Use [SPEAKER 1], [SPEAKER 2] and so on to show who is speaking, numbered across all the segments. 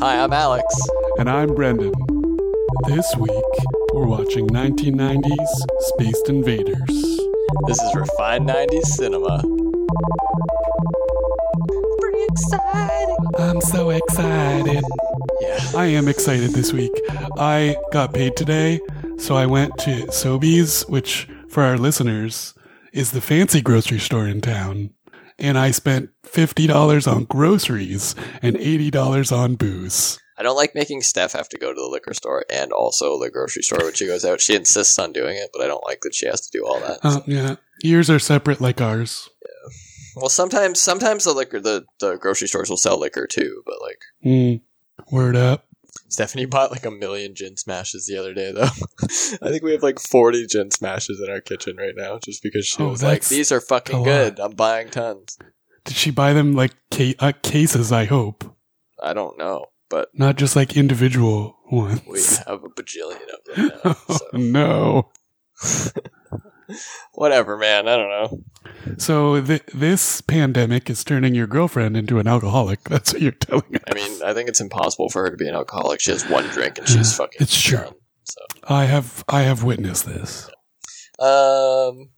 [SPEAKER 1] Hi, I'm Alex.
[SPEAKER 2] And I'm Brendan. This week, we're watching 1990s Spaced Invaders.
[SPEAKER 1] This is Refined 90s Cinema. Pretty exciting.
[SPEAKER 2] I'm so excited.
[SPEAKER 1] Yeah.
[SPEAKER 2] I am excited this week. I got paid today, so I went to Sobeys, which for our listeners is the fancy grocery store in town. And I spent $50 on groceries and $80 on booze.
[SPEAKER 1] I don't like making Steph have to go to the liquor store and also the grocery store when she goes out. She insists on doing it, but I don't like that she has to do all that.
[SPEAKER 2] Uh, yeah, yours are separate like ours.
[SPEAKER 1] Well, sometimes sometimes the liquor the, the grocery stores will sell liquor too, but like
[SPEAKER 2] Hmm. Word up.
[SPEAKER 1] Stephanie bought like a million gin smashes the other day though. I think we have like 40 gin smashes in our kitchen right now just because she
[SPEAKER 2] Oh,
[SPEAKER 1] was like
[SPEAKER 2] that's
[SPEAKER 1] these are
[SPEAKER 2] a
[SPEAKER 1] fucking
[SPEAKER 2] lot.
[SPEAKER 1] good. I'm buying tons.
[SPEAKER 2] Did she buy them like ca- uh, cases, I hope?
[SPEAKER 1] I don't know, but
[SPEAKER 2] Not just like individual ones. Oh,
[SPEAKER 1] we have a bajillion of them now. So.
[SPEAKER 2] no.
[SPEAKER 1] Whatever, man. I don't know.
[SPEAKER 2] So th- this pandemic is turning your girlfriend into an alcoholic. That's what you're telling us.
[SPEAKER 1] I mean, I think it's impossible for her to be an alcoholic. She has one drink and she's fucking.
[SPEAKER 2] It's true.
[SPEAKER 1] done, so,
[SPEAKER 2] I have I have witnessed this.
[SPEAKER 1] um,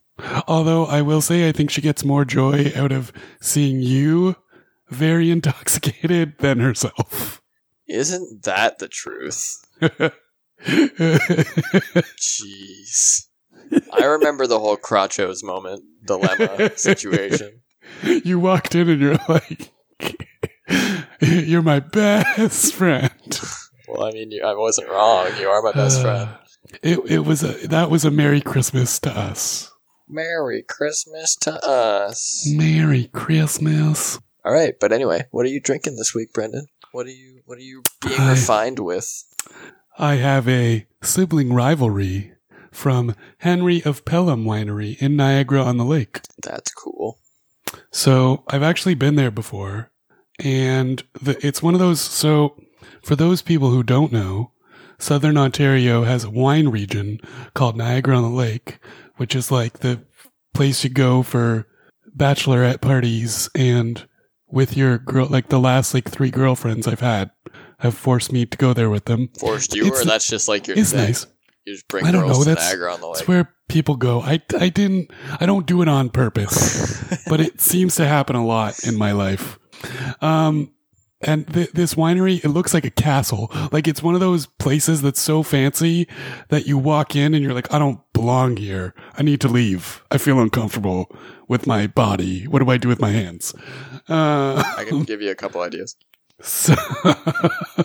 [SPEAKER 2] Although I will say I think she gets more joy out of seeing you very intoxicated than herself.
[SPEAKER 1] isn't that the truth? Jeez. I remember the whole Crotchos moment dilemma situation.
[SPEAKER 2] you walked in and you're like you're my best friend.
[SPEAKER 1] Well, I mean, you, I wasn't wrong. You are my best friend.
[SPEAKER 2] Uh, It it was a that was a Merry Christmas to us.
[SPEAKER 1] Merry Christmas to us.
[SPEAKER 2] Merry Christmas.
[SPEAKER 1] All right, but anyway, what are you drinking this week, Brendan? What are you What are you being
[SPEAKER 2] I-
[SPEAKER 1] refined with?
[SPEAKER 2] I have a sibling rivalry from Henry of Pelham Winery in Niagara on the Lake.
[SPEAKER 1] That's cool.
[SPEAKER 2] So I've actually been there before, and the, it's one of those. So for those people who don't know, Southern Ontario has a wine region called Niagara on the Lake, which is like the place you go for bachelorette parties and with your girl. Like the last like three girlfriends I've had have forced me to go there with them.
[SPEAKER 1] Forced you,
[SPEAKER 2] It's-
[SPEAKER 1] or that's just like your
[SPEAKER 2] It's
[SPEAKER 1] thing?
[SPEAKER 2] nice.
[SPEAKER 1] You just bring
[SPEAKER 2] I don't
[SPEAKER 1] girls
[SPEAKER 2] know,
[SPEAKER 1] to
[SPEAKER 2] that's-
[SPEAKER 1] Niagara on the
[SPEAKER 2] It's
[SPEAKER 1] lake.
[SPEAKER 2] where people go. I I didn't. I don't do it on purpose. but it seems to happen a lot in my life. Um, and th- this winery, it looks like a castle. Like it's one of those places that's so fancy that you walk in and you're like, I don't belong here. I need to leave. I feel uncomfortable with my body. What do I do with my hands? Uh,
[SPEAKER 1] I can give you a couple ideas.
[SPEAKER 2] so,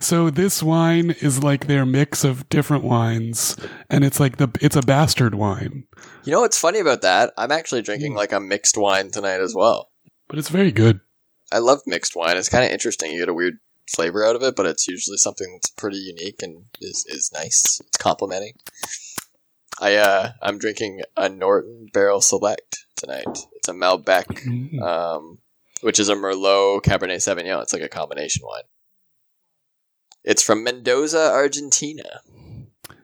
[SPEAKER 2] so this wine is like their mix of different wines, and it's like the it's a bastard wine,
[SPEAKER 1] You know what's funny about that? I'm actually drinking like a mixed wine tonight as well.
[SPEAKER 2] but it's very good.
[SPEAKER 1] I love mixed wine. It's kind of interesting. You get a weird flavor out of it, but it's usually something that's pretty unique and is, is nice. It's complimenting. I uh, I'm drinking a Norton Barrel Select tonight. It's a Malbec,
[SPEAKER 2] Hmm.
[SPEAKER 1] um, which is a Merlot Cabernet Sauvignon. It's like a combination wine. It's from Mendoza, Argentina.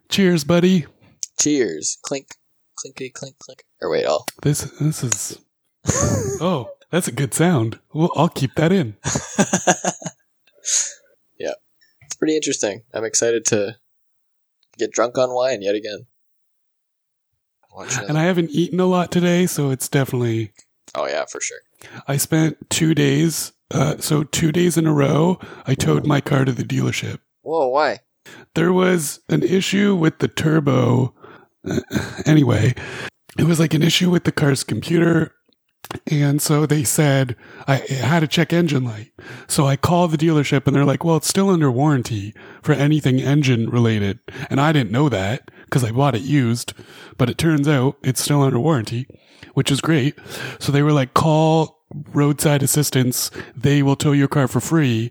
[SPEAKER 2] Cheers, buddy.
[SPEAKER 1] Cheers. Clink. Clinkety clink clink. Or wait, I'll
[SPEAKER 2] This this is oh, that's a good sound. Well, I'll keep that in.
[SPEAKER 1] yeah. It's pretty interesting. I'm excited to get drunk on wine yet again. Watch another-
[SPEAKER 2] And I haven't eaten a lot today, so it's definitely.
[SPEAKER 1] oh, yeah, for sure.
[SPEAKER 2] I spent two days, uh, so two days in a row, I towed my car to the dealership.
[SPEAKER 1] Whoa, why?
[SPEAKER 2] There was an issue with the turbo. anyway, it was like an issue with the car's computer. And so they said I it had a check engine light. So I called the dealership and they're like, well, it's still under warranty for anything engine related. And I didn't know that because I bought it used, but it turns out it's still under warranty, which is great. So they were like, call roadside assistance. They will tow your car for free.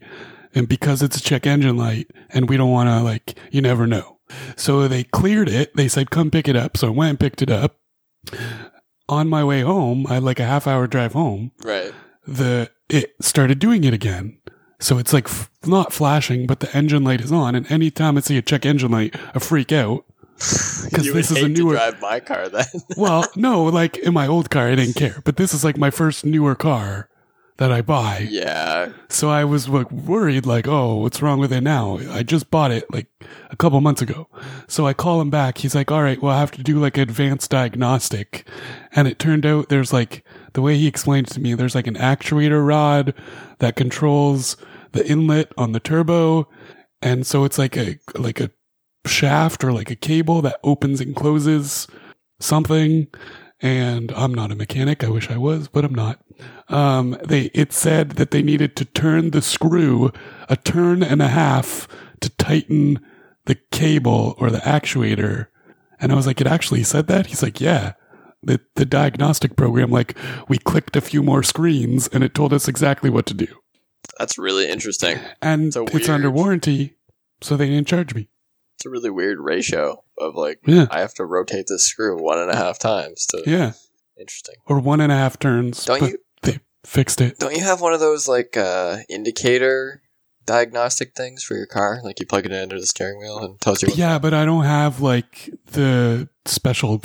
[SPEAKER 2] And because it's a check engine light and we don't want to like, you never know. So they cleared it. They said, come pick it up. So I went and picked it up. On my way home, I had like a half hour drive home.
[SPEAKER 1] Right.
[SPEAKER 2] The it started doing it again. So it's like f- not flashing, but the engine light is on. And anytime I see a check engine light, I freak out. Because
[SPEAKER 1] You would
[SPEAKER 2] this is
[SPEAKER 1] hate
[SPEAKER 2] a newer.
[SPEAKER 1] to drive my car then.
[SPEAKER 2] well, no, like in my old car, I didn't care. But this is like my first newer car that I buy.
[SPEAKER 1] Yeah,
[SPEAKER 2] So I was like worried, like, oh, what's wrong with it now? I just bought it like a couple months ago. So I call him back. He's like, all right, well, I have to do like advanced diagnostic. And it turned out there's like, the way he explained it to me, there's like an actuator rod that controls the inlet on the turbo. And so it's like a, like a shaft or like a cable that opens and closes something. And I'm not a mechanic. I wish I was, but I'm not um, they it said that they needed to turn the screw a turn and a half to tighten the cable or the actuator. And I was like, it actually said that? He's like, yeah. The, the diagnostic program, like, we clicked a few more screens and it told us exactly what to do.
[SPEAKER 1] that's really interesting.
[SPEAKER 2] And
[SPEAKER 1] So
[SPEAKER 2] it's under
[SPEAKER 1] weird.
[SPEAKER 2] warranty, so they didn't charge me.
[SPEAKER 1] It's a really weird ratio of like
[SPEAKER 2] Yeah.
[SPEAKER 1] I have to rotate this screw one and a half times. To
[SPEAKER 2] Yeah.
[SPEAKER 1] interesting.
[SPEAKER 2] Or one and a half turns.
[SPEAKER 1] Don't
[SPEAKER 2] but
[SPEAKER 1] you
[SPEAKER 2] They fixed it.
[SPEAKER 1] don't you have one of those like uh, indicator diagnostic things for your car? Like you plug it in under the steering wheel and tells you.
[SPEAKER 2] Yeah, but I don't have, like, the special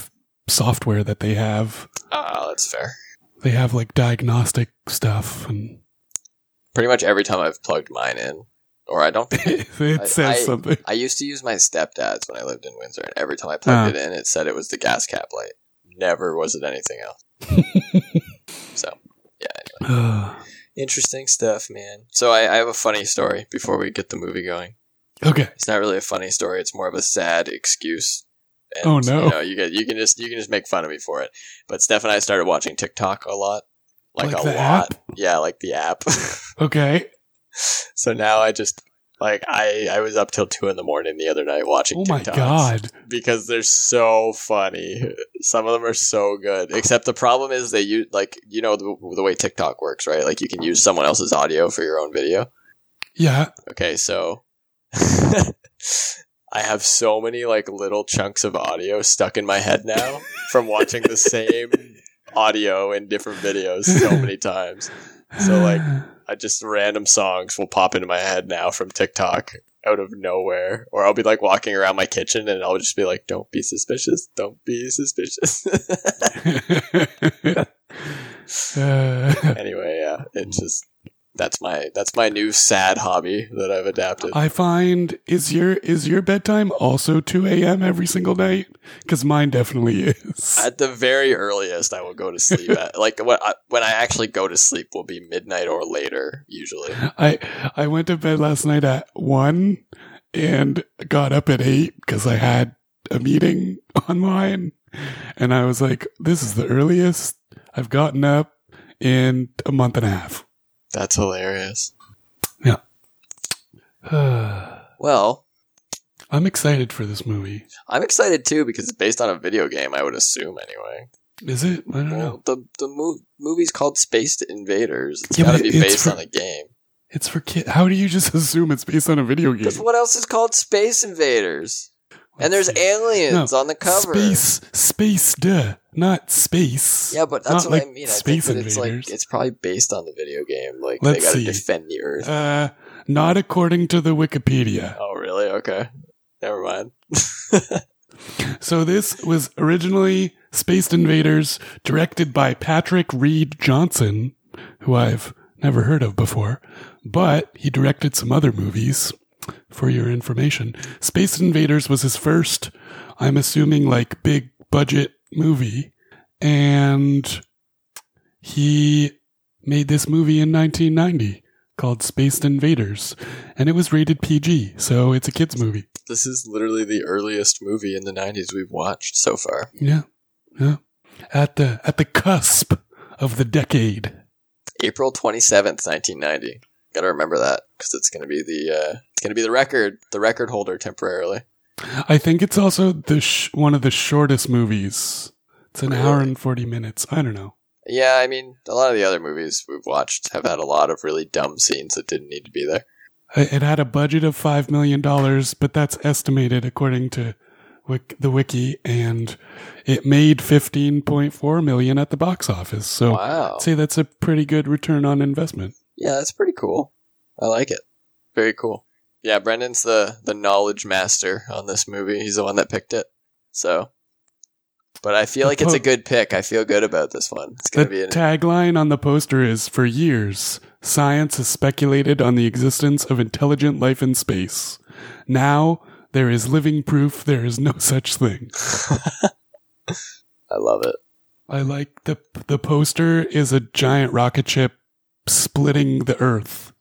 [SPEAKER 2] software that they have.
[SPEAKER 1] Ah, that's fair.
[SPEAKER 2] they have like diagnostic stuff and
[SPEAKER 1] Pretty much every time I've plugged mine in, or I don't. think
[SPEAKER 2] it
[SPEAKER 1] I-
[SPEAKER 2] says
[SPEAKER 1] I-
[SPEAKER 2] something.
[SPEAKER 1] I used to use my stepdad's when I lived in Windsor, and every time I
[SPEAKER 2] Ah.
[SPEAKER 1] plugged it in, it said it was the gas cap light. Never was it anything else. so,
[SPEAKER 2] Ugh.
[SPEAKER 1] interesting stuff, man. So, I, I have a funny story before we get the movie going.
[SPEAKER 2] okay.
[SPEAKER 1] It's not really a funny story; it's more of a sad excuse. And,
[SPEAKER 2] Oh, no.
[SPEAKER 1] You, know, you get you can just you can just make fun of me for it. But Steph and I started watching TikTok a lot, like,
[SPEAKER 2] Like
[SPEAKER 1] a
[SPEAKER 2] the
[SPEAKER 1] lot. Yeah, like the app.
[SPEAKER 2] Okay.
[SPEAKER 1] so now I just like I I was up till two in the morning the other night watching.
[SPEAKER 2] Oh my
[SPEAKER 1] TikToks.
[SPEAKER 2] god.
[SPEAKER 1] because they're so funny. Some of them are so good. Except the problem is they use like you know the, the way TikTok works, right? Like you can use someone else's audio for your own video.
[SPEAKER 2] Yeah.
[SPEAKER 1] Okay, so I have so many like little chunks of audio stuck in my head now from watching the same audio in different videos so many times. So, like, I just random songs will pop into my head now from TikTok out of nowhere. Or I'll be like walking around my kitchen and I'll just be like, don't be suspicious. Don't be suspicious.
[SPEAKER 2] Uh,
[SPEAKER 1] anyway, yeah, it's just that's my that's my new sad hobby that I've adapted.
[SPEAKER 2] I find is your is your bedtime also two a.m. every single night? Because mine definitely is.
[SPEAKER 1] At the very earliest, I will go to sleep. At, like when I, when I actually go to sleep will be midnight or later usually.
[SPEAKER 2] I I went to bed last night at one and got up at eight because I had a meeting online, and I was like, "This is the earliest I've gotten up in a month and a half."
[SPEAKER 1] That's hilarious.
[SPEAKER 2] I'm
[SPEAKER 1] Well,
[SPEAKER 2] excited for this movie.
[SPEAKER 1] I'm excited too because it's based on a video game. I would assume anyway.
[SPEAKER 2] Is it? I don't
[SPEAKER 1] Well,
[SPEAKER 2] know.
[SPEAKER 1] the the mov- movie's called Space Invaders. It's
[SPEAKER 2] Yeah,
[SPEAKER 1] got to
[SPEAKER 2] but
[SPEAKER 1] be
[SPEAKER 2] it's
[SPEAKER 1] based
[SPEAKER 2] for-
[SPEAKER 1] on a game.
[SPEAKER 2] It's for kid. How do you just assume it's based on a video game?
[SPEAKER 1] Because what else is called Space Invaders? And there's
[SPEAKER 2] Let's see.
[SPEAKER 1] aliens on the cover.
[SPEAKER 2] Space, space, duh, not space.
[SPEAKER 1] Yeah, but that's
[SPEAKER 2] Not
[SPEAKER 1] what I
[SPEAKER 2] like
[SPEAKER 1] mean. I
[SPEAKER 2] Space
[SPEAKER 1] think that it's like
[SPEAKER 2] Invaders.
[SPEAKER 1] it's probably based on the video game. Like they
[SPEAKER 2] Let's
[SPEAKER 1] got to
[SPEAKER 2] see.
[SPEAKER 1] defend the Earth.
[SPEAKER 2] Uh, not according to the Wikipedia.
[SPEAKER 1] oh, really? Okay. Never mind.
[SPEAKER 2] So this was originally Space Invaders, directed by Patrick Reed Johnson, who I've never heard of before, but he directed some other movies. For your information, Space Invaders was his first, I'm assuming, like big budget movie, and he made this movie in 1990 called Space Invaders, and it was rated PG, so it's a kids movie.
[SPEAKER 1] This is literally the earliest movie in the '90s we've watched so far.
[SPEAKER 2] Yeah, yeah. At the at the cusp of the decade.
[SPEAKER 1] April 27th, 1990. Got to remember that because it's gonna be the uh, it's gonna be the record the record holder temporarily.
[SPEAKER 2] I think it's also the sh- one of the shortest movies. It's an hour and forty minutes. I don't know.
[SPEAKER 1] Yeah, I mean, a lot of the other movies we've watched have had a lot of really dumb scenes that didn't need to be there.
[SPEAKER 2] I- It had a budget of five million dollars, but that's estimated according to Wik- the wiki, and it made fifteen point four million at the box office. So
[SPEAKER 1] Wow.
[SPEAKER 2] I'd say that's a pretty good return on investment.
[SPEAKER 1] Yeah, that's pretty cool. I like it. Very cool. Yeah, Brendan's the the knowledge master on this movie. He's the one that picked it. So But I feel like it's a good pick. I feel good about this one. It's
[SPEAKER 2] The
[SPEAKER 1] gonna be an,
[SPEAKER 2] tagline on the poster is For years, science has speculated on the existence of intelligent life in space. Now, there is living proof there is no such thing.
[SPEAKER 1] I love it.
[SPEAKER 2] I like the the poster is a giant rocket ship splitting the earth,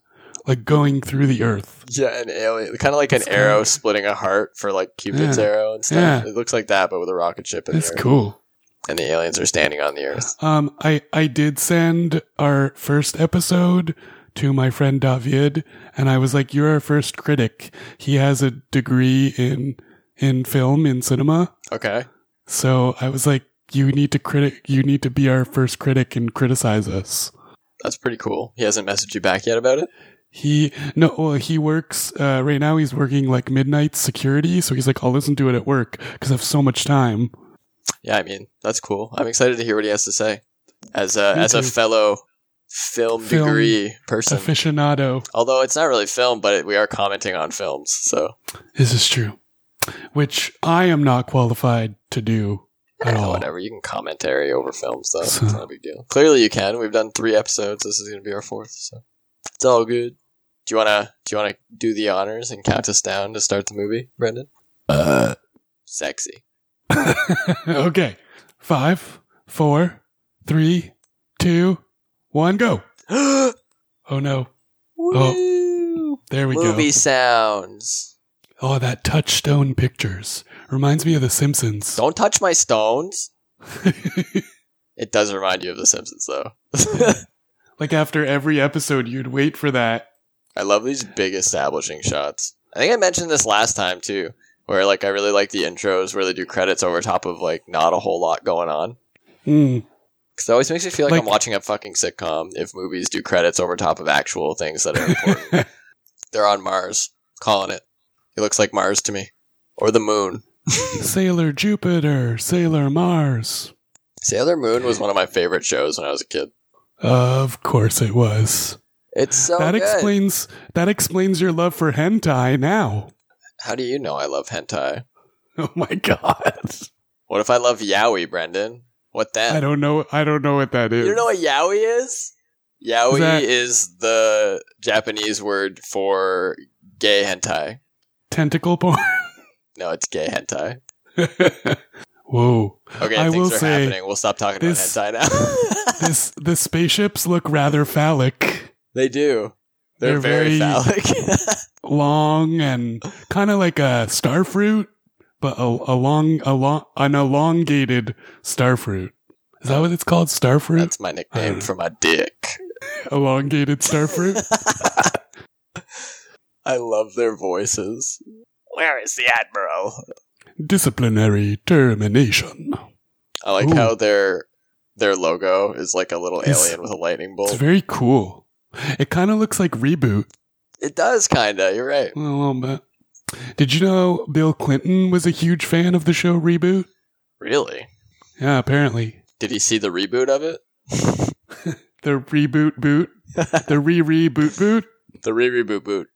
[SPEAKER 2] like going through the earth.
[SPEAKER 1] Yeah, an alien, kind of like an
[SPEAKER 2] It's
[SPEAKER 1] arrow
[SPEAKER 2] kinda-
[SPEAKER 1] splitting a heart for like Cupid's
[SPEAKER 2] Yeah.
[SPEAKER 1] arrow and stuff.
[SPEAKER 2] Yeah.
[SPEAKER 1] It looks like that, but with a rocket ship in
[SPEAKER 2] That's
[SPEAKER 1] there,
[SPEAKER 2] cool.
[SPEAKER 1] and the aliens are standing on the Earth.
[SPEAKER 2] Um, I I did send our first episode to my friend David, and I was like, "You're our first critic." He has a degree in in film in cinema,
[SPEAKER 1] Okay,
[SPEAKER 2] so I was like, "You need to critic. You need to be our first critic and criticize us."
[SPEAKER 1] that's pretty cool. He hasn't messaged you back yet about it.
[SPEAKER 2] He no, well, he works uh, right now. He's working like midnight security, so he's like, "I'll listen to it at work because I have so much time."
[SPEAKER 1] Yeah, I mean that's cool. I'm excited to hear what he has to say as a
[SPEAKER 2] Me
[SPEAKER 1] as a
[SPEAKER 2] too.
[SPEAKER 1] fellow film,
[SPEAKER 2] Film
[SPEAKER 1] degree person.
[SPEAKER 2] Aficionado.
[SPEAKER 1] Although it's not really film, but it, we are commenting on films, so
[SPEAKER 2] This is true, which I am not qualified to do at
[SPEAKER 1] Eh,
[SPEAKER 2] all.
[SPEAKER 1] whatever. You can commentary over films, though.
[SPEAKER 2] So-
[SPEAKER 1] It's not a big deal. Clearly, you can. We've done three episodes. This is going to be our fourth, so it's all good. Do you wanna do you wanna do the honors and count us down to start the movie, Brendan?
[SPEAKER 2] Uh.
[SPEAKER 1] Sexy.
[SPEAKER 2] okay, five, four, three, two, one, go. Oh no,
[SPEAKER 1] Woo!
[SPEAKER 2] there Oh, we
[SPEAKER 1] Movie
[SPEAKER 2] go.
[SPEAKER 1] sounds.
[SPEAKER 2] Oh, that Touchstone Pictures reminds me of The Simpsons.
[SPEAKER 1] Don't touch my stones. It does remind you of The Simpsons, though.
[SPEAKER 2] like after every episode, you'd wait for that.
[SPEAKER 1] I love these big establishing shots. I think I mentioned this last time too, where like I really like the intros where they do credits over top of like not a whole lot going on.
[SPEAKER 2] Mm.
[SPEAKER 1] Because it always makes me feel like,
[SPEAKER 2] Like-
[SPEAKER 1] I'm watching a fucking sitcom if movies do credits over top of actual things that are important. They're on Mars, calling it. It looks like Mars to me, or the Moon.
[SPEAKER 2] Sailor Jupiter, Sailor Mars.
[SPEAKER 1] Sailor Moon was one of my favorite shows when I was a kid.
[SPEAKER 2] Of course it was.
[SPEAKER 1] It's so
[SPEAKER 2] that
[SPEAKER 1] good.
[SPEAKER 2] explains that explains your love for hentai now.
[SPEAKER 1] How do you know I love hentai?
[SPEAKER 2] Oh my god.
[SPEAKER 1] What if I love yaoi, Brendan? What then?
[SPEAKER 2] I don't know I don't know what that is.
[SPEAKER 1] You don't know what yaoi is? Yaoi is
[SPEAKER 2] Is that-
[SPEAKER 1] the Japanese word for gay hentai.
[SPEAKER 2] Tentacle porn.
[SPEAKER 1] No, it's gay hentai.
[SPEAKER 2] Whoa.
[SPEAKER 1] Okay,
[SPEAKER 2] I
[SPEAKER 1] things
[SPEAKER 2] will
[SPEAKER 1] are
[SPEAKER 2] say
[SPEAKER 1] happening. We'll stop talking
[SPEAKER 2] this-
[SPEAKER 1] about hentai now.
[SPEAKER 2] This the spaceships look rather phallic.
[SPEAKER 1] they do. They're,
[SPEAKER 2] They're
[SPEAKER 1] very,
[SPEAKER 2] very-
[SPEAKER 1] phallic.
[SPEAKER 2] Long and kind of like a starfruit, but a, a long a long an elongated starfruit. Is that what it's called? Starfruit?
[SPEAKER 1] That's my nickname for my dick.
[SPEAKER 2] elongated starfruit?
[SPEAKER 1] I love their voices. Where is the admiral?
[SPEAKER 2] Disciplinary termination.
[SPEAKER 1] I like
[SPEAKER 2] Ooh.
[SPEAKER 1] how their their logo is like a little
[SPEAKER 2] It's-
[SPEAKER 1] alien with a lightning
[SPEAKER 2] It's
[SPEAKER 1] bolt.
[SPEAKER 2] very cool. It kind of looks like reboot
[SPEAKER 1] It does kinda, you're right.
[SPEAKER 2] a little bit. Did you know Bill Clinton was a huge fan of the show Reboot?
[SPEAKER 1] Really?
[SPEAKER 2] Yeah, apparently.
[SPEAKER 1] Did he see the reboot of it?
[SPEAKER 2] The reboot boot, the re reboot boot.
[SPEAKER 1] The re reboot boot.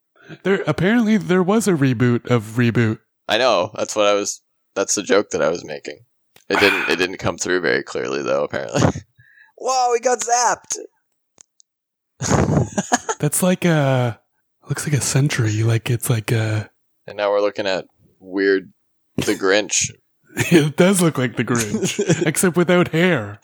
[SPEAKER 2] There apparently there was a reboot of Reboot.
[SPEAKER 1] I know. That's what I was. That's the joke that I was making. It didn't. It didn't come through very clearly, though. Apparently. Whoa! We got zapped.
[SPEAKER 2] That's like a looks like a century. Like it's like a.
[SPEAKER 1] and now we're looking at weird the Grinch.
[SPEAKER 2] It does look like the Grinch, except without hair.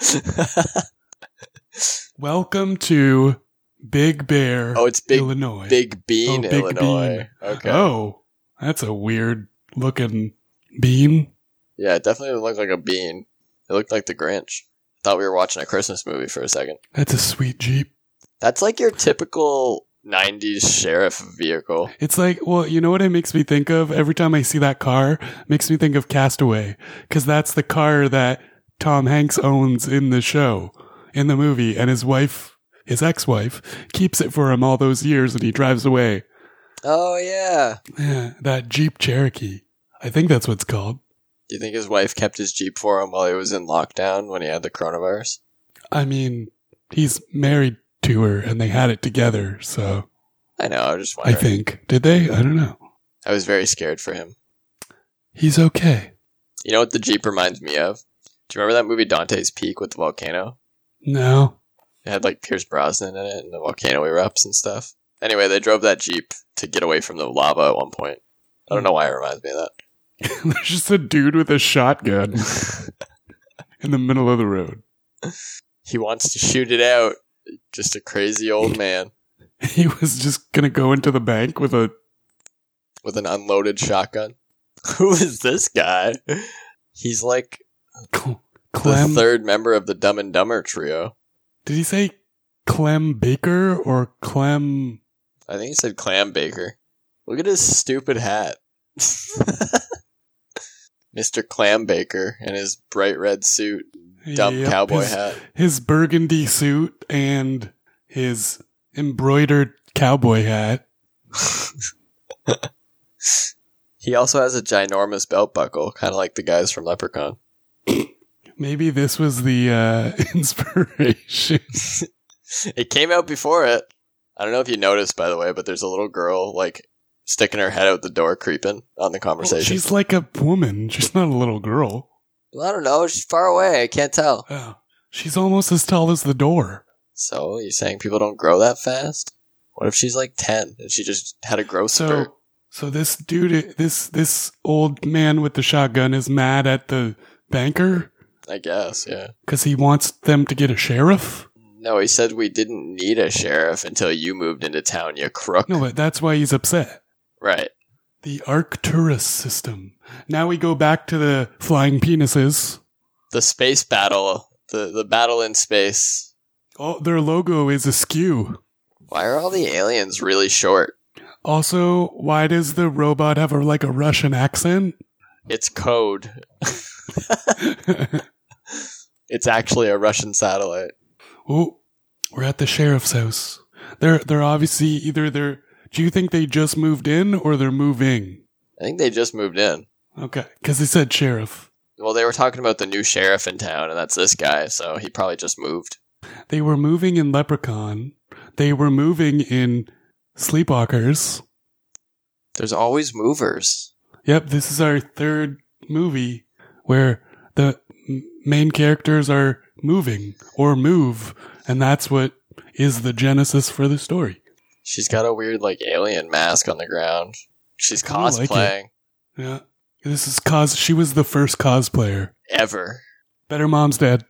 [SPEAKER 2] Welcome to Big Bear,
[SPEAKER 1] oh, it's big
[SPEAKER 2] Illinois.
[SPEAKER 1] big bean
[SPEAKER 2] Oh, Big
[SPEAKER 1] Illinois. Okay.
[SPEAKER 2] Oh, that's a weird looking bean.
[SPEAKER 1] Yeah, it definitely looked like a bean. It looked like the Grinch. Thought we were watching a Christmas movie for a second.
[SPEAKER 2] That's a sweet Jeep.
[SPEAKER 1] That's like your typical '90s sheriff vehicle.
[SPEAKER 2] It's like, well, you know what it makes me think of every time I see that car? Makes me think of Castaway because that's the car that Tom Hanks owns in the show, in the movie, and his wife, his ex-wife, keeps it for him all those years, and he drives away.
[SPEAKER 1] Oh yeah.
[SPEAKER 2] Yeah, that Jeep Cherokee. I think that's what it's called.
[SPEAKER 1] Do you think his wife kept his Jeep for him while he was in lockdown when he had the coronavirus?
[SPEAKER 2] I mean, he's married to her, and they had it together. So
[SPEAKER 1] I know, I was just
[SPEAKER 2] I
[SPEAKER 1] wondering. I,
[SPEAKER 2] think did they? I don't know.
[SPEAKER 1] was very scared for him.
[SPEAKER 2] He's okay.
[SPEAKER 1] You know what the Jeep reminds me of? Do you remember that movie Dante's Peak with the volcano?
[SPEAKER 2] No.
[SPEAKER 1] It had like Pierce Brosnan in it, and the volcano erupts and stuff. Anyway, they drove that jeep to get away from the lava at one point. I don't know why it reminds me of
[SPEAKER 2] There's just a dude with a shotgun
[SPEAKER 1] that.
[SPEAKER 2] in the middle of the road.
[SPEAKER 1] he wants to shoot it out. Just a crazy old man
[SPEAKER 2] He was just going to go into the bank with a.
[SPEAKER 1] with an unloaded shotgun. Who is this guy? He's like
[SPEAKER 2] Cl-
[SPEAKER 1] the
[SPEAKER 2] Clem.
[SPEAKER 1] third member of the Dumb and Dumber trio.
[SPEAKER 2] Did he say Clem Baker or Clem.
[SPEAKER 1] I think he said Clam Baker. Look at his stupid hat. Mr. Clam Baker in his bright red suit, dumb
[SPEAKER 2] Yep,
[SPEAKER 1] cowboy
[SPEAKER 2] his-
[SPEAKER 1] hat.
[SPEAKER 2] His burgundy suit and his embroidered cowboy hat.
[SPEAKER 1] He also has a ginormous belt buckle, kind of like the guys from Leprechaun.
[SPEAKER 2] Maybe this was the uh, inspiration.
[SPEAKER 1] It came out before it. I don't know if you noticed, by the way, but there's a little girl like sticking her head out the door, creeping on the conversation.
[SPEAKER 2] She's like a woman. She's not a little girl.
[SPEAKER 1] I don't know. She's far away. I can't tell.
[SPEAKER 2] Oh. She's almost as tall as the door.
[SPEAKER 1] So you're saying people don't grow that fast? What if she's like ten and she just had a growth spurt?
[SPEAKER 2] So, so this dude, this this old man with the shotgun, is mad at the banker
[SPEAKER 1] I guess, yeah.
[SPEAKER 2] because he wants them to get a sheriff.
[SPEAKER 1] No, he said we didn't need a sheriff until you moved into town, you crook.
[SPEAKER 2] No, but that's why he's upset.
[SPEAKER 1] Right.
[SPEAKER 2] The Arcturus system. Now we go back to the flying penises.
[SPEAKER 1] The space battle, the the battle in space.
[SPEAKER 2] Oh, their logo is askew.
[SPEAKER 1] Why are all the aliens really short?
[SPEAKER 2] Also, why does the robot have a, like a Russian accent?
[SPEAKER 1] It's code. It's actually a Russian satellite.
[SPEAKER 2] oh, we're at the sheriff's house. They're they're obviously either they're. Do you think they just moved in or they're moving?
[SPEAKER 1] I think they just moved in.
[SPEAKER 2] Okay, because they said sheriff.
[SPEAKER 1] Well, they were talking about the new sheriff in town, and that's this guy, so he probably just moved.
[SPEAKER 2] They were moving in Leprechaun. They were moving in Sleepwalkers.
[SPEAKER 1] There's always movers.
[SPEAKER 2] Yep, this is our third movie where the m- main characters are moving or move, and that's what is the genesis for the story.
[SPEAKER 1] She's got a weird, like, alien mask on the ground. She's
[SPEAKER 2] I like it.
[SPEAKER 1] cosplaying
[SPEAKER 2] Yeah, this is cos. She was the first cosplayer.
[SPEAKER 1] ever.
[SPEAKER 2] Better mom's dead.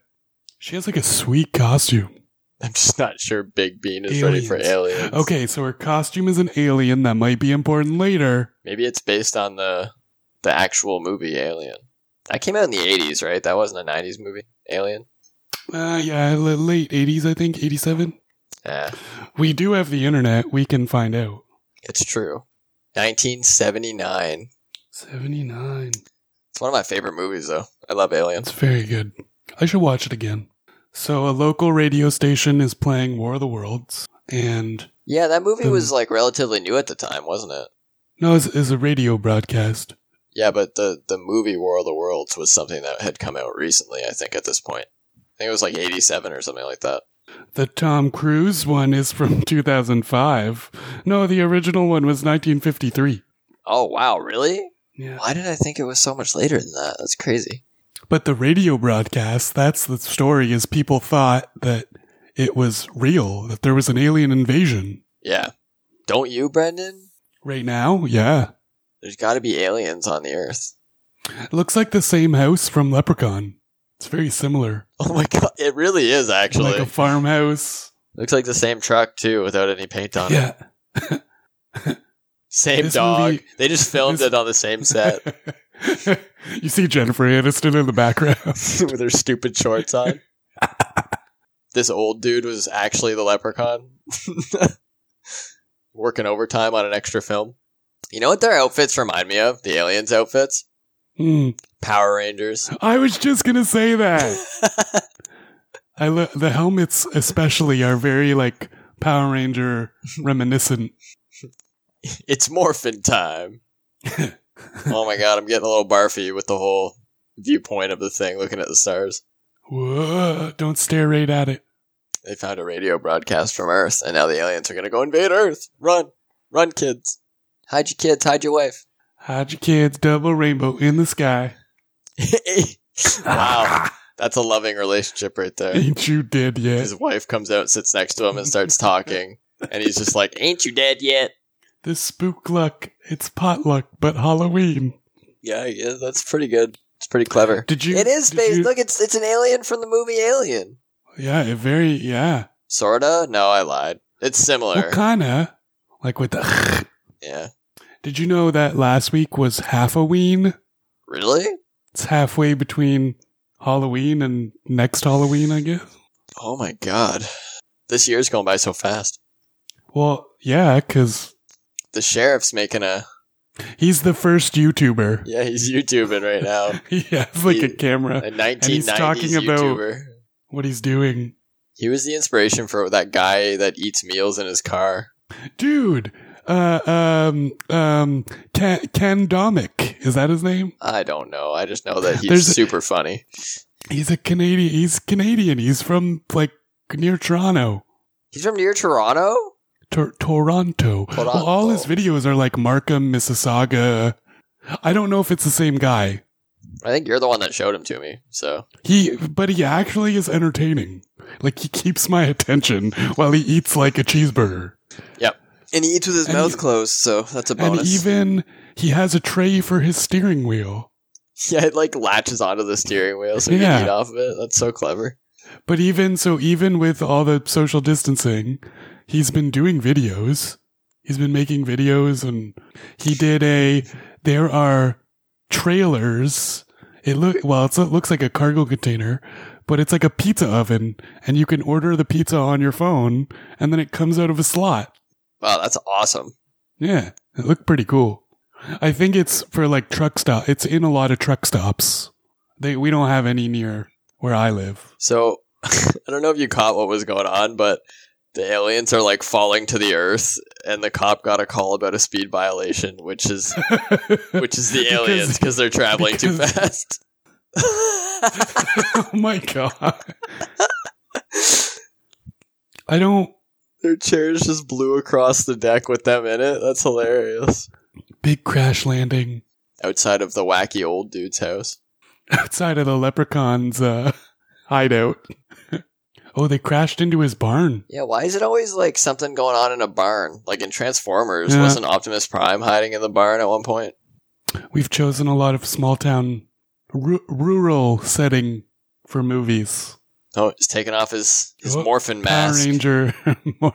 [SPEAKER 2] She has like a sweet costume.
[SPEAKER 1] I'm just not sure Big Bean is ready for aliens.
[SPEAKER 2] Aliens. Okay, so her costume is an alien. That might be important later.
[SPEAKER 1] Maybe it's based on the the actual movie Alien. That came out in the 80s, right? That wasn't a 90s movie, Alien.
[SPEAKER 2] Uh, yeah, l- late 80s, I think, 87.
[SPEAKER 1] Yeah,
[SPEAKER 2] We do have the internet. We can find out.
[SPEAKER 1] it's true. 1979.
[SPEAKER 2] 79.
[SPEAKER 1] It's one of my favorite movies, though. I love Aliens.
[SPEAKER 2] That's very good. I should watch it again. So, a local radio station is playing War of the Worlds, and
[SPEAKER 1] Yeah, that movie
[SPEAKER 2] Mm.
[SPEAKER 1] was like relatively new at the time, wasn't it?
[SPEAKER 2] no, it's, it's a radio broadcast.
[SPEAKER 1] Yeah, but the the movie War of the Worlds was something that had come out recently. I think at this point, I think it was like 87 or something like that.
[SPEAKER 2] The Tom Cruise one is from 2005. No, the original one was 1953.
[SPEAKER 1] Oh wow, really?
[SPEAKER 2] Yeah.
[SPEAKER 1] Why did I think it was so much later than that? That's crazy.
[SPEAKER 2] But the radio broadcast, that's the story, is people thought that it was real, that there was an alien invasion.
[SPEAKER 1] Yeah, don't you, Brendan?
[SPEAKER 2] Right now? Yeah.
[SPEAKER 1] There's got to be aliens on the Earth.
[SPEAKER 2] Looks like the same house from Leprechaun. It's very similar.
[SPEAKER 1] Oh my god, it really is actually.
[SPEAKER 2] Like a farmhouse.
[SPEAKER 1] Looks like the same truck too, without any paint on it.
[SPEAKER 2] Yeah.
[SPEAKER 1] Same
[SPEAKER 2] This
[SPEAKER 1] dog.
[SPEAKER 2] movie-
[SPEAKER 1] they just filmed
[SPEAKER 2] this-
[SPEAKER 1] it on the same set
[SPEAKER 2] you see Jennifer Aniston in the background.
[SPEAKER 1] with her stupid shorts on. this old dude was actually the leprechaun, working overtime on an extra film. You know what their outfits remind me of? The aliens' outfits,
[SPEAKER 2] Hmm.
[SPEAKER 1] Power Rangers.
[SPEAKER 2] I was just gonna say that. I lo- the helmets especially are very like Power Ranger reminiscent.
[SPEAKER 1] it's morphin time. oh my god, I'm getting a little barfy with the whole viewpoint of the thing, looking at the stars.
[SPEAKER 2] Whoa, don't stare right at it.
[SPEAKER 1] They found a radio broadcast from Earth, and now the aliens are going to go invade Earth. Run, run, kids! Hide your kids, hide your wife.
[SPEAKER 2] Hide your kids, double rainbow in the sky.
[SPEAKER 1] wow, That's a loving relationship right there.
[SPEAKER 2] Ain't you dead yet?
[SPEAKER 1] His wife comes out, sits next to him, and starts talking. And he's just like, "Ain't you dead yet?"
[SPEAKER 2] This spook luck. It's potluck, but Halloween.
[SPEAKER 1] Yeah, yeah, that's pretty good. It's pretty clever.
[SPEAKER 2] Did you?
[SPEAKER 1] it is
[SPEAKER 2] did
[SPEAKER 1] based.
[SPEAKER 2] you-
[SPEAKER 1] Look, it's it's an alien from the movie Alien.
[SPEAKER 2] Yeah, it very. Yeah.
[SPEAKER 1] Sorta? No, I lied. It's
[SPEAKER 2] Well,
[SPEAKER 1] similar.
[SPEAKER 2] kinda. Like with the.
[SPEAKER 1] yeah.
[SPEAKER 2] Did you know that last week was Halloween?
[SPEAKER 1] Really?
[SPEAKER 2] It's halfway between Halloween and next Halloween, I guess.
[SPEAKER 1] Oh my god. This year's going by so fast.
[SPEAKER 2] Well, yeah, because
[SPEAKER 1] The sheriff's making a
[SPEAKER 2] he's the first YouTuber.
[SPEAKER 1] yeah, he's YouTubing right now.
[SPEAKER 2] he has like
[SPEAKER 1] He-
[SPEAKER 2] a camera.
[SPEAKER 1] A nineteen
[SPEAKER 2] he's talking
[SPEAKER 1] nineties
[SPEAKER 2] about-
[SPEAKER 1] YouTuber.
[SPEAKER 2] What he's doing,
[SPEAKER 1] He was the inspiration for that guy that eats meals in his car.
[SPEAKER 2] dude. Uh, um, um, Ken, Ken Domick is that his name?
[SPEAKER 1] I don't know. I just know that he's
[SPEAKER 2] There's a-
[SPEAKER 1] super funny.
[SPEAKER 2] He's a Canadian. He's Canadian. He's from like near Toronto.
[SPEAKER 1] He's from near Toronto?
[SPEAKER 2] Tor-
[SPEAKER 1] Toronto.
[SPEAKER 2] Toronto. Well, all his videos are like Markham, Mississauga. I don't know if it's the same guy.
[SPEAKER 1] I think you're the one that showed him to me. So
[SPEAKER 2] He, but he actually is entertaining. Like he keeps my attention while he eats like a cheeseburger.
[SPEAKER 1] And he eats with his
[SPEAKER 2] And mouth he-
[SPEAKER 1] closed, so that's a
[SPEAKER 2] And even he has a tray for his steering wheel.
[SPEAKER 1] yeah, it like latches onto the steering wheel so he
[SPEAKER 2] Yeah.
[SPEAKER 1] can eat off of it. That's so clever.
[SPEAKER 2] But even so, even with all the social distancing, he's been doing videos. He's been making videos and he did a, there are trailers. It look, well, it's, it looks like a cargo container, but it's like a pizza oven and you can order the pizza on your phone and then it comes out of a slot.
[SPEAKER 1] Wow, that's awesome.
[SPEAKER 2] Yeah. It looked pretty cool. I think it's for like truck stop. It's in a lot of truck stops. They, we don't have any near where I live.
[SPEAKER 1] So I don't know if you caught what was going on, but the aliens are like falling to the earth, and the cop got a call about a speed violation, which is
[SPEAKER 2] Oh
[SPEAKER 1] which is the
[SPEAKER 2] Because-
[SPEAKER 1] aliens because they're traveling too
[SPEAKER 2] because-
[SPEAKER 1] fast.
[SPEAKER 2] oh my god. I don't
[SPEAKER 1] Their chairs just blew across the deck with them in it. That's hilarious.
[SPEAKER 2] big crash landing
[SPEAKER 1] Outside of the wacky old dude's house.
[SPEAKER 2] outside of the leprechaun's uh, hideout. oh, they crashed into his barn.
[SPEAKER 1] Yeah, why is it always like something going on in a barn? Like in Transformers,
[SPEAKER 2] Yeah.
[SPEAKER 1] wasn't Optimus Prime hiding in the barn at one point?
[SPEAKER 2] We've chosen a lot of small town ru- rural setting for movies.
[SPEAKER 1] No, he's taking off his, his
[SPEAKER 2] Oh,
[SPEAKER 1] morphin
[SPEAKER 2] Power
[SPEAKER 1] mask.
[SPEAKER 2] Ranger. Mor-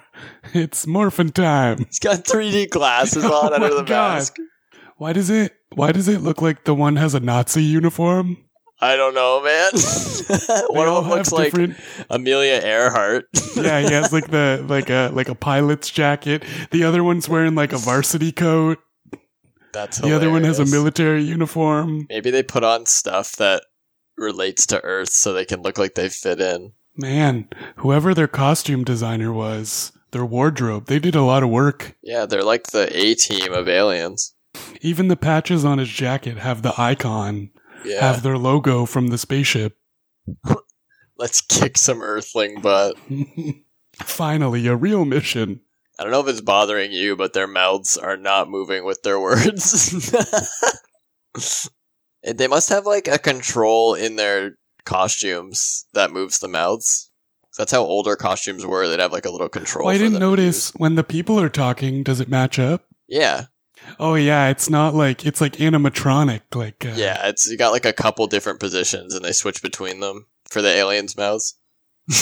[SPEAKER 2] it's morphin time.
[SPEAKER 1] He's got 3D glasses on
[SPEAKER 2] Oh
[SPEAKER 1] under
[SPEAKER 2] my
[SPEAKER 1] the
[SPEAKER 2] God.
[SPEAKER 1] mask.
[SPEAKER 2] Why does it why does it look like the one has a Nazi uniform?
[SPEAKER 1] I don't know, man.
[SPEAKER 2] They
[SPEAKER 1] One
[SPEAKER 2] all
[SPEAKER 1] of them
[SPEAKER 2] have
[SPEAKER 1] looks like
[SPEAKER 2] different-
[SPEAKER 1] Amelia Earhart.
[SPEAKER 2] yeah, he has like the like a like a pilot's jacket. The other one's wearing like a varsity coat.
[SPEAKER 1] That's
[SPEAKER 2] The other one has a
[SPEAKER 1] hilarious.
[SPEAKER 2] military uniform.
[SPEAKER 1] Maybe they put on stuff that relates to Earth so they can look like they fit in.
[SPEAKER 2] Man, whoever their costume designer was, their wardrobe, they did a lot of work.
[SPEAKER 1] Yeah, they're like the A team of aliens.
[SPEAKER 2] Even the patches on his jacket have the icon,
[SPEAKER 1] Yeah.
[SPEAKER 2] have their logo from the spaceship.
[SPEAKER 1] Let's kick some Earthling butt.
[SPEAKER 2] Finally, a real mission.
[SPEAKER 1] I don't know if it's bothering you, but their mouths are not moving with their words. And they must have like a control in their costumes that moves the mouths. That's how older costumes were. They'd have like a little control.
[SPEAKER 2] Well, Oh, I
[SPEAKER 1] for
[SPEAKER 2] didn't
[SPEAKER 1] them to
[SPEAKER 2] notice
[SPEAKER 1] use.
[SPEAKER 2] when the people are talking, does it match up?
[SPEAKER 1] Yeah,
[SPEAKER 2] Oh yeah, it's not like it's like animatronic like uh,
[SPEAKER 1] yeah. It's you got like a couple different positions, and they switch between them for the aliens' mouths.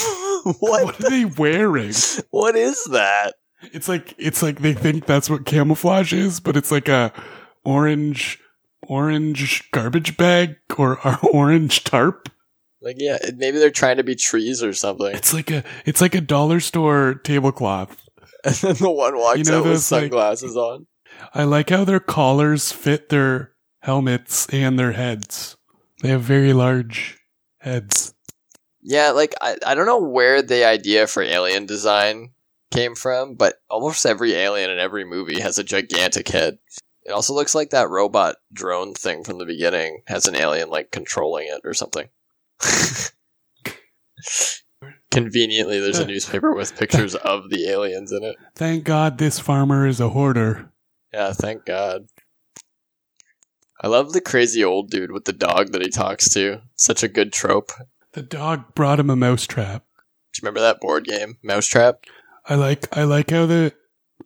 [SPEAKER 1] what?
[SPEAKER 2] What are they wearing?
[SPEAKER 1] What is that?
[SPEAKER 2] It's like it's like they think that's what camouflage is, but it's like a orange orange garbage bag or a orange tarp.
[SPEAKER 1] Like, yeah, it- maybe they're trying to be trees or something.
[SPEAKER 2] It's like a it's like a dollar store tablecloth.
[SPEAKER 1] And then the one walks
[SPEAKER 2] You know
[SPEAKER 1] out with
[SPEAKER 2] those, like-
[SPEAKER 1] sunglasses on.
[SPEAKER 2] I like how their collars fit their helmets and their heads. They have very large heads.
[SPEAKER 1] Yeah, like I, I don't know where the idea for alien design came from, but almost every alien in every movie has a gigantic head. It also looks like that robot drone thing from the beginning has an alien like controlling it or something. Conveniently, there's a newspaper with pictures of the aliens in it.
[SPEAKER 2] Thank God this farmer is a hoarder.
[SPEAKER 1] Yeah, thank God. I love the crazy old dude with the dog that he talks to. Such a good trope.
[SPEAKER 2] The dog brought him a mousetrap.
[SPEAKER 1] Do you remember that board game, Mousetrap?
[SPEAKER 2] I like I like how the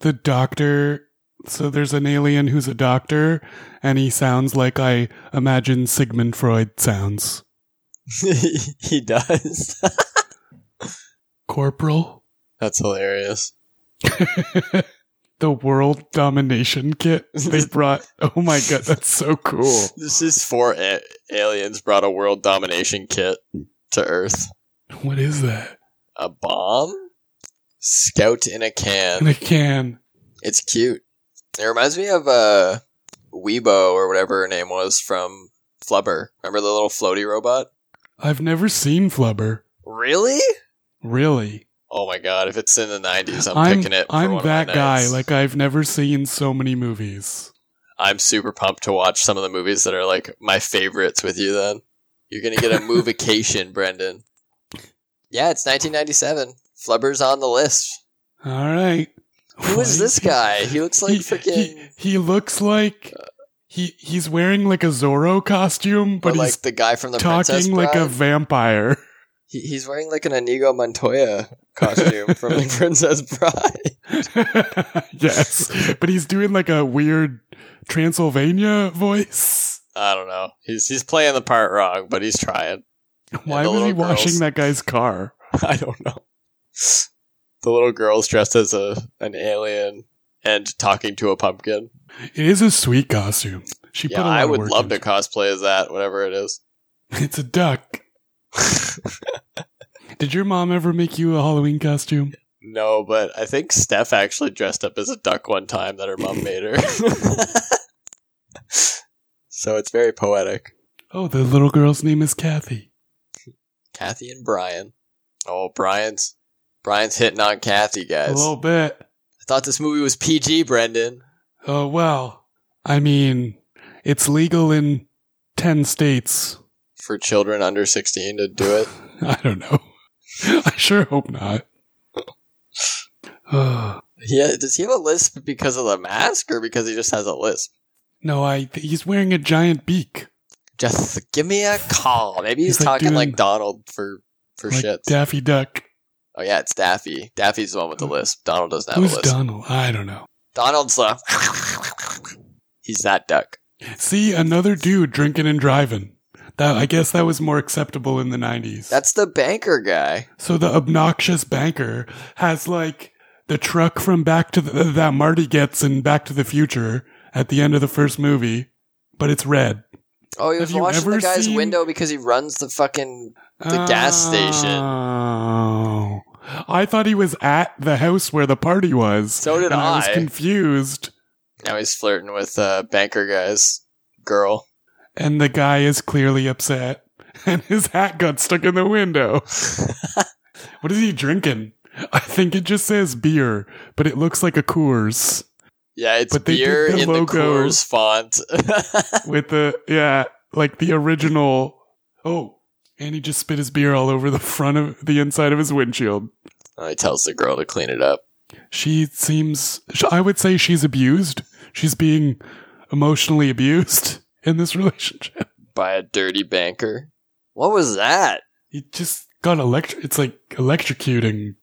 [SPEAKER 2] the doctor so there's an alien who's a doctor and he sounds like I imagine Sigmund Freud sounds.
[SPEAKER 1] he does.
[SPEAKER 2] Corporal.
[SPEAKER 1] That's hilarious.
[SPEAKER 2] the world domination kit they brought. Oh my god, that's so cool.
[SPEAKER 1] This is for a- aliens brought a world domination kit to Earth.
[SPEAKER 2] What is that?
[SPEAKER 1] A bomb? Scout in a
[SPEAKER 2] In
[SPEAKER 1] can.
[SPEAKER 2] a can.
[SPEAKER 1] It's cute. It reminds me of uh, Weibo or whatever her name was from Flubber. Remember the little floaty robot?
[SPEAKER 2] I've never seen Flubber.
[SPEAKER 1] Really?
[SPEAKER 2] Really.
[SPEAKER 1] Oh my god! If it's in the '90s, I'm, picking it. For
[SPEAKER 2] I'm
[SPEAKER 1] one of my
[SPEAKER 2] that guy.
[SPEAKER 1] nights.
[SPEAKER 2] Like I've never seen so many movies.
[SPEAKER 1] I'm super pumped to watch some of the movies that are like my favorites with you. Then you're gonna get a movication, Brendan. Yeah, it's 1997. Flubber's on the list.
[SPEAKER 2] All right.
[SPEAKER 1] Who is this guy? He looks like
[SPEAKER 2] He,
[SPEAKER 1] freaking,
[SPEAKER 2] he, he looks like he he's wearing like a Zorro costume,
[SPEAKER 1] or
[SPEAKER 2] but
[SPEAKER 1] like
[SPEAKER 2] he's
[SPEAKER 1] the guy from the Princess
[SPEAKER 2] talking
[SPEAKER 1] Bride.
[SPEAKER 2] like a vampire.
[SPEAKER 1] he, he's wearing like an Inigo Montoya costume from the Princess Bride.
[SPEAKER 2] yes, but he's doing like a weird Transylvania voice.
[SPEAKER 1] I don't know. He's he's playing the part wrong, but he's trying.
[SPEAKER 2] Why
[SPEAKER 1] the
[SPEAKER 2] was he
[SPEAKER 1] little
[SPEAKER 2] washing
[SPEAKER 1] girls.
[SPEAKER 2] that guy's car?
[SPEAKER 1] I don't know. The little girl's dressed as a an alien and talking to a pumpkin.
[SPEAKER 2] It is a sweet costume. She put
[SPEAKER 1] Yeah,
[SPEAKER 2] a lot
[SPEAKER 1] I
[SPEAKER 2] of
[SPEAKER 1] would
[SPEAKER 2] work
[SPEAKER 1] love to
[SPEAKER 2] into
[SPEAKER 1] cosplay as that, whatever it is.
[SPEAKER 2] it. It's a duck. Did your mom ever make you a Halloween costume?
[SPEAKER 1] no, but I think Steph actually dressed up as a duck one time that her mom made her. so it's very poetic.
[SPEAKER 2] Oh, the little girl's name is Kathy.
[SPEAKER 1] Kathy and Brian. Oh, Brian's Brian's hitting on Kathy,
[SPEAKER 2] A
[SPEAKER 1] guys.
[SPEAKER 2] little bit.
[SPEAKER 1] I thought this movie was PG, Brendan.
[SPEAKER 2] Oh, well. I mean, it's legal in 10 states.
[SPEAKER 1] For children under sixteen to do it.
[SPEAKER 2] I don't know. I sure hope not. Uh,
[SPEAKER 1] Yeah, does he have a lisp because of the mask or because he just has a lisp?
[SPEAKER 2] no, I he's wearing a giant beak.
[SPEAKER 1] Just give me a call. Maybe he's,
[SPEAKER 2] He's like
[SPEAKER 1] talking
[SPEAKER 2] doing-
[SPEAKER 1] like Donald for for
[SPEAKER 2] like
[SPEAKER 1] shits.
[SPEAKER 2] Daffy Duck.
[SPEAKER 1] Oh yeah, it's Daffy. Daffy's the one with the lisp. Donald doesn't have
[SPEAKER 2] Who's
[SPEAKER 1] a lisp.
[SPEAKER 2] Donald? I don't know.
[SPEAKER 1] Donald's the He's that duck.
[SPEAKER 2] See another dude drinking and driving. That I guess that was more acceptable in the 90s.
[SPEAKER 1] That's the banker guy.
[SPEAKER 2] So the obnoxious banker has like the truck from Back to the, that Marty gets in Back to the Future at the end of the first movie, but it's red.
[SPEAKER 1] Oh, he was
[SPEAKER 2] Have you
[SPEAKER 1] washing the
[SPEAKER 2] ever
[SPEAKER 1] guy's
[SPEAKER 2] seen-
[SPEAKER 1] window because he runs the fucking The gas station.
[SPEAKER 2] Oh. I thought he was at the house where the party was.
[SPEAKER 1] So did
[SPEAKER 2] and I was
[SPEAKER 1] I.
[SPEAKER 2] confused.
[SPEAKER 1] now he's flirting with uh banker guy's girl.
[SPEAKER 2] And the guy is clearly upset. And his hat got stuck in the window. what is he drinking? I think it just says beer, but it looks like a Coors.
[SPEAKER 1] Yeah, it's
[SPEAKER 2] But they did
[SPEAKER 1] beer
[SPEAKER 2] the
[SPEAKER 1] in
[SPEAKER 2] logo.
[SPEAKER 1] the Coors font.
[SPEAKER 2] with the yeah, like the original. Oh, and he just spit his beer all over the front of the inside of his windshield.
[SPEAKER 1] oh, he tells the girl to clean it up.
[SPEAKER 2] She seems. sh- I would say she's abused. She's being emotionally abused in this relationship.
[SPEAKER 1] by a dirty banker. What was that?
[SPEAKER 2] He just got electro. It's like electrocuting.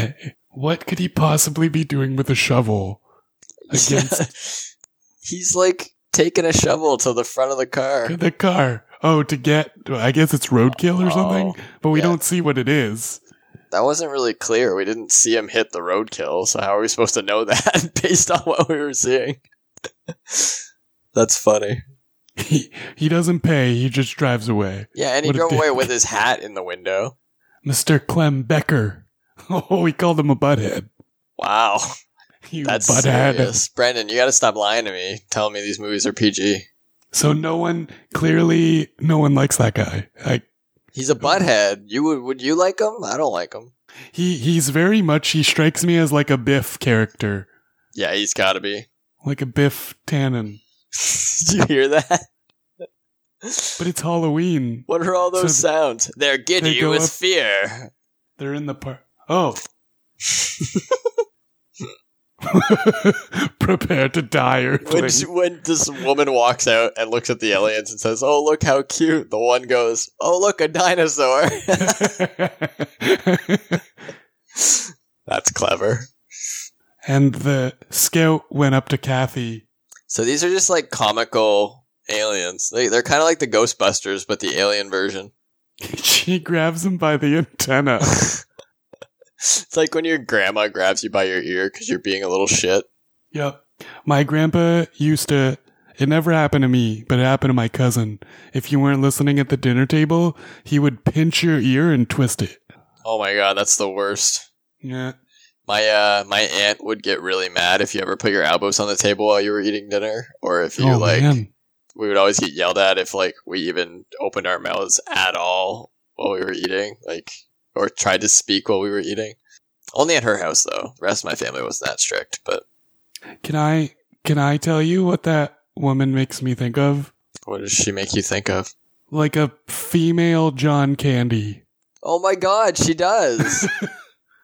[SPEAKER 2] what could he possibly be doing with a shovel? Against-
[SPEAKER 1] He's like taking a shovel to the front of the car.
[SPEAKER 2] The car. Oh, to get. I guess it's roadkill or something.
[SPEAKER 1] Oh,
[SPEAKER 2] But we
[SPEAKER 1] yeah.
[SPEAKER 2] don't see what it is.
[SPEAKER 1] that wasn't really clear. We didn't see him hit the roadkill, so how are we supposed to know that based on what we were seeing? That's funny.
[SPEAKER 2] He he doesn't pay. He just drives away.
[SPEAKER 1] Yeah, and he
[SPEAKER 2] What a
[SPEAKER 1] drove away
[SPEAKER 2] dick.
[SPEAKER 1] with his hat in the window.
[SPEAKER 2] Mr. Clem Becker. Oh, he called him a butthead.
[SPEAKER 1] Wow,
[SPEAKER 2] You
[SPEAKER 1] that's
[SPEAKER 2] butthead.
[SPEAKER 1] serious, Brandon. You got to stop lying to me, telling me these movies are PG.
[SPEAKER 2] So no one clearly no one likes that guy. Like
[SPEAKER 1] He's a butthead. You would would you like him? I don't like him.
[SPEAKER 2] he he's very much he strikes me as like a Biff character,
[SPEAKER 1] Yeah, he's got to be.
[SPEAKER 2] like a Biff Tannen.
[SPEAKER 1] Did you hear that?
[SPEAKER 2] But it's Halloween.
[SPEAKER 1] What are all those
[SPEAKER 2] So
[SPEAKER 1] sounds? They're giddy
[SPEAKER 2] they go
[SPEAKER 1] with
[SPEAKER 2] up-
[SPEAKER 1] fear.
[SPEAKER 2] They're in the park. Oh. prepared to die or
[SPEAKER 1] When,
[SPEAKER 2] thing.
[SPEAKER 1] she- when this woman walks out and looks at the aliens and says, "Oh look how cute," the one goes, "Oh look a dinosaur." That's clever.
[SPEAKER 2] and the scout went up to Kathy.
[SPEAKER 1] So these are just like comical aliens. They they're kind of like the Ghostbusters, but the alien version.
[SPEAKER 2] She grabs him by the antenna.
[SPEAKER 1] It's like when your grandma grabs you by your ear because you're being a little shit.
[SPEAKER 2] Yep. My grandpa used to, it never happened to me, but it happened to my cousin. If you weren't listening at the dinner table, he would pinch your ear and twist it.
[SPEAKER 1] Oh my god, that's the worst.
[SPEAKER 2] Yeah.
[SPEAKER 1] My uh, my aunt would get really mad if you ever put your elbows on the table while you were eating dinner, or if you
[SPEAKER 2] oh,
[SPEAKER 1] like.
[SPEAKER 2] man.
[SPEAKER 1] We would always get yelled at if like we even opened our mouths at all while we were eating, like or tried to speak while we were eating. Only at her house though. The rest of my family wasn't that strict, but
[SPEAKER 2] Can I, can I tell you what that woman makes me think of?
[SPEAKER 1] what does she make you think of?
[SPEAKER 2] Like a female John Candy.
[SPEAKER 1] Oh my god, she does.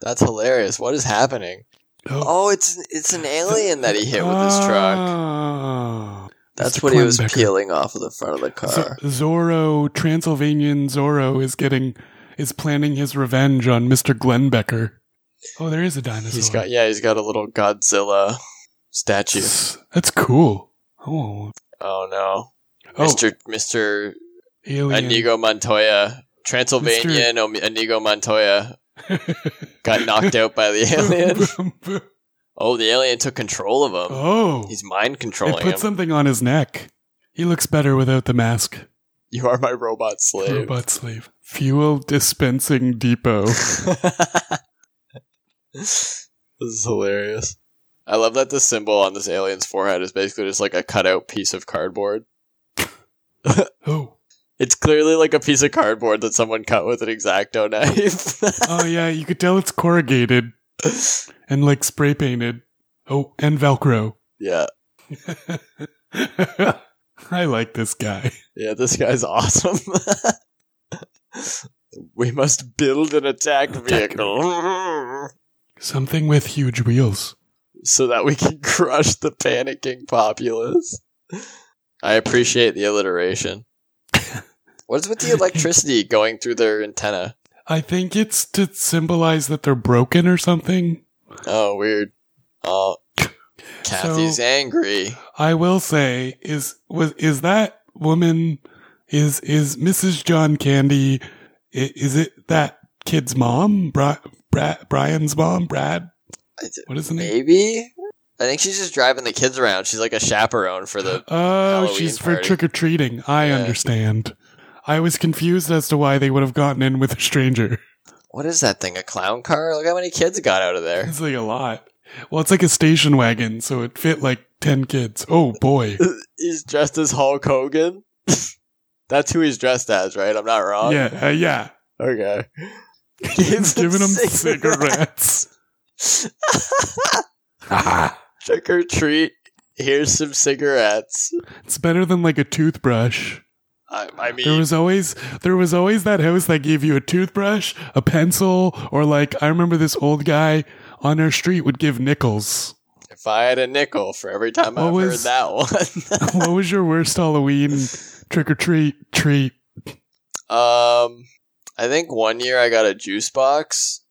[SPEAKER 1] That's hilarious. What is happening? Oh, it's it's an alien that he hit with his
[SPEAKER 2] Ah,
[SPEAKER 1] truck.
[SPEAKER 2] Oh.
[SPEAKER 1] That's
[SPEAKER 2] Mr.
[SPEAKER 1] what he was
[SPEAKER 2] Klembecker.
[SPEAKER 1] peeling off of the front of the car.
[SPEAKER 2] Z- Zorro, Transylvanian Zorro is getting, is planning his revenge on Mr. Glenbecker. Oh, there is a dinosaur.
[SPEAKER 1] He's got yeah, he's got a little Godzilla statue.
[SPEAKER 2] S- That's cool. Oh,
[SPEAKER 1] Oh no.
[SPEAKER 2] oh
[SPEAKER 1] Mr. Mr.
[SPEAKER 2] alien.
[SPEAKER 1] Inigo Montoya, Transylvanian Om- Inigo Montoya got knocked out by the alien. oh, the alien took control of him.
[SPEAKER 2] oh,
[SPEAKER 1] He's mind
[SPEAKER 2] they
[SPEAKER 1] controlling
[SPEAKER 2] put
[SPEAKER 1] him.
[SPEAKER 2] something on his neck. He looks better without the mask.
[SPEAKER 1] you are my robot slave.
[SPEAKER 2] Robot slave. Fuel dispensing depot.
[SPEAKER 1] this is hilarious. I love that the symbol on this alien's forehead is basically just like a cutout piece of cardboard.
[SPEAKER 2] Oh,
[SPEAKER 1] It's clearly like a piece of cardboard that someone cut with an exacto knife.
[SPEAKER 2] oh yeah. You could tell it's corrugated and like spray painted. Oh, and Velcro.
[SPEAKER 1] yeah.
[SPEAKER 2] I like this guy.
[SPEAKER 1] Yeah, this guy's awesome. we must build an attack vehicle
[SPEAKER 2] Something with huge wheels.
[SPEAKER 1] so that we can crush the panicking populace. I appreciate the alliteration. What's with the electricity going through their antenna?
[SPEAKER 2] I think it's to symbolize that they're broken or something.
[SPEAKER 1] Oh, weird. Oh, Kathy's
[SPEAKER 2] So-
[SPEAKER 1] angry.
[SPEAKER 2] I will say is was is that woman is is Mrs. John Candy i- is it that kid's mom Bri- Bra- Brian's mom Brad
[SPEAKER 1] I d-
[SPEAKER 2] what is the name
[SPEAKER 1] Maybe? I think she's just driving the kids around. She's like a chaperone for the.
[SPEAKER 2] Oh
[SPEAKER 1] Halloween
[SPEAKER 2] she's for
[SPEAKER 1] party.
[SPEAKER 2] trick or treating I
[SPEAKER 1] Yeah.
[SPEAKER 2] understand I was confused as to why they would have gotten in with a stranger
[SPEAKER 1] What is that thing? A clown car? Look how many kids got out of there.
[SPEAKER 2] it's like a lot well it's like a station wagon so it fit like 10 kids oh boy
[SPEAKER 1] he's dressed as Hulk Hogan. That's who he's dressed as, right? I'm not wrong.
[SPEAKER 2] yeah uh, yeah
[SPEAKER 1] Okay.
[SPEAKER 2] he's giving them cigarettes
[SPEAKER 1] Ah. Trick or treat. Here's some cigarettes.
[SPEAKER 2] it's better than like a toothbrush
[SPEAKER 1] I, I mean,
[SPEAKER 2] There was always there was always that house that gave you a toothbrush, a pencil, or like I remember this old guy on our street would give nickels.
[SPEAKER 1] if I had a nickel for every time I've
[SPEAKER 2] Always-
[SPEAKER 1] heard that one.
[SPEAKER 2] what was your worst Halloween trick or treat treat?
[SPEAKER 1] um, I think one year I got a juice box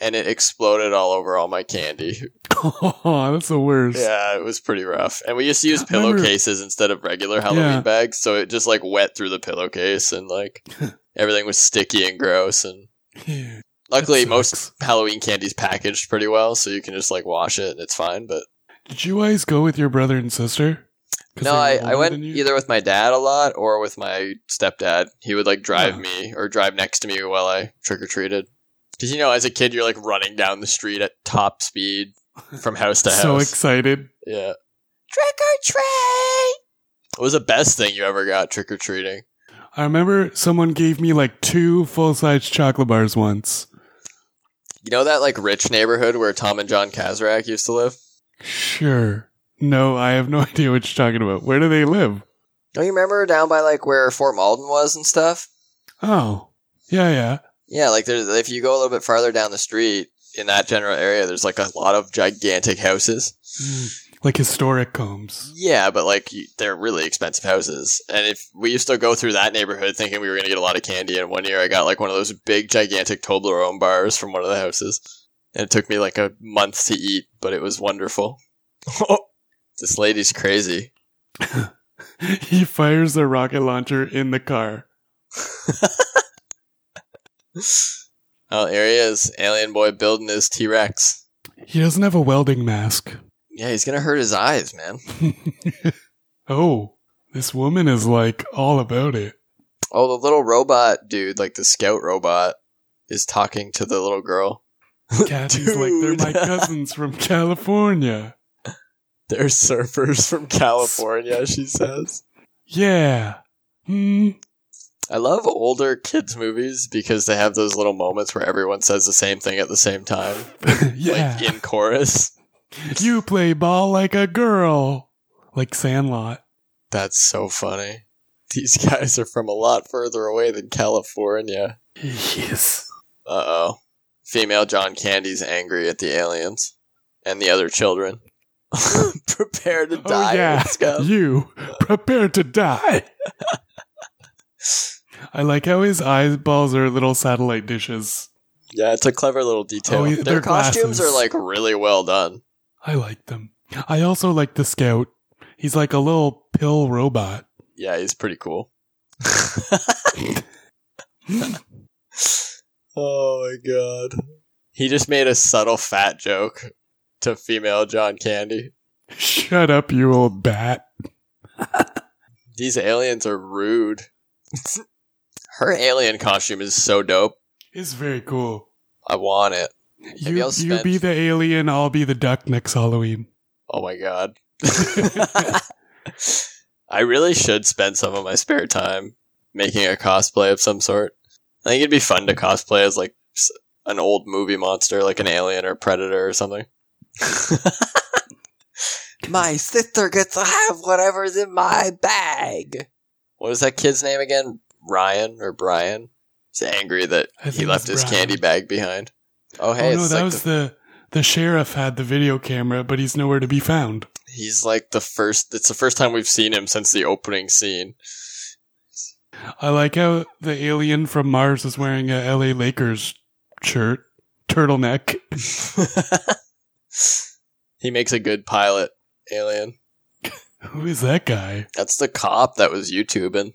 [SPEAKER 1] and it exploded all over all my candy.
[SPEAKER 2] Oh, that's the worst.
[SPEAKER 1] Yeah, it was pretty rough. And we used to use
[SPEAKER 2] Remember-
[SPEAKER 1] pillowcases instead of regular Halloween
[SPEAKER 2] Yeah.
[SPEAKER 1] bags, so it just like wet through the pillowcase and like everything was sticky and gross and
[SPEAKER 2] Yeah.
[SPEAKER 1] luckily
[SPEAKER 2] That
[SPEAKER 1] most
[SPEAKER 2] sucks.
[SPEAKER 1] Halloween candy's packaged pretty well, so you can just like wash it and it's fine, but
[SPEAKER 2] Did you guys go with your brother and sister? 'Cause
[SPEAKER 1] no,
[SPEAKER 2] they were
[SPEAKER 1] I, I
[SPEAKER 2] older
[SPEAKER 1] went
[SPEAKER 2] than you?
[SPEAKER 1] either with my dad a lot or with my stepdad. He would like drive
[SPEAKER 2] Oh.
[SPEAKER 1] me or drive next to me while I trick or treated. Because you know, as a kid, you're like running down the street at top speed from house to house.
[SPEAKER 2] so excited.
[SPEAKER 1] Yeah. Trick or treat. What was the best thing you ever got trick or treating?
[SPEAKER 2] I remember someone gave me like two full size chocolate bars once.
[SPEAKER 1] You know that like rich neighborhood where Tom and John Kazarek used to live?
[SPEAKER 2] Sure. No, I have no idea what you're talking about. Where do they live?
[SPEAKER 1] Don't you remember down by like where Fort Malden was and stuff?
[SPEAKER 2] Oh. Yeah, yeah.
[SPEAKER 1] Yeah, like there's if you go a little bit farther down the street in that general area, there's like a lot of gigantic houses.
[SPEAKER 2] Mm. like historic homes.
[SPEAKER 1] Yeah, but like you- they're really expensive houses. And if we used to go through that neighborhood thinking we were going to get a lot of candy, and one year I got like one of those big, gigantic Toblerone bars from one of the houses. And it took me like a month to eat, but it was wonderful. this lady's crazy.
[SPEAKER 2] he fires the rocket launcher in the car.
[SPEAKER 1] Oh, here he is, alien boy building his T Rex.
[SPEAKER 2] He doesn't have a welding mask.
[SPEAKER 1] Yeah, he's going to hurt his eyes, man.
[SPEAKER 2] oh, this woman is like all about it.
[SPEAKER 1] Oh, the little robot dude, like the scout robot, is talking to the little girl.
[SPEAKER 2] Kathy's like, they're my
[SPEAKER 1] Dude.
[SPEAKER 2] cousins from California.
[SPEAKER 1] They're surfers from California, she says.
[SPEAKER 2] Yeah. Hmm.
[SPEAKER 1] I love older kids' movies because they have those little moments where everyone says the same thing at the same time,
[SPEAKER 2] yeah.
[SPEAKER 1] like in chorus.
[SPEAKER 2] You play ball like a girl. Like Sandlot.
[SPEAKER 1] That's so funny. These guys are from a lot further away than California.
[SPEAKER 2] Yes.
[SPEAKER 1] Uh oh. Female John Candy's angry at the aliens and the other children. Prepare to
[SPEAKER 2] Oh,
[SPEAKER 1] die.
[SPEAKER 2] yeah.
[SPEAKER 1] Let's go.
[SPEAKER 2] You prepare to die. I like how his eyeballs are little satellite dishes.
[SPEAKER 1] Yeah, it's a clever little detail.
[SPEAKER 2] Oh, yeah,
[SPEAKER 1] Their
[SPEAKER 2] their
[SPEAKER 1] costumes
[SPEAKER 2] glasses.
[SPEAKER 1] are like really well done.
[SPEAKER 2] I like them. I also like the scout. He's like a little pill robot.
[SPEAKER 1] Yeah, he's pretty cool. oh my god. He just made a subtle fat joke to female John Candy.
[SPEAKER 2] Shut up, you old bat.
[SPEAKER 1] These aliens are rude. Her alien costume is so dope.
[SPEAKER 2] It's very cool.
[SPEAKER 1] I want it. Maybe
[SPEAKER 2] You,
[SPEAKER 1] I'll
[SPEAKER 2] you
[SPEAKER 1] spend-
[SPEAKER 2] be the alien, I'll be the duck next Halloween.
[SPEAKER 1] Oh my god. I really should spend some of my spare time making a cosplay of some sort. I think it'd be fun to cosplay as like s- an old movie monster, like an alien or predator or something. my sister gets to have whatever's in my bag. What is that kid's name again? Ryan or Brian? He's angry that
[SPEAKER 2] I think
[SPEAKER 1] he
[SPEAKER 2] it's
[SPEAKER 1] left his
[SPEAKER 2] Brian.
[SPEAKER 1] candy bag behind. Oh hey,
[SPEAKER 2] oh no,
[SPEAKER 1] it's
[SPEAKER 2] that
[SPEAKER 1] like the
[SPEAKER 2] was the... the sheriff had the video camera, but he's nowhere to be found.
[SPEAKER 1] He's like the first. It's the first time we've seen him since the opening scene.
[SPEAKER 2] I like how the alien from Mars is wearing a LA Lakers shirt, turtleneck.
[SPEAKER 1] he makes a good pilot alien.
[SPEAKER 2] Who is that guy?
[SPEAKER 1] That's the cop that was YouTubing.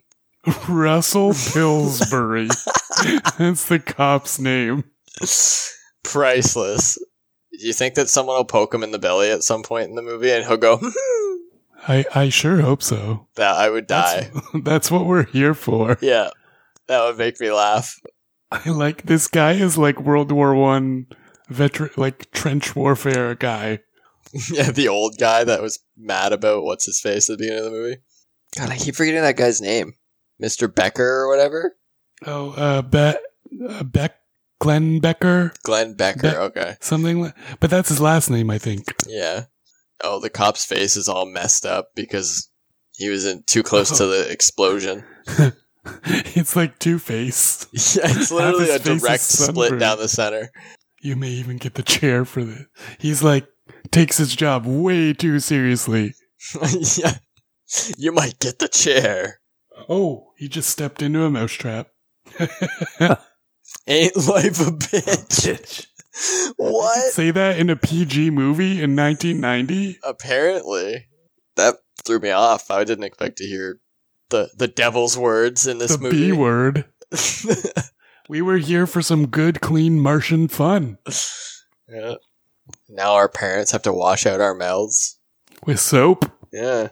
[SPEAKER 2] Russell Pillsbury. That's the cop's name.
[SPEAKER 1] Priceless. You think that someone will poke him in the belly at some point in the movie, and he'll go, "Hmm,
[SPEAKER 2] I, I sure hope so.
[SPEAKER 1] "That I would die."
[SPEAKER 2] That's, that's what we're here for.
[SPEAKER 1] yeah, that would make me laugh.
[SPEAKER 2] I like this guy is like World War One veteran, like trench warfare guy.
[SPEAKER 1] yeah, the old guy that was mad about what's his face at the beginning of the movie. God, I keep forgetting that guy's name, Mister Becker or whatever.
[SPEAKER 2] Oh, uh, Be- uh Beck, Glenn Becker,
[SPEAKER 1] Glenn Becker.
[SPEAKER 2] Be-
[SPEAKER 1] okay.
[SPEAKER 2] something. Like, but that's his last name, I think.
[SPEAKER 1] Yeah. Oh, the cop's face is all messed up because he was in too close
[SPEAKER 2] Oh.
[SPEAKER 1] to the explosion.
[SPEAKER 2] it's like Two Face.
[SPEAKER 1] Yeah, it's literally a
[SPEAKER 2] Half his face is
[SPEAKER 1] direct split
[SPEAKER 2] sunburned.
[SPEAKER 1] down the center.
[SPEAKER 2] You may even get the chair for this. He's like takes his job way too seriously.
[SPEAKER 1] yeah. You might get the chair.
[SPEAKER 2] Oh, he just stepped into a mousetrap.
[SPEAKER 1] Ain't life a bitch? what?
[SPEAKER 2] Say that in a PG movie in 1990.
[SPEAKER 1] Apparently. That threw me off. I didn't expect to hear the, the devil's words in this
[SPEAKER 2] the
[SPEAKER 1] movie.
[SPEAKER 2] B word. We were here for some good, clean Martian fun
[SPEAKER 1] yeah. Now our parents have to wash out our mouths.
[SPEAKER 2] with soap.
[SPEAKER 1] Yeah.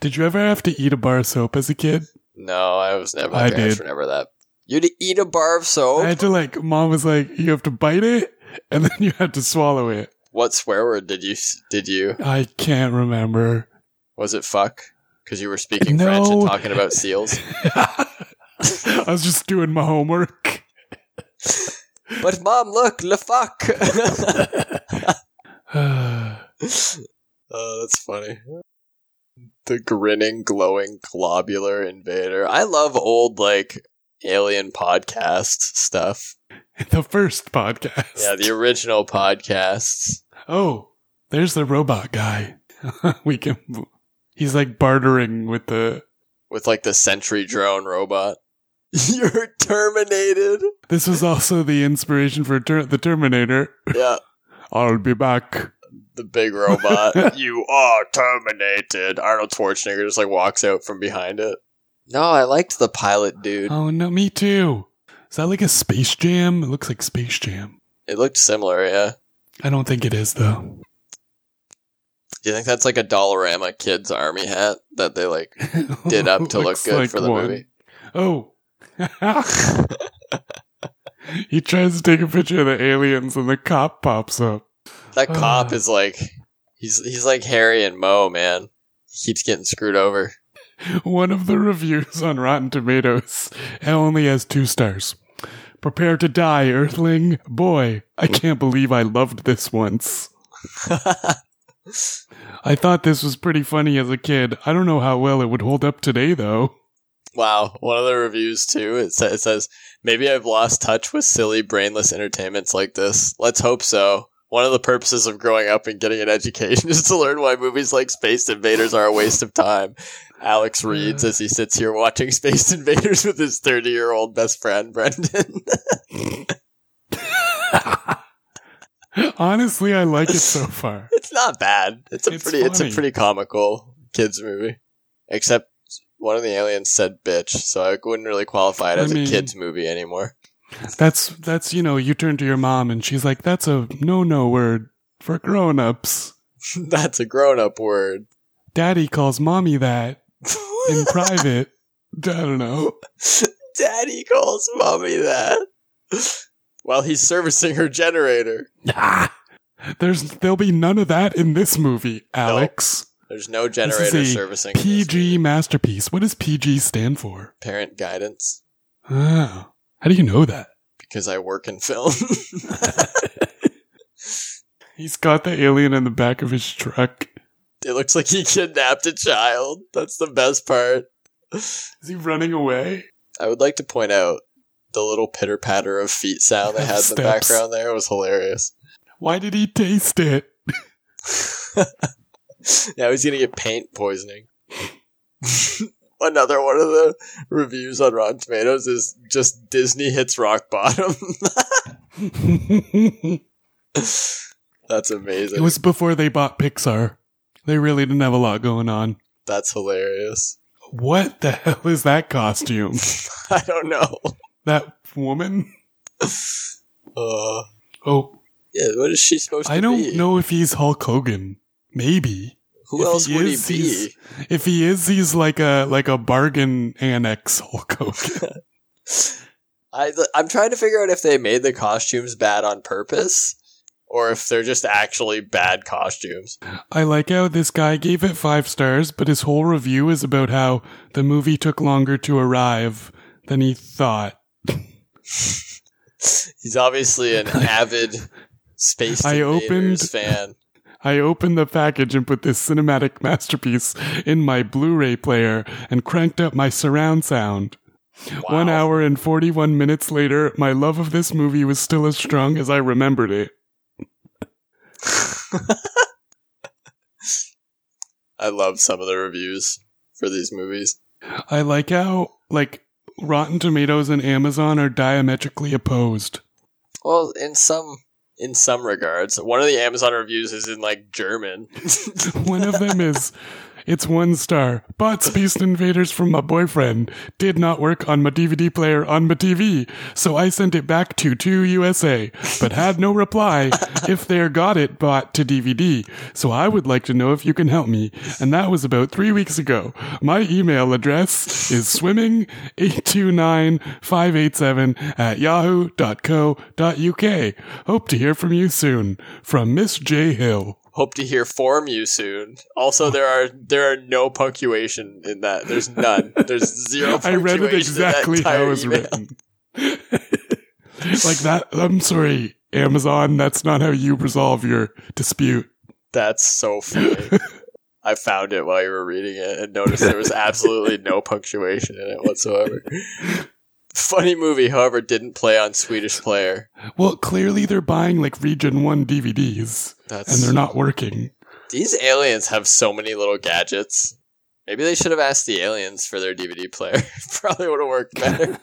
[SPEAKER 2] Did you ever have to eat a bar of soap as a kid?
[SPEAKER 1] No, I was never. My
[SPEAKER 2] I
[SPEAKER 1] parents
[SPEAKER 2] did.
[SPEAKER 1] were never that. You'd eat a bar of soap.
[SPEAKER 2] I had to like. Mom was like, "You have to bite it, and then you had to swallow it."
[SPEAKER 1] what swear word did you? Did you?
[SPEAKER 2] I can't remember.
[SPEAKER 1] Was it fuck? Because you were speaking
[SPEAKER 2] No.
[SPEAKER 1] French and talking about seals.
[SPEAKER 2] I was just doing my homework.
[SPEAKER 1] but mom, look, le fuck.
[SPEAKER 2] I
[SPEAKER 1] oh, that's funny. The grinning, glowing, globular invader. I love old like alien podcast stuff.
[SPEAKER 2] the first podcast.
[SPEAKER 1] Yeah, the original podcasts.
[SPEAKER 2] Oh, there's the robot guy. we can. He's like bartering with the.
[SPEAKER 1] with like the sentry drone robot. You're terminated.
[SPEAKER 2] This was also the inspiration for ter- the Terminator.
[SPEAKER 1] Yeah,
[SPEAKER 2] I'll be back.
[SPEAKER 1] the big robot. you are terminated. Arnold Schwarzenegger just like walks out from behind it. No, I liked the pilot dude.
[SPEAKER 2] Oh no, me too. Is that like a Space Jam? It looks like Space Jam.
[SPEAKER 1] It looked similar, yeah.
[SPEAKER 2] I don't think it is though.
[SPEAKER 1] Do you think that's like a Dollarama kids army hat that they like did up to look
[SPEAKER 2] Looks
[SPEAKER 1] good
[SPEAKER 2] like
[SPEAKER 1] for the
[SPEAKER 2] one.
[SPEAKER 1] movie?
[SPEAKER 2] Oh. he tries to take a picture of the aliens and the cop pops up.
[SPEAKER 1] That cop
[SPEAKER 2] Ah.
[SPEAKER 1] is like he's he's like Harry and Mo, man. He keeps getting screwed over.
[SPEAKER 2] One of the reviews on Rotten Tomatoes only has two stars. Prepare to die, Earthling. Boy, I can't believe I loved this once. I thought this was pretty funny as a kid. I don't know how well it would hold up today, though.
[SPEAKER 1] wow, one of the reviews too. It, sa- it says maybe I've lost touch with silly, brainless entertainments like this. Let's hope so. One of the purposes of growing up and getting an education is to learn why movies like Space Invaders are a waste of time. Alex reads as he sits here watching Space Invaders with his 30 year old best friend, Brendan.
[SPEAKER 2] Honestly, I like it so far.
[SPEAKER 1] it's not bad. It's a
[SPEAKER 2] It's
[SPEAKER 1] pretty it's a
[SPEAKER 2] funny.
[SPEAKER 1] pretty comical kids movie. Except one of the aliens said bitch, so I wouldn't really qualify it
[SPEAKER 2] I
[SPEAKER 1] as
[SPEAKER 2] mean-
[SPEAKER 1] a kids movie anymore.
[SPEAKER 2] That's that's you know, you turn to your mom and she's like, "That's a no-no word for grown-ups."
[SPEAKER 1] That's a grown up word.
[SPEAKER 2] Daddy calls mommy that in private. I don't know.
[SPEAKER 1] Daddy calls mommy that. While he's servicing her generator.
[SPEAKER 2] There's there'll be none of that in this movie, Alex.
[SPEAKER 1] There's no
[SPEAKER 2] is
[SPEAKER 1] generator
[SPEAKER 2] a
[SPEAKER 1] servicing this
[SPEAKER 2] PG masterpiece. What does PG stand for?
[SPEAKER 1] parent guidance
[SPEAKER 2] Oh, how do you know that?
[SPEAKER 1] because I work in film.
[SPEAKER 2] He's got the alien in the back of his truck.
[SPEAKER 1] it looks like he kidnapped a child. That's the best part.
[SPEAKER 2] Is he running away?
[SPEAKER 1] I would like to point out the little pitter patter of feet sound they had in the
[SPEAKER 2] Steps.
[SPEAKER 1] background there was hilarious.
[SPEAKER 2] Why did he taste it?
[SPEAKER 1] now he's gonna get paint poisoning. Another one of the reviews on Rotten Tomatoes is just Disney hits rock bottom.
[SPEAKER 2] it
[SPEAKER 1] That's amazing.
[SPEAKER 2] was before they bought Pixar. They really didn't have a lot going on.
[SPEAKER 1] That's hilarious.
[SPEAKER 2] What the hell is that costume?
[SPEAKER 1] I don't know.
[SPEAKER 2] that woman?
[SPEAKER 1] Uh,
[SPEAKER 2] Oh,
[SPEAKER 1] yeah, what is she supposed
[SPEAKER 2] I
[SPEAKER 1] to
[SPEAKER 2] don't
[SPEAKER 1] be?
[SPEAKER 2] know if he's Hulk Hogan. Maybe
[SPEAKER 1] Who
[SPEAKER 2] if
[SPEAKER 1] else
[SPEAKER 2] he
[SPEAKER 1] would
[SPEAKER 2] is,
[SPEAKER 1] he be?
[SPEAKER 2] he's- if he is, he's like a like a bargain annex Hulk Hogan.
[SPEAKER 1] I, I'm trying to figure out if they made the costumes bad on purpose or if they're just actually bad costumes.
[SPEAKER 2] I like how this guy gave it five stars, but his whole review is about how the movie took longer to arrive than he thought.
[SPEAKER 1] He's obviously an avid Space
[SPEAKER 2] I
[SPEAKER 1] Invaders
[SPEAKER 2] opened-
[SPEAKER 1] fan.
[SPEAKER 2] I opened the package and put this cinematic masterpiece in my Blu-ray player and cranked up my surround sound.
[SPEAKER 1] Wow.
[SPEAKER 2] One hour and 41 minutes later, my love of this movie was still as strong as I remembered it.
[SPEAKER 1] I love some of the reviews for these movies.
[SPEAKER 2] I like how, like, Rotten Tomatoes and Amazon are diametrically opposed.
[SPEAKER 1] Well, in some in some regards, one of the Amazon reviews is in like German.
[SPEAKER 2] One of them is, it's one star. Bought Space Invaders from my boyfriend. Did not work on my DVD player on my TV, so I sent it back to 2USA, but had no reply if they got it bought to DVD. So I would like to know if you can help me. And that was about three weeks ago. My email address is swimming829587 at yahoo.co.uk. Hope to hear from you soon. From Miss J. Hill.
[SPEAKER 1] Hope to hear from you soon. Also, there are there are no punctuation in that. There's none. There's zero.
[SPEAKER 2] I read it
[SPEAKER 1] punctuation in that
[SPEAKER 2] exactly how
[SPEAKER 1] entire
[SPEAKER 2] it was
[SPEAKER 1] email.
[SPEAKER 2] written. like that. I'm sorry, Amazon. That's not how you resolve your dispute.
[SPEAKER 1] That's so funny. I found it while you were reading it and noticed there was absolutely no punctuation in it whatsoever. Funny movie, however, didn't play on Swedish Player.
[SPEAKER 2] Well, clearly they're buying like Region One DVDs,
[SPEAKER 1] That's
[SPEAKER 2] and they're not working.
[SPEAKER 1] These aliens have so many little gadgets. Maybe they should have asked the aliens for their DVD player. Probably would have worked better.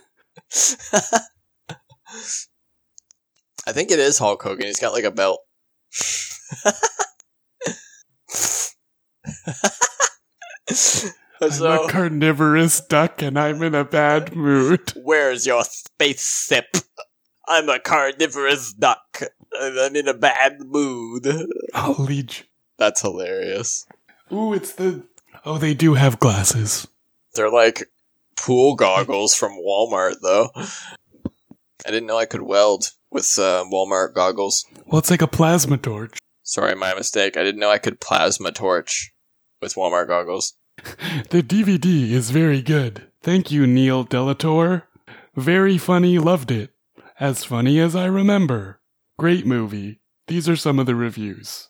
[SPEAKER 1] I think it is Hulk Hogan. He's got like a belt.
[SPEAKER 2] I'm
[SPEAKER 1] so,
[SPEAKER 2] a carnivorous duck and I'm in a bad mood.
[SPEAKER 1] where's your spaceship? I'm a carnivorous duck. and I'm in a bad mood.
[SPEAKER 2] I'll lead you.
[SPEAKER 1] That's hilarious.
[SPEAKER 2] Ooh, it's the. Oh, they do have glasses.
[SPEAKER 1] They're like pool goggles from Walmart, though. I didn't know I could weld with uh, Walmart goggles.
[SPEAKER 2] Well, it's like a plasma torch.
[SPEAKER 1] Sorry, my mistake. I didn't know I could plasma torch with Walmart goggles.
[SPEAKER 2] The DVD is very good. Thank you, Neil Delator. Very funny, loved it. As funny as I remember. Great movie. These are some of the reviews.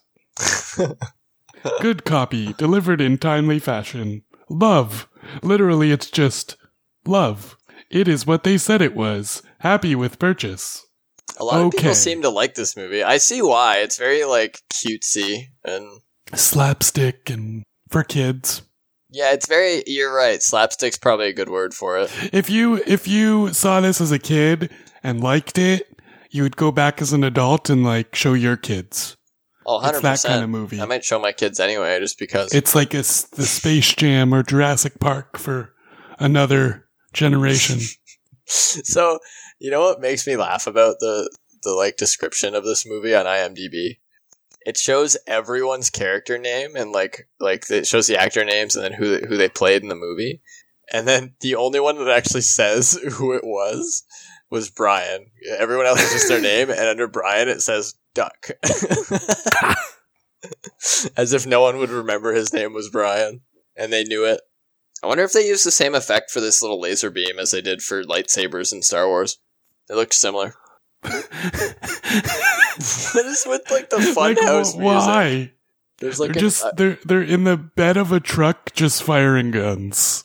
[SPEAKER 2] good copy, delivered in timely fashion. Love. Literally, it's just love. It is what they said it was. Happy with purchase.
[SPEAKER 1] A lot of people
[SPEAKER 2] Okay.
[SPEAKER 1] seem to like this movie. I see why. It's very like cutesy and
[SPEAKER 2] Slapstick and for kids.
[SPEAKER 1] yeah, it's very. You're right. Slapstick's probably a good word for it.
[SPEAKER 2] If you if you saw this as a kid and liked it, you would go back as an adult and like show your kids.
[SPEAKER 1] Oh, 100
[SPEAKER 2] It's that kind
[SPEAKER 1] percent.
[SPEAKER 2] of movie.
[SPEAKER 1] I might show my kids anyway, just because.
[SPEAKER 2] it's like a s the Space Jam or Jurassic Park for another generation.
[SPEAKER 1] so you know what makes me laugh about the the like description of this movie on IMDb? It shows everyone's character name and like like it shows the actor names and then who who they played in the movie, and then the only one that actually says who it was was Brian. Everyone else is just their name, and under Brian it says Duck. As if no one would remember his name was Brian, and they knew it. I wonder if they used the same effect for this little laser beam as they did for lightsabers in Star Wars. They looked similar. what is with like the
[SPEAKER 2] Like, wh-
[SPEAKER 1] funhouse music?
[SPEAKER 2] why?
[SPEAKER 1] There's
[SPEAKER 2] They're
[SPEAKER 1] like a-
[SPEAKER 2] just they're they're in the bed of a truck just firing guns.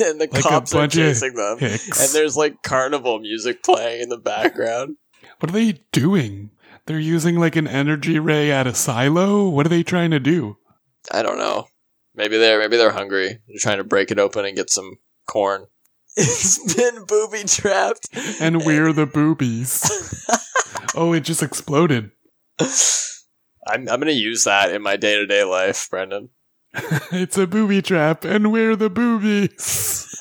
[SPEAKER 1] and the
[SPEAKER 2] like a
[SPEAKER 1] cops are
[SPEAKER 2] bunch of
[SPEAKER 1] chasing them, and
[SPEAKER 2] Hicks.
[SPEAKER 1] there's like carnival music playing in the background.
[SPEAKER 2] What are they doing? They're using like an energy ray at a silo? What are they trying to do?
[SPEAKER 1] I don't know. Maybe they're maybe they're hungry. They're trying to break it open and get some corn. it's been booby trapped.
[SPEAKER 2] And we're the boobies. oh, it just exploded.
[SPEAKER 1] I'm I'm gonna use that in my day to day life, Brendan.
[SPEAKER 2] It's a booby trap, and we're the boobies.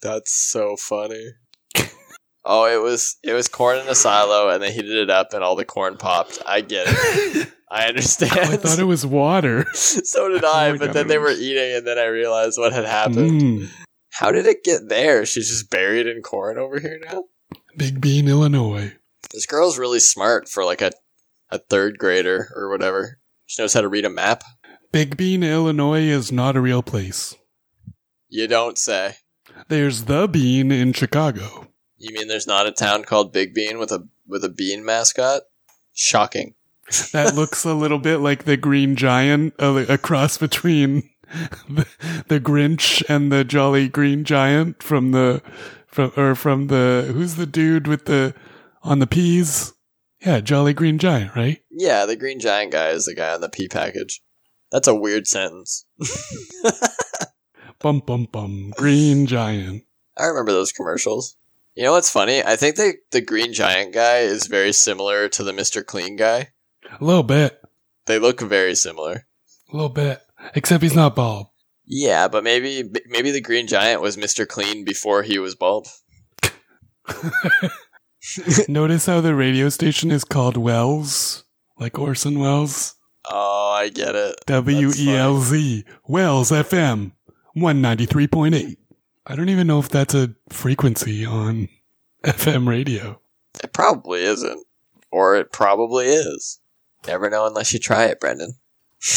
[SPEAKER 1] That's so funny. oh, it was it was corn in a silo, and they heated it up, and all the corn popped. I get it.
[SPEAKER 2] Oh, I
[SPEAKER 1] I understand.
[SPEAKER 2] thought it was water.
[SPEAKER 1] so did
[SPEAKER 2] Oh
[SPEAKER 1] I,
[SPEAKER 2] my
[SPEAKER 1] but
[SPEAKER 2] God,
[SPEAKER 1] then
[SPEAKER 2] it
[SPEAKER 1] they were
[SPEAKER 2] was-
[SPEAKER 1] eating, and then I realized what had happened.
[SPEAKER 2] Mm.
[SPEAKER 1] How did it get there? She's just buried in corn over here now.
[SPEAKER 2] Big Bean, Illinois.
[SPEAKER 1] This girl's really smart for like a a third grader or whatever. She knows how to read a map.
[SPEAKER 2] Big Bean, Illinois is not a real place.
[SPEAKER 1] You don't say.
[SPEAKER 2] There's the Bean in Chicago.
[SPEAKER 1] You mean there's not a town called Big Bean with a with a bean mascot? Shocking.
[SPEAKER 2] That looks a little bit like the Green Giant, a, a cross between the, the Grinch and the Jolly Green Giant from the from or from the who's the dude with the on the peas? Yeah, Jolly Green Giant, right?
[SPEAKER 1] Yeah, the green giant guy is the guy on the pea package. That's a weird sentence.
[SPEAKER 2] Bum bum bum. Green Giant.
[SPEAKER 1] I remember those commercials. You know what's funny? I think the the green giant guy is very similar to the Mr. Clean guy.
[SPEAKER 2] A little bit.
[SPEAKER 1] They look very similar.
[SPEAKER 2] A little bit. Except he's not bald.
[SPEAKER 1] Yeah, but maybe maybe the green giant was Mr. Clean before he was bald.
[SPEAKER 2] Notice how the radio station is called Wells, like Orson Welles.
[SPEAKER 1] Oh, I get it.
[SPEAKER 2] W E L Z Wells FM one ninety three point eight. I don't even know if that's a frequency on FM radio.
[SPEAKER 1] It probably isn't. Or it probably is. Never know unless you try it, Brendan.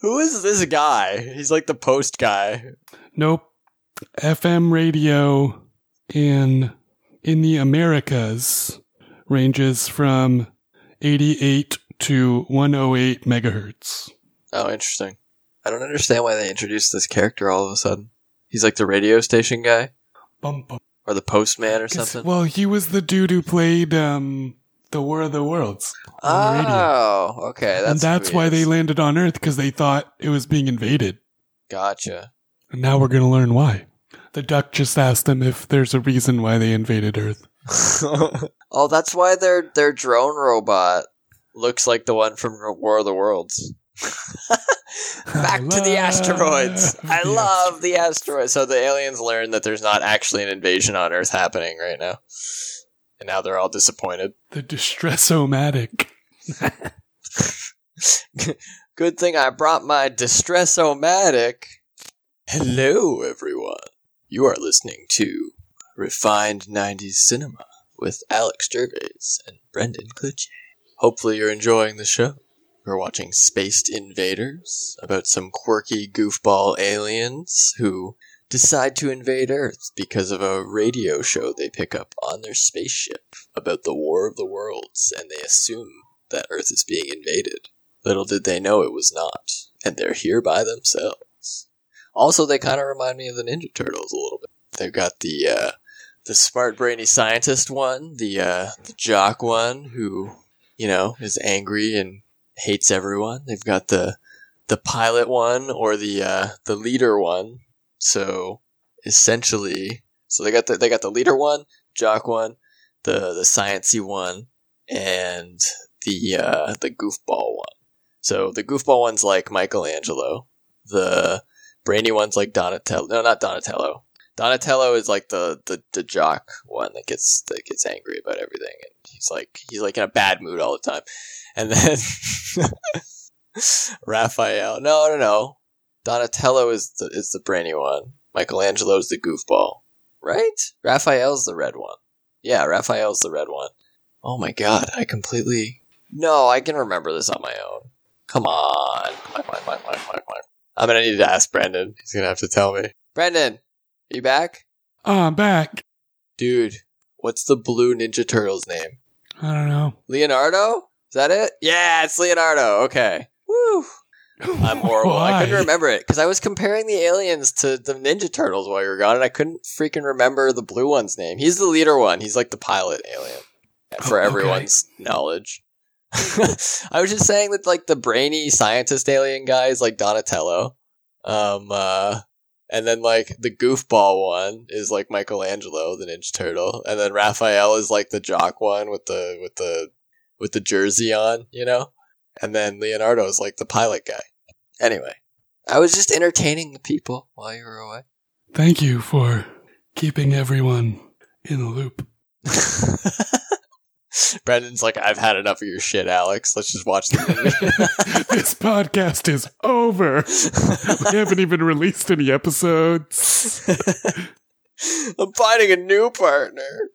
[SPEAKER 1] Who is this guy? He's like the post guy.
[SPEAKER 2] Nope. FM radio in in the Americas ranges from eighty eight to one oh eight megahertz.
[SPEAKER 1] Oh, interesting. I don't understand why they introduced this character all of a sudden. He's like the radio station guy
[SPEAKER 2] Bum, bum.
[SPEAKER 1] or the postman or
[SPEAKER 2] 'Cause-
[SPEAKER 1] something.
[SPEAKER 2] Well, he was the dude who played um, the War of the Worlds. on the radio.
[SPEAKER 1] Oh, okay. That's
[SPEAKER 2] and that's
[SPEAKER 1] who he
[SPEAKER 2] why they
[SPEAKER 1] is.
[SPEAKER 2] landed on Earth because they thought it was being invaded.
[SPEAKER 1] Gotcha.
[SPEAKER 2] And now we're going to learn why. The duck just asked them if there's a reason why they invaded Earth.
[SPEAKER 1] oh, that's why their their drone robot looks like the one from War of the Worlds. Back to the asteroids.
[SPEAKER 2] love
[SPEAKER 1] I
[SPEAKER 2] the
[SPEAKER 1] love the asteroids. So the aliens learn that there's not actually an invasion on Earth happening right now. And now they're all disappointed.
[SPEAKER 2] The distress-o-matic.
[SPEAKER 1] Good thing I brought my distress o Hello, everyone. You are listening to Refined 90s Cinema with Alex Gervais and Brendan Klitschko. Hopefully, you're enjoying the show. We're watching Spaced Invaders about some quirky goofball aliens who decide to invade Earth because of a radio show they pick up on their spaceship about the War of the Worlds, and they assume that Earth is being invaded. Little did they know it was not, and they're here by themselves. Also, they kind of remind me of the Ninja Turtles a little bit. They've got the uh, the smart, brainy scientist one, the uh, the jock one who you know is angry and hates everyone. They've got the the pilot one or the uh, the leader one. So essentially, so they got the, they got the leader one, jock one, the the sciency one, and the uh, the goofball one. So the goofball one's like Michelangelo. The brainy one's like Donatello. No, not Donatello. Donatello is like the, the, the jock one that gets that gets angry about everything, and he's like he's like in a bad mood all the time. And then Raphael. No, no, no. Donatello is the is the brainy one. Michelangelo's the goofball, right? Raphael's the red one. Yeah, Raphael's the red one. Oh my god, I completely. No, I can remember this on my own. Come on. Quack, quack, quack, quack, quack, quack. I'm going to need to ask Brendan. He's going to have to tell me. Brendan, are you back?
[SPEAKER 2] Ah, I'm back.
[SPEAKER 1] Dude, what's the blue Ninja Turtle's name?
[SPEAKER 2] I don't know.
[SPEAKER 1] Leonardo? Is that it? Yeah, it's Leonardo. Okay. Woo. I'm horrible. I couldn't
[SPEAKER 2] Why?
[SPEAKER 1] remember it because I was comparing the aliens to the Ninja Turtles while you were gone, and I couldn't freaking remember the blue one's name. He's the leader one. He's like the pilot alien, for
[SPEAKER 2] Oh, okay.
[SPEAKER 1] everyone's knowledge. I was just saying that like the brainy scientist alien guy is like Donatello, um, uh, and then like the goofball one is like Michelangelo, the Ninja Turtle, and then Raphael is like the jock one with the with the with the jersey on, you know, and then Leonardo is like the pilot guy. Anyway, I was just entertaining the people while you were away.
[SPEAKER 2] Thank you for keeping everyone in the loop.
[SPEAKER 1] Brendan's like, I've had enough of your shit, Alex. Let's just watch the movie.
[SPEAKER 2] this podcast is over. We haven't even released any episodes.
[SPEAKER 1] I'm finding a new partner.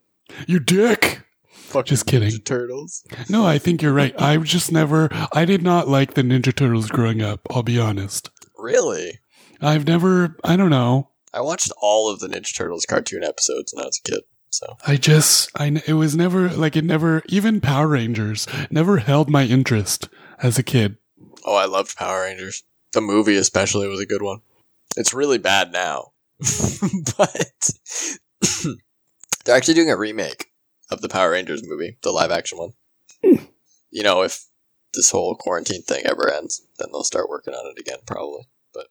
[SPEAKER 2] You dick.
[SPEAKER 1] Fucking
[SPEAKER 2] Just kidding.
[SPEAKER 1] Ninja Turtles.
[SPEAKER 2] No, I think you're right. I just never, I did not like the Ninja Turtles growing up, I'll be honest.
[SPEAKER 1] Really?
[SPEAKER 2] I've never, I don't know.
[SPEAKER 1] I watched all of the Ninja Turtles cartoon episodes when I was a kid. So
[SPEAKER 2] I just, I, n- it was never, like, it never, even Power Rangers never held my interest as a kid.
[SPEAKER 1] Oh, I loved Power Rangers. The movie especially was a good one. It's really bad now. but they're actually doing a remake of the Power Rangers movie, the live action one. you know, if this whole quarantine thing ever ends, then they'll start working on it again probably. But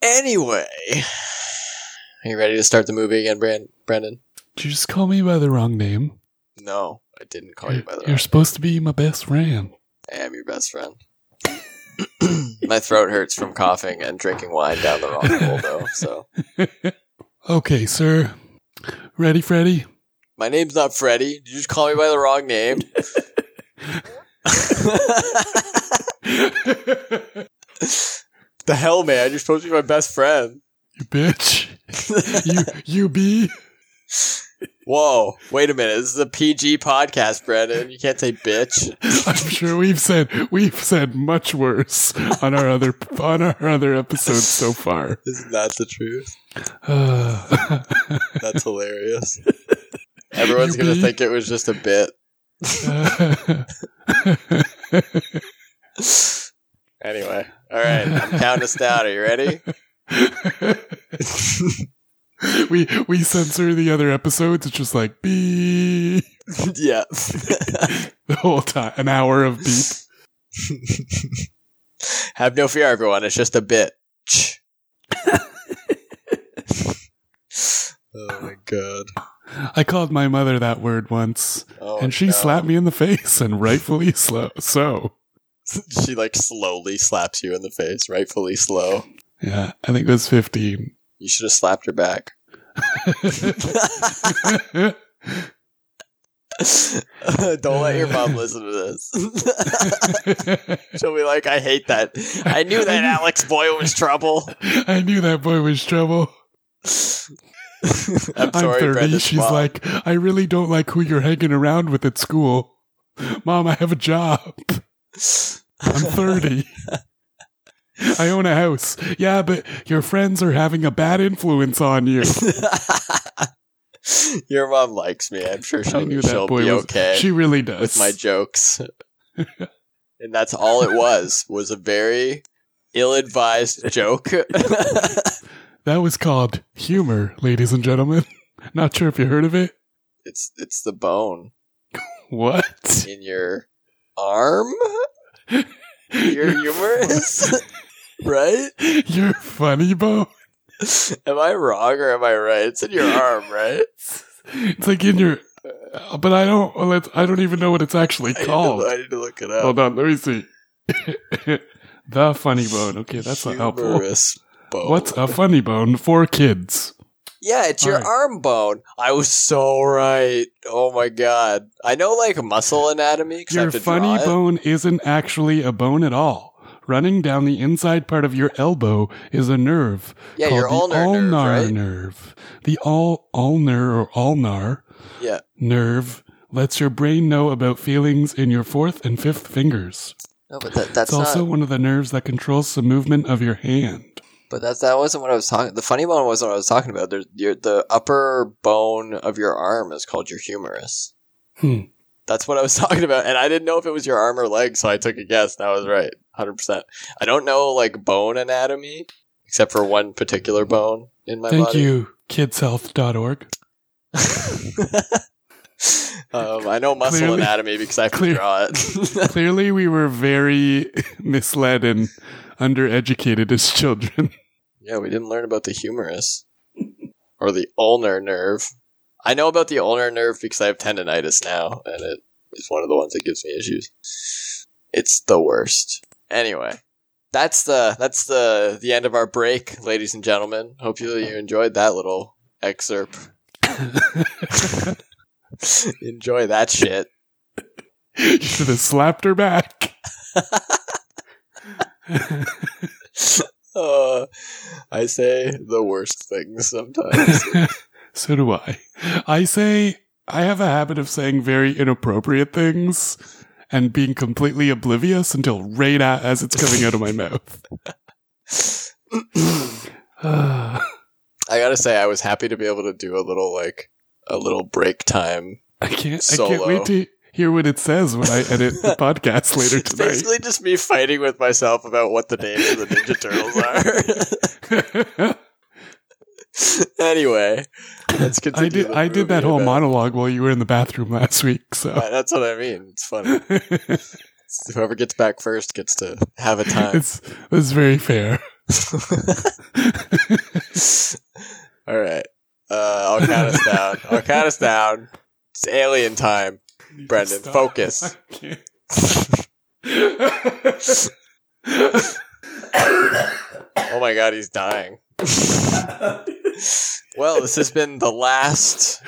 [SPEAKER 1] anyway, are you ready to start the movie again, Brand- Brendan?
[SPEAKER 2] Did you just call me by the wrong name?
[SPEAKER 1] No, I didn't call you by the
[SPEAKER 2] You're supposed to be my best friend.
[SPEAKER 1] I am your best friend. My throat hurts from coughing and drinking wine down the wrong hole, though. So
[SPEAKER 2] Okay, sir. Ready, Freddy?
[SPEAKER 1] my name's not Freddy. Did you just call me by the wrong name? the
[SPEAKER 2] you
[SPEAKER 1] hell, man! You're supposed to be my best friend.
[SPEAKER 2] bitch. You, you be.
[SPEAKER 1] Whoa! Wait a minute. This is a PG podcast, Brendan. You can't say bitch.
[SPEAKER 2] I'm sure we've said we've said much worse on our other on our other episodes so far.
[SPEAKER 1] Isn't that the truth?
[SPEAKER 2] Uh,
[SPEAKER 1] That's hilarious. Everyone's
[SPEAKER 2] You
[SPEAKER 1] gonna
[SPEAKER 2] be-
[SPEAKER 1] think it was just a bit. Anyway, all right. I'm counting us down. Are you ready?
[SPEAKER 2] we we censor the other episodes. It's just like be.
[SPEAKER 1] yeah.
[SPEAKER 2] the whole time. An hour of beep.
[SPEAKER 1] Have no fear, everyone. It's just a bit. oh my god.
[SPEAKER 2] I called my mother that word once,
[SPEAKER 1] Oh,
[SPEAKER 2] and she
[SPEAKER 1] no.
[SPEAKER 2] slapped me in the face, and rightfully slow. So,
[SPEAKER 1] she like slowly slaps you in the face, rightfully slow.
[SPEAKER 2] yeah, I think it was 15.
[SPEAKER 1] You should have slapped her back. Don't let your mom listen to this. She'll be like, I hate that. I knew that Alex Boy was trouble.
[SPEAKER 2] I knew that boy was trouble.
[SPEAKER 1] I'm sorry, Brendan.
[SPEAKER 2] She's like, I really don't like who you're hanging around with at school. Mom, I have a job. I'm 30. I own a house. Yeah, but your friends are having a bad influence on you.
[SPEAKER 1] Your mom likes me. I'm sure she'll,
[SPEAKER 2] I knew that
[SPEAKER 1] she'll
[SPEAKER 2] boy
[SPEAKER 1] be
[SPEAKER 2] was-
[SPEAKER 1] okay
[SPEAKER 2] She really does.
[SPEAKER 1] with my jokes. and that's all it was, was a very ill-advised joke.
[SPEAKER 2] that was called humor, ladies and gentlemen. Not sure if you heard of it.
[SPEAKER 1] it's it's the bone
[SPEAKER 2] What?
[SPEAKER 1] in your arm. You're humorous. right?
[SPEAKER 2] You're funny, Bo.
[SPEAKER 1] Am I wrong or am I right? It's in your arm, right?
[SPEAKER 2] It's like in your, uh, but I don't. well, it's- I don't even know what it's actually
[SPEAKER 1] I need to-
[SPEAKER 2] called.
[SPEAKER 1] I need to look it up.
[SPEAKER 2] Hold on, let me see. the funny bone. Okay, that's not helpful.
[SPEAKER 1] Humorous bone.
[SPEAKER 2] What's a funny bone for kids?
[SPEAKER 1] Yeah, it's your
[SPEAKER 2] Alright.
[SPEAKER 1] arm bone. I was so right. Oh my god. I know like muscle anatomy because I
[SPEAKER 2] Your
[SPEAKER 1] have to
[SPEAKER 2] funny
[SPEAKER 1] draw it.
[SPEAKER 2] bone isn't actually a bone at all. Running down the inside part of your elbow is a nerve
[SPEAKER 1] Yeah,
[SPEAKER 2] called
[SPEAKER 1] your
[SPEAKER 2] the
[SPEAKER 1] ulnar nerve,
[SPEAKER 2] ulnar
[SPEAKER 1] right?
[SPEAKER 2] nerve. The all ulnar or ulnar
[SPEAKER 1] Yeah.
[SPEAKER 2] nerve lets your brain know about feelings in your fourth and fifth fingers.
[SPEAKER 1] No, but that, that's
[SPEAKER 2] It's also
[SPEAKER 1] not.
[SPEAKER 2] one of the nerves that controls the movement of your hand.
[SPEAKER 1] But that that wasn't what I was talking. The funny bone wasn't what I was talking about. There's your, the upper bone of your arm is called your humerus.
[SPEAKER 2] Hmm.
[SPEAKER 1] That's what I was talking about, and I didn't know if it was your arm or leg, so I took a guess. and I was right, hundred percent. I don't know like bone anatomy except for one particular bone in my
[SPEAKER 2] Thank
[SPEAKER 1] body.
[SPEAKER 2] you, kidshealth.org.
[SPEAKER 1] um, I know muscle
[SPEAKER 2] Clearly-
[SPEAKER 1] anatomy because I have
[SPEAKER 2] clear-
[SPEAKER 1] to draw it.
[SPEAKER 2] Clearly, we were very misled and undereducated as children.
[SPEAKER 1] yeah, we didn't learn about the humerus or the ulnar nerve. I know about the ulnar nerve because I have tendonitis now, and it is one of the ones that gives me issues. It's the worst. Anyway, that's the that's the the end of our break, ladies and gentlemen. Hopefully, you enjoyed that little excerpt. Enjoy that shit.
[SPEAKER 2] you should have slapped her back.
[SPEAKER 1] Uh, I say the worst things sometimes.
[SPEAKER 2] so do I. I say, I have a habit of saying very inappropriate things and being completely oblivious until right at, as it's coming out of my mouth. Ah,
[SPEAKER 1] I gotta say, I was happy to be able to do a little like a little break time.
[SPEAKER 2] I can't. I can't
[SPEAKER 1] Solo.
[SPEAKER 2] wait to hear what it says when I edit the podcast later
[SPEAKER 1] It's
[SPEAKER 2] tonight.
[SPEAKER 1] basically just me fighting with myself about what the names of the Ninja Turtles are. anyway, let's continue.
[SPEAKER 2] I did.
[SPEAKER 1] the
[SPEAKER 2] I did that
[SPEAKER 1] movie
[SPEAKER 2] whole
[SPEAKER 1] about-
[SPEAKER 2] monologue while you were in the bathroom last week. So
[SPEAKER 1] Right, that's what I mean. It's funny. It's Whoever gets back first gets to have a time.
[SPEAKER 2] it's it's very fair.
[SPEAKER 1] All right. Uh, I'll count us down. I'll count us down. It's alien time. Brendan,
[SPEAKER 2] Stop.
[SPEAKER 1] focus.
[SPEAKER 2] I can't.
[SPEAKER 1] Oh my god, he's dying. Well, this has been the last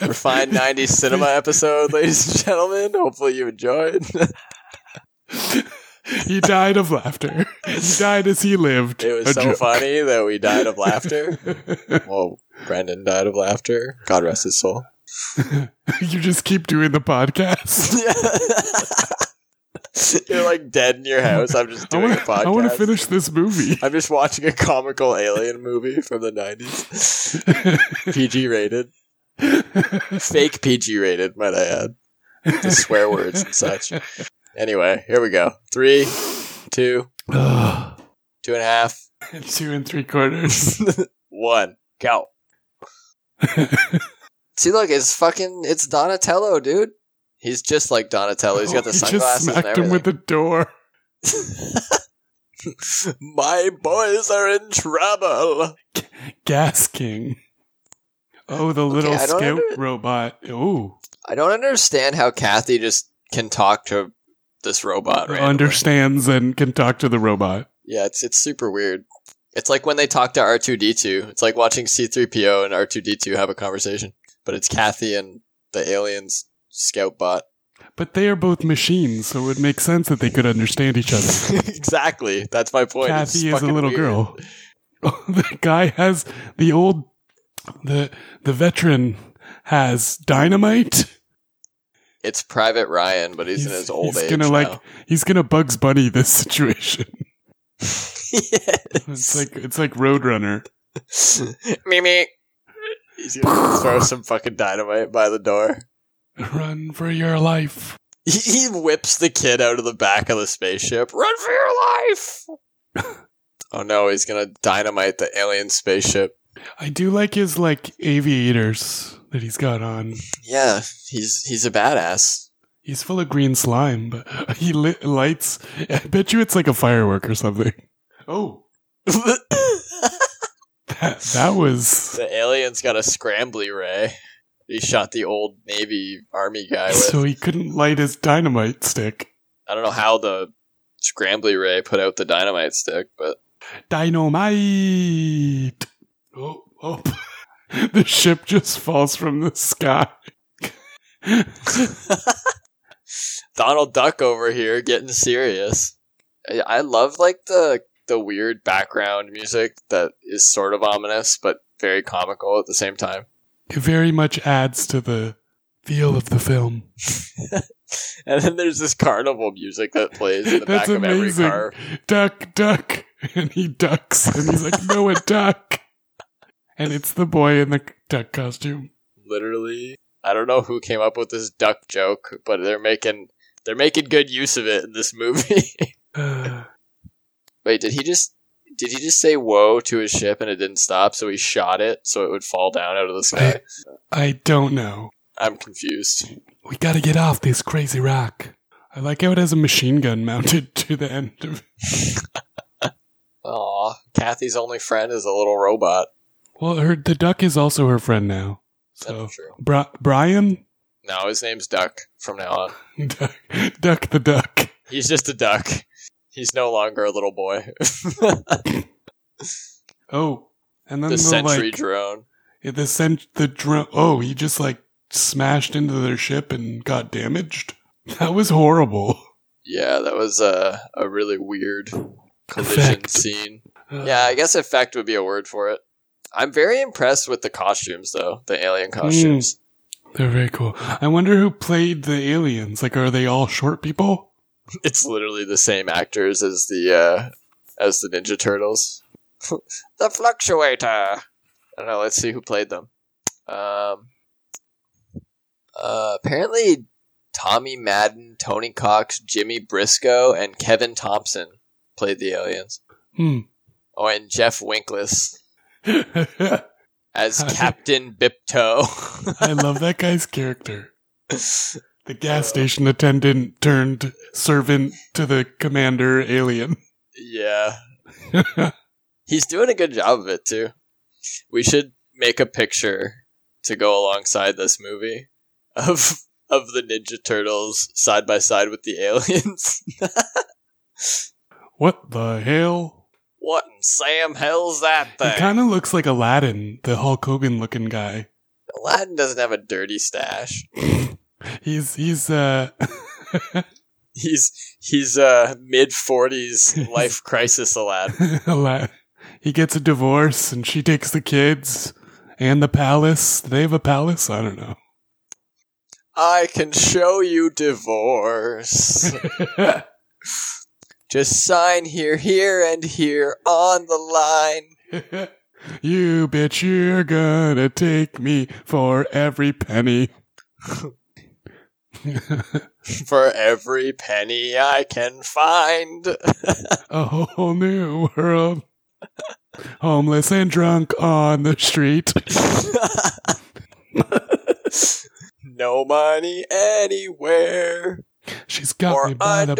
[SPEAKER 1] Refined 90s Cinema episode, ladies and gentlemen. Hopefully you enjoyed.
[SPEAKER 2] he died of laughter. He died as he lived.
[SPEAKER 1] It was
[SPEAKER 2] A
[SPEAKER 1] so
[SPEAKER 2] joke.
[SPEAKER 1] funny that we died of laughter. Well, Brendan died of laughter. God rest his soul.
[SPEAKER 2] you just keep doing the podcast.
[SPEAKER 1] You're like dead in your house. I'm just doing
[SPEAKER 2] I
[SPEAKER 1] a
[SPEAKER 2] wanna-
[SPEAKER 1] podcast.
[SPEAKER 2] I want to finish this movie.
[SPEAKER 1] I'm just watching a comical alien movie from the 90s. PG rated. Fake PG rated, might I add. The swear words and such. Anyway, here we go. Three, two,
[SPEAKER 2] Ugh.
[SPEAKER 1] two and a half,
[SPEAKER 2] Two and three quarters.
[SPEAKER 1] one, go. See, look, it's fucking, it's Donatello, dude. He's just like Donatello. Oh, He's got the
[SPEAKER 2] he just
[SPEAKER 1] sunglasses and
[SPEAKER 2] smacked him
[SPEAKER 1] everything.
[SPEAKER 2] with the door.
[SPEAKER 1] My boys are in trouble.
[SPEAKER 2] Gas King. Oh, the little
[SPEAKER 1] I don't
[SPEAKER 2] scout
[SPEAKER 1] under-
[SPEAKER 2] robot. Ooh,
[SPEAKER 1] I don't understand how Kathy just can talk to this robot. Right?
[SPEAKER 2] understands and can talk to the robot.
[SPEAKER 1] Yeah, it's it's super weird. It's like when they talk to R two D two. It's like watching C three PO and R two D two have a conversation, but it's Kathy and the aliens scout bot.
[SPEAKER 2] But they are both machines, so it would make sense that they could understand each other.
[SPEAKER 1] exactly. That's my point. It's
[SPEAKER 2] Kathy is a
[SPEAKER 1] fucking
[SPEAKER 2] little
[SPEAKER 1] weird.
[SPEAKER 2] girl. the guy has the old the the veteran has dynamite.
[SPEAKER 1] It's Private Ryan, but he's, in his old
[SPEAKER 2] he's
[SPEAKER 1] age.
[SPEAKER 2] gonna
[SPEAKER 1] now.
[SPEAKER 2] like he's gonna Bugs Bunny this situation. It's
[SPEAKER 1] Yes.
[SPEAKER 2] like it's like Roadrunner.
[SPEAKER 1] Mimi. He's gonna throw some fucking dynamite by the door.
[SPEAKER 2] Run for your life.
[SPEAKER 1] He, he whips the kid out of the back of the spaceship. Run for your life! oh no, he's gonna dynamite the alien spaceship.
[SPEAKER 2] I do like his like aviators that he's got on.
[SPEAKER 1] Yeah, he's he's a badass.
[SPEAKER 2] He's full of green slime, but he li- lights. I bet you it's like a firework or something. Oh,
[SPEAKER 1] the
[SPEAKER 2] that, that was
[SPEAKER 1] alien's got a scrambly ray. He shot the old Navy Army guy with.
[SPEAKER 2] so he couldn't light his dynamite stick.
[SPEAKER 1] I don't know how the scrambly ray put out the dynamite stick, but
[SPEAKER 2] Dynamite! Oh, oh! the ship just falls from the sky.
[SPEAKER 1] Donald Duck over here getting serious. I, I love like the the weird background music that is sort of ominous but very comical at the same time.
[SPEAKER 2] It very much adds to the feel of the film.
[SPEAKER 1] And then there's this carnival music that plays in the
[SPEAKER 2] That's
[SPEAKER 1] back of every
[SPEAKER 2] amazing.
[SPEAKER 1] car.
[SPEAKER 2] duck, duck. And he ducks. And he's like, no, a duck. And it's the boy in the duck costume.
[SPEAKER 1] literally i don't know who came up with this duck joke but they're making they're making good use of it in this movie
[SPEAKER 2] Uh,
[SPEAKER 1] wait did he just did he just say whoa to his ship and it didn't stop so he shot it so it would fall down out of the sky
[SPEAKER 2] I don't know.
[SPEAKER 1] i'm confused
[SPEAKER 2] We gotta get off this crazy rock. I like how it has a machine gun mounted to the end of
[SPEAKER 1] Aw, Kathy's only friend is a little robot.
[SPEAKER 2] Well, her, the duck is also her friend now.
[SPEAKER 1] That's
[SPEAKER 2] So,
[SPEAKER 1] true.
[SPEAKER 2] Bri- Brian?
[SPEAKER 1] No, his name's Duck from now on.
[SPEAKER 2] Duck, duck the duck.
[SPEAKER 1] He's just a duck. He's no longer a little boy.
[SPEAKER 2] Oh, and then
[SPEAKER 1] the
[SPEAKER 2] the,
[SPEAKER 1] sentry
[SPEAKER 2] like,
[SPEAKER 1] drone.
[SPEAKER 2] Yeah, the sent the drone. Oh, he just like smashed into their ship and got damaged. That was horrible.
[SPEAKER 1] Yeah, that was a, a really weird collision
[SPEAKER 2] Effect.
[SPEAKER 1] scene. Yeah, I guess effect would be a word for it. I'm very impressed with the costumes, though the alien
[SPEAKER 2] Hmm.
[SPEAKER 1] costumes.
[SPEAKER 2] they're very cool. I wonder who played the aliens. Like, are they all short people?
[SPEAKER 1] It's literally the same actors as the uh, as the Ninja Turtles. the Fluctuator. I don't know. Let's see who played them. Um, uh, apparently, Tommy Madden, Tony Cox, Jimmy Briscoe, and Kevin Thompson played the aliens.
[SPEAKER 2] Hmm.
[SPEAKER 1] Oh, and Jeff Winkless
[SPEAKER 2] I
[SPEAKER 1] as
[SPEAKER 2] Hi.
[SPEAKER 1] Captain Bipto.
[SPEAKER 2] love that guy's character. The gas station attendant turned servant to the commander alien.
[SPEAKER 1] yeah. He's doing a good job of it too. We should make a picture to go alongside this movie of of the Ninja Turtles side by side with the aliens.
[SPEAKER 2] what the hell?
[SPEAKER 1] what in Sam hell's that
[SPEAKER 2] He
[SPEAKER 1] thing?
[SPEAKER 2] kind of looks like Aladdin, the Hulk Hogan looking guy.
[SPEAKER 1] Aladdin doesn't have a dirty stash.
[SPEAKER 2] He's he's uh
[SPEAKER 1] He's he's uh mid forties life crisis Aladdin.
[SPEAKER 2] Ala- he gets a divorce and she takes the kids and the palace. Do they have a palace? I don't know.
[SPEAKER 1] I can show you divorce. Just sign here, here, and here on the line.
[SPEAKER 2] you bitch, you're gonna take me for every penny.
[SPEAKER 1] For every penny I can find.
[SPEAKER 2] a whole new world. Homeless and drunk on the street.
[SPEAKER 1] no money anywhere
[SPEAKER 2] She's got
[SPEAKER 1] or
[SPEAKER 2] me by the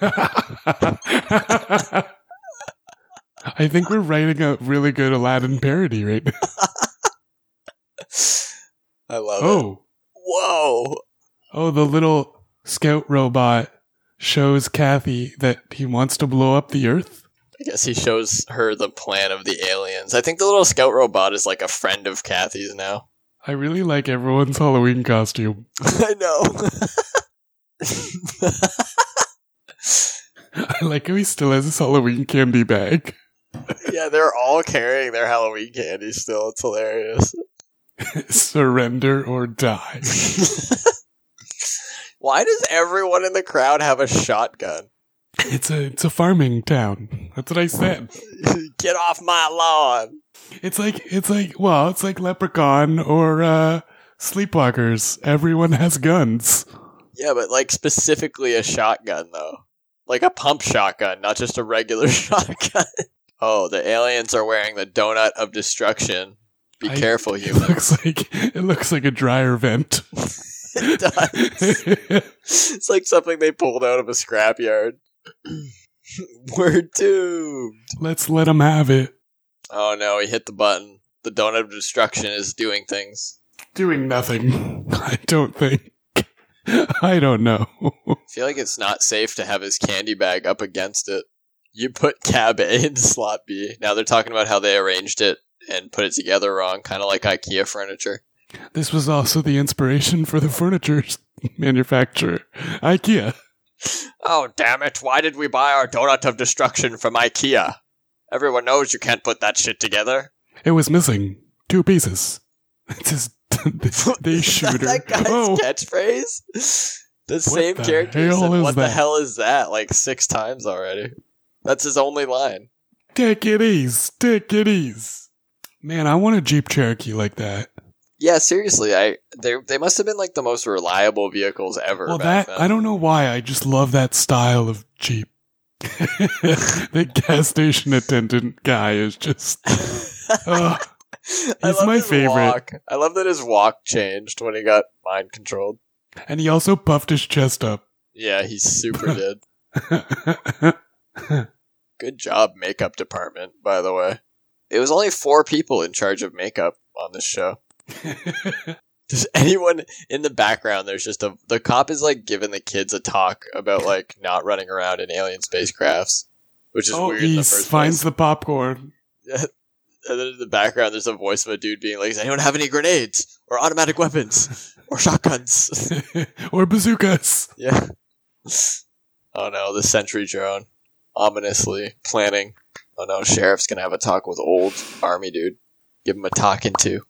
[SPEAKER 1] underwear.
[SPEAKER 2] balls. I think we're writing a really good Aladdin parody right now.
[SPEAKER 1] I love it.
[SPEAKER 2] Oh,
[SPEAKER 1] Whoa.
[SPEAKER 2] oh, the little scout robot shows Kathy that he wants to blow up the Earth.
[SPEAKER 1] I guess he shows her the plan of the aliens. I think the little scout robot is like a friend of Kathy's now.
[SPEAKER 2] I really like everyone's Halloween costume.
[SPEAKER 1] I know.
[SPEAKER 2] I like how he still has his Halloween candy bag.
[SPEAKER 1] yeah, they're all carrying their Halloween candy still. It's hilarious.
[SPEAKER 2] Surrender or die.
[SPEAKER 1] Why does everyone in the crowd have a shotgun?
[SPEAKER 2] It's a it's a farming town. That's what I said.
[SPEAKER 1] Get off my lawn.
[SPEAKER 2] It's like it's like well, it's like Leprechaun or uh Sleepwalkers. Everyone has guns.
[SPEAKER 1] Yeah, but like specifically a shotgun though. Like a pump shotgun, not just a regular shotgun. oh, the aliens are wearing the donut of destruction. Be
[SPEAKER 2] I-
[SPEAKER 1] careful,
[SPEAKER 2] It
[SPEAKER 1] human.
[SPEAKER 2] looks like it looks like a dryer vent.
[SPEAKER 1] it does. it's like something they pulled out of a scrapyard. We're doomed.
[SPEAKER 2] Let's let them have it.
[SPEAKER 1] Oh no, he hit the button. The donut of destruction is doing things.
[SPEAKER 2] Doing nothing. I don't think. I don't know.
[SPEAKER 1] I feel like it's not safe to have his candy bag up against it. You put cab A in slot B. Now they're talking about how they arranged it and put it together wrong, kind of like IKEA furniture.
[SPEAKER 2] This was also the inspiration for the furniture manufacturer, IKEA.
[SPEAKER 1] Oh, damn it. Why did we buy our donut of destruction from IKEA? Everyone knows you can't put that shit together.
[SPEAKER 2] It was missing two pieces. It's his they
[SPEAKER 1] Is
[SPEAKER 2] shooter.
[SPEAKER 1] that that guy's
[SPEAKER 2] oh,
[SPEAKER 1] catchphrase? The same
[SPEAKER 2] the
[SPEAKER 1] character.
[SPEAKER 2] hell
[SPEAKER 1] said,
[SPEAKER 2] is
[SPEAKER 1] what the
[SPEAKER 2] that?"
[SPEAKER 1] hell is that? Like six times already. That's his only line.
[SPEAKER 2] take it easy, take it easy. Man, I want a Jeep Cherokee like that.
[SPEAKER 1] Yeah, seriously, I they they must have been like the most reliable vehicles ever.
[SPEAKER 2] Well,
[SPEAKER 1] back
[SPEAKER 2] that
[SPEAKER 1] then.
[SPEAKER 2] I don't know why. I just love that style of Jeep. the gas station attendant guy is just. Ugh.
[SPEAKER 1] I
[SPEAKER 2] He's
[SPEAKER 1] love
[SPEAKER 2] my
[SPEAKER 1] his
[SPEAKER 2] favorite.
[SPEAKER 1] Walk. I love that his walk changed when he got mind controlled.
[SPEAKER 2] and he also puffed his chest up.
[SPEAKER 1] Yeah, he super did. Good job, makeup department. By the way, it was only four people in charge of makeup on this show. Does anyone in the background? There's just a the cop is like giving the kids a talk about like not running around in alien spacecrafts, which is
[SPEAKER 2] oh,
[SPEAKER 1] weird. In
[SPEAKER 2] he
[SPEAKER 1] the first place.
[SPEAKER 2] finds the popcorn.
[SPEAKER 1] And then in the background, there's a voice of a dude being like, "Does anyone have any grenades or automatic weapons or shotguns?"
[SPEAKER 2] or bazookas.
[SPEAKER 1] yeah. Oh no, the sentry drone, ominously planning. Oh no, sheriff's gonna have a talk with old army dude. Give him a talking to.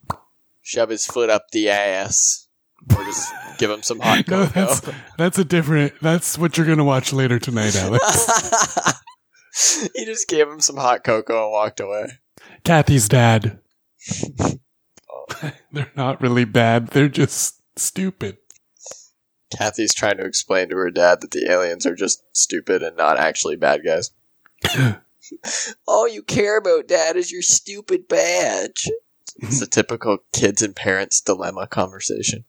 [SPEAKER 1] Shove his foot up the ass, or just give him some hot
[SPEAKER 2] No,
[SPEAKER 1] cocoa.
[SPEAKER 2] that's that's a different. That's what you're gonna watch later tonight, Alex.
[SPEAKER 1] he just gave him some hot cocoa and walked away.
[SPEAKER 2] Kathy's dad. they're not really bad. They're just stupid.
[SPEAKER 1] Kathy's trying to explain to her dad that the aliens are just stupid and not actually bad guys. All you care about, dad, is your stupid badge. It's a typical kids and parents dilemma conversation.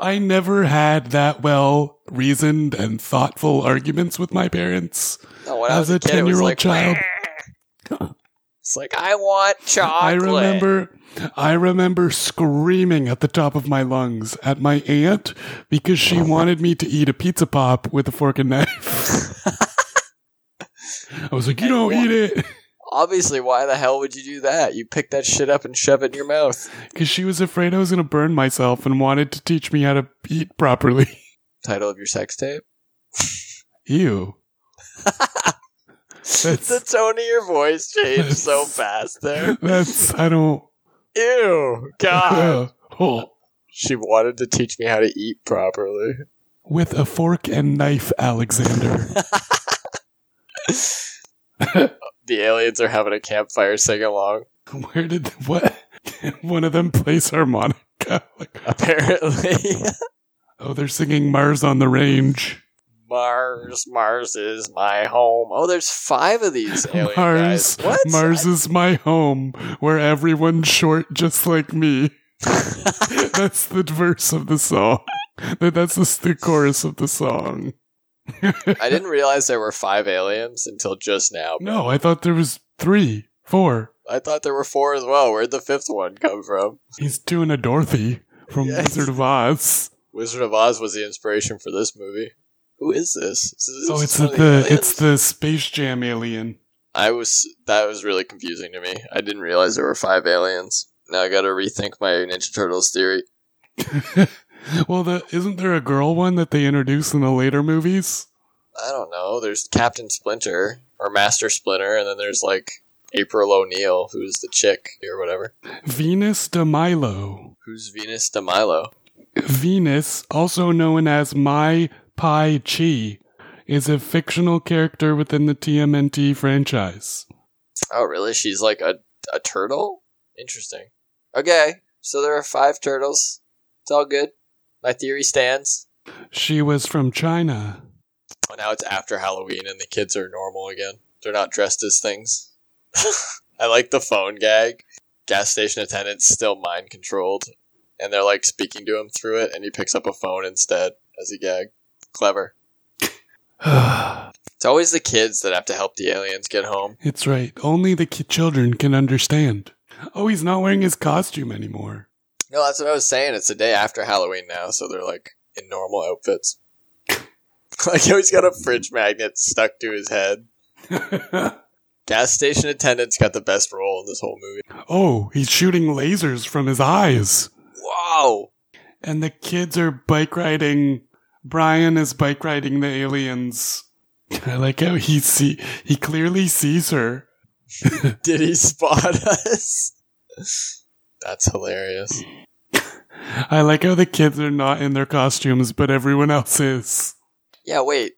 [SPEAKER 2] I never had that well reasoned and thoughtful arguments with my parents
[SPEAKER 1] No, when I was
[SPEAKER 2] as a
[SPEAKER 1] a kid, it
[SPEAKER 2] ten year
[SPEAKER 1] was
[SPEAKER 2] old
[SPEAKER 1] like,
[SPEAKER 2] child.
[SPEAKER 1] it's like I want chocolate.
[SPEAKER 2] I remember I remember screaming at the top of my lungs at my aunt because she wanted me to eat a pizza pop with a fork and knife. I was like, "You don't eat it."
[SPEAKER 1] Obviously, why the hell would you do that? You pick that shit up and shove it in your mouth.
[SPEAKER 2] Cuz she was afraid I was going to burn myself and wanted to teach me how to eat properly.
[SPEAKER 1] Title of your sex tape.
[SPEAKER 2] Ew. That's-
[SPEAKER 1] the tone of your voice changed so
[SPEAKER 2] That's-
[SPEAKER 1] fast there.
[SPEAKER 2] That's I don't
[SPEAKER 1] Ew, God.
[SPEAKER 2] Oh.
[SPEAKER 1] She wanted to teach me how to eat properly.
[SPEAKER 2] with a fork and knife, Alexander.
[SPEAKER 1] The aliens are having a campfire sing along,
[SPEAKER 2] Where did what? One of them plays harmonica. Like,
[SPEAKER 1] apparently.
[SPEAKER 2] oh, they're singing Mars on the Range.
[SPEAKER 1] Mars, Mars is my home. Oh, there's five of these alien
[SPEAKER 2] Mars,
[SPEAKER 1] guys. What?
[SPEAKER 2] Mars is my home, where everyone's short, just like me. That's the verse of the song. That- That's the, s- the chorus of the song.
[SPEAKER 1] I didn't realize there were five aliens until just now.
[SPEAKER 2] No, I thought there was three, four.
[SPEAKER 1] I thought there were four as well. Where'd the fifth one come from?
[SPEAKER 2] He's doing a Dorothy from
[SPEAKER 1] Yes.
[SPEAKER 2] Wizard of Oz.
[SPEAKER 1] Wizard of Oz was the inspiration for this movie. Who is this? Is this
[SPEAKER 2] Oh, it's
[SPEAKER 1] one
[SPEAKER 2] the,
[SPEAKER 1] of aliens?
[SPEAKER 2] it's the Space Jam alien.
[SPEAKER 1] I was that was really confusing to me. I didn't realize there were five aliens. Now I got to rethink my Ninja Turtles theory.
[SPEAKER 2] well, the, isn't there a girl one that they introduce in the later movies?
[SPEAKER 1] I don't know. There's Captain Splinter or Master Splinter, and then there's like April O'Neil, who's the chick or whatever.
[SPEAKER 2] Venus de Milo.
[SPEAKER 1] Who's Venus de Milo?
[SPEAKER 2] Venus, also known as Mai Pai Chi, is a fictional character within the TMNT franchise.
[SPEAKER 1] Oh, really? She's like a a turtle. Interesting. Okay, so there are five turtles. It's all good. My theory stands.
[SPEAKER 2] She was from China.
[SPEAKER 1] Well, now it's after Halloween and the kids are normal again. They're not dressed as things. I like the phone gag. Gas station attendant's still mind controlled, and they're like speaking to him through it, and he picks up a phone instead as a gag. Clever. It's always the kids that have to help the aliens get home.
[SPEAKER 2] it's right. Only the ki- children can understand. Oh, he's not wearing his costume anymore.
[SPEAKER 1] No, that's what I was saying. It's the day after Halloween now, so they're like in normal outfits. like he always got a fridge magnet stuck to his head. Gas station attendant's got the best role in this whole movie.
[SPEAKER 2] oh, he's shooting lasers from his eyes.
[SPEAKER 1] Wow.
[SPEAKER 2] And the kids are bike riding. Brian is bike riding the aliens. I like how he see he clearly sees her.
[SPEAKER 1] Did he spot us? That's hilarious.
[SPEAKER 2] I like how the kids are not in their costumes, but everyone else is.
[SPEAKER 1] Yeah, wait.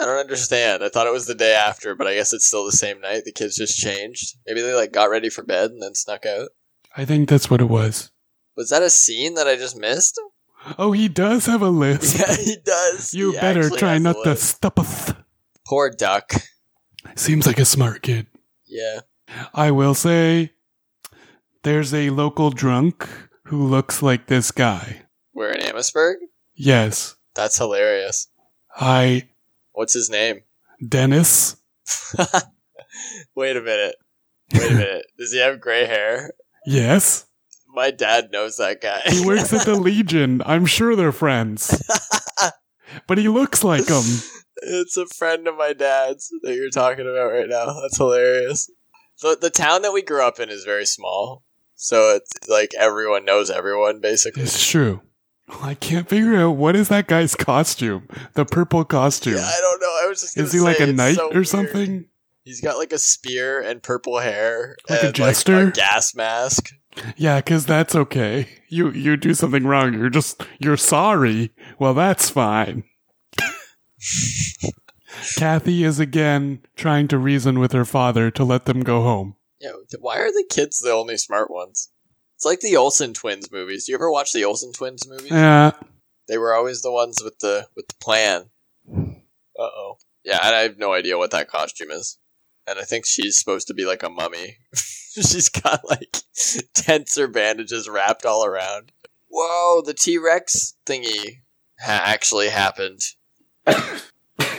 [SPEAKER 1] I don't understand. I thought it was the day after, but I guess it's still the same night. The kids just changed. Maybe they like got ready for bed and then snuck out.
[SPEAKER 2] I think that's what it was.
[SPEAKER 1] Was that a scene that I just missed?
[SPEAKER 2] Oh, he does have a list.
[SPEAKER 1] Yeah, he does.
[SPEAKER 2] You
[SPEAKER 1] He
[SPEAKER 2] better
[SPEAKER 1] actually
[SPEAKER 2] try
[SPEAKER 1] has
[SPEAKER 2] not
[SPEAKER 1] the
[SPEAKER 2] to
[SPEAKER 1] list.
[SPEAKER 2] stop us.
[SPEAKER 1] Poor duck.
[SPEAKER 2] Seems like a smart kid.
[SPEAKER 1] Yeah.
[SPEAKER 2] I will say, there's a local drunk who looks like this guy.
[SPEAKER 1] We're in Amherstburg.
[SPEAKER 2] Yes,
[SPEAKER 1] That's hilarious.
[SPEAKER 2] I,
[SPEAKER 1] What's his name?
[SPEAKER 2] Dennis.
[SPEAKER 1] Wait a minute. Wait a minute. Does he have gray hair?
[SPEAKER 2] Yes,
[SPEAKER 1] My dad knows that guy.
[SPEAKER 2] he works at the Legion. I'm sure they're friends. But he looks like him.
[SPEAKER 1] It's a friend of my dad's that you're talking about right now. That's hilarious. The the town that we grew up in is very small. So it's like everyone knows everyone basically.
[SPEAKER 2] It's true. I can't figure out what is that guy's costume. The purple costume.
[SPEAKER 1] Yeah, I don't know. I was just gonna
[SPEAKER 2] is he
[SPEAKER 1] say,
[SPEAKER 2] like a
[SPEAKER 1] it's
[SPEAKER 2] knight
[SPEAKER 1] so
[SPEAKER 2] or
[SPEAKER 1] weird.
[SPEAKER 2] something?
[SPEAKER 1] He's got like a spear and purple hair
[SPEAKER 2] Like a
[SPEAKER 1] and
[SPEAKER 2] jester?
[SPEAKER 1] a gas mask.
[SPEAKER 2] Yeah, because that's okay. You you do something wrong. You're just you're sorry. Well, that's fine. Kathy is again trying to reason with her father to let them go home.
[SPEAKER 1] Yeah, why are the kids the only smart ones? It's like the Olsen twins movies. Do you ever watch the Olsen twins movies?
[SPEAKER 2] Yeah,
[SPEAKER 1] They were always the ones with the with the plan. Uh oh. Yeah, and I have no idea what that costume is. And I think she's supposed to be like a mummy. she's got like tents or bandages wrapped all around. Whoa, the T Rex thingy ha- actually happened.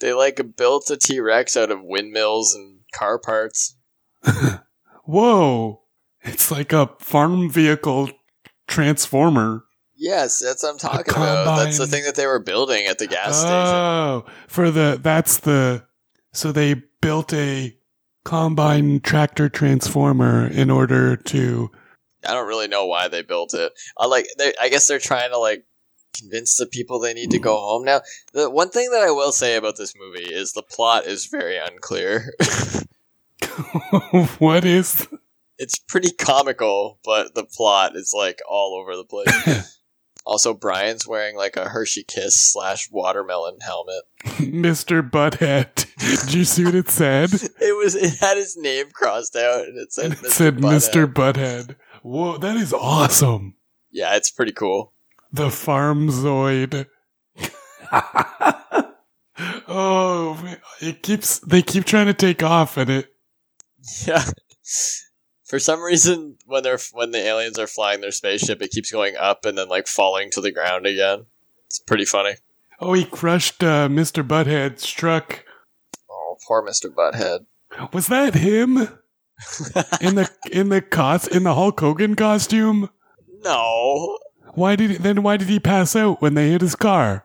[SPEAKER 1] they like built a T Rex out of windmills and car parts.
[SPEAKER 2] whoa! It's like a farm vehicle transformer.
[SPEAKER 1] Yes, that's what I'm talking
[SPEAKER 2] combine.
[SPEAKER 1] about. That's the thing that they were building at the gas station.
[SPEAKER 2] Oh, for the that's the so they built a combine tractor transformer in order to
[SPEAKER 1] I don't really know why they built it. I like. They, I guess they're trying to like convince the people they need to go home now. The one thing that I will say about this movie is the plot is very unclear.
[SPEAKER 2] what is
[SPEAKER 1] it's pretty comical, but the plot is like all over the place. also, Brian's wearing like a Hershey Kiss slash watermelon helmet.
[SPEAKER 2] Mr. Butthead. Did you see what it said?
[SPEAKER 1] It was. It had his name crossed out, and it said
[SPEAKER 2] it
[SPEAKER 1] Mr.
[SPEAKER 2] said
[SPEAKER 1] Butthead.
[SPEAKER 2] Mr. Butthead. Whoa, that is awesome.
[SPEAKER 1] Yeah, it's pretty cool.
[SPEAKER 2] The Farmzoid. oh, man. it keeps they keep trying to take off and it
[SPEAKER 1] Yeah. For some reason, when they're when the aliens are flying their spaceship, it keeps going up and then like falling to the ground again. It's pretty funny.
[SPEAKER 2] Oh, he crushed uh, Mr. Butthead's truck.
[SPEAKER 1] Oh, poor Mister Butthead.
[SPEAKER 2] Was that him in the in the cos in the Hulk Hogan costume?
[SPEAKER 1] No,
[SPEAKER 2] Why did he, then why did he pass out when they hit his car?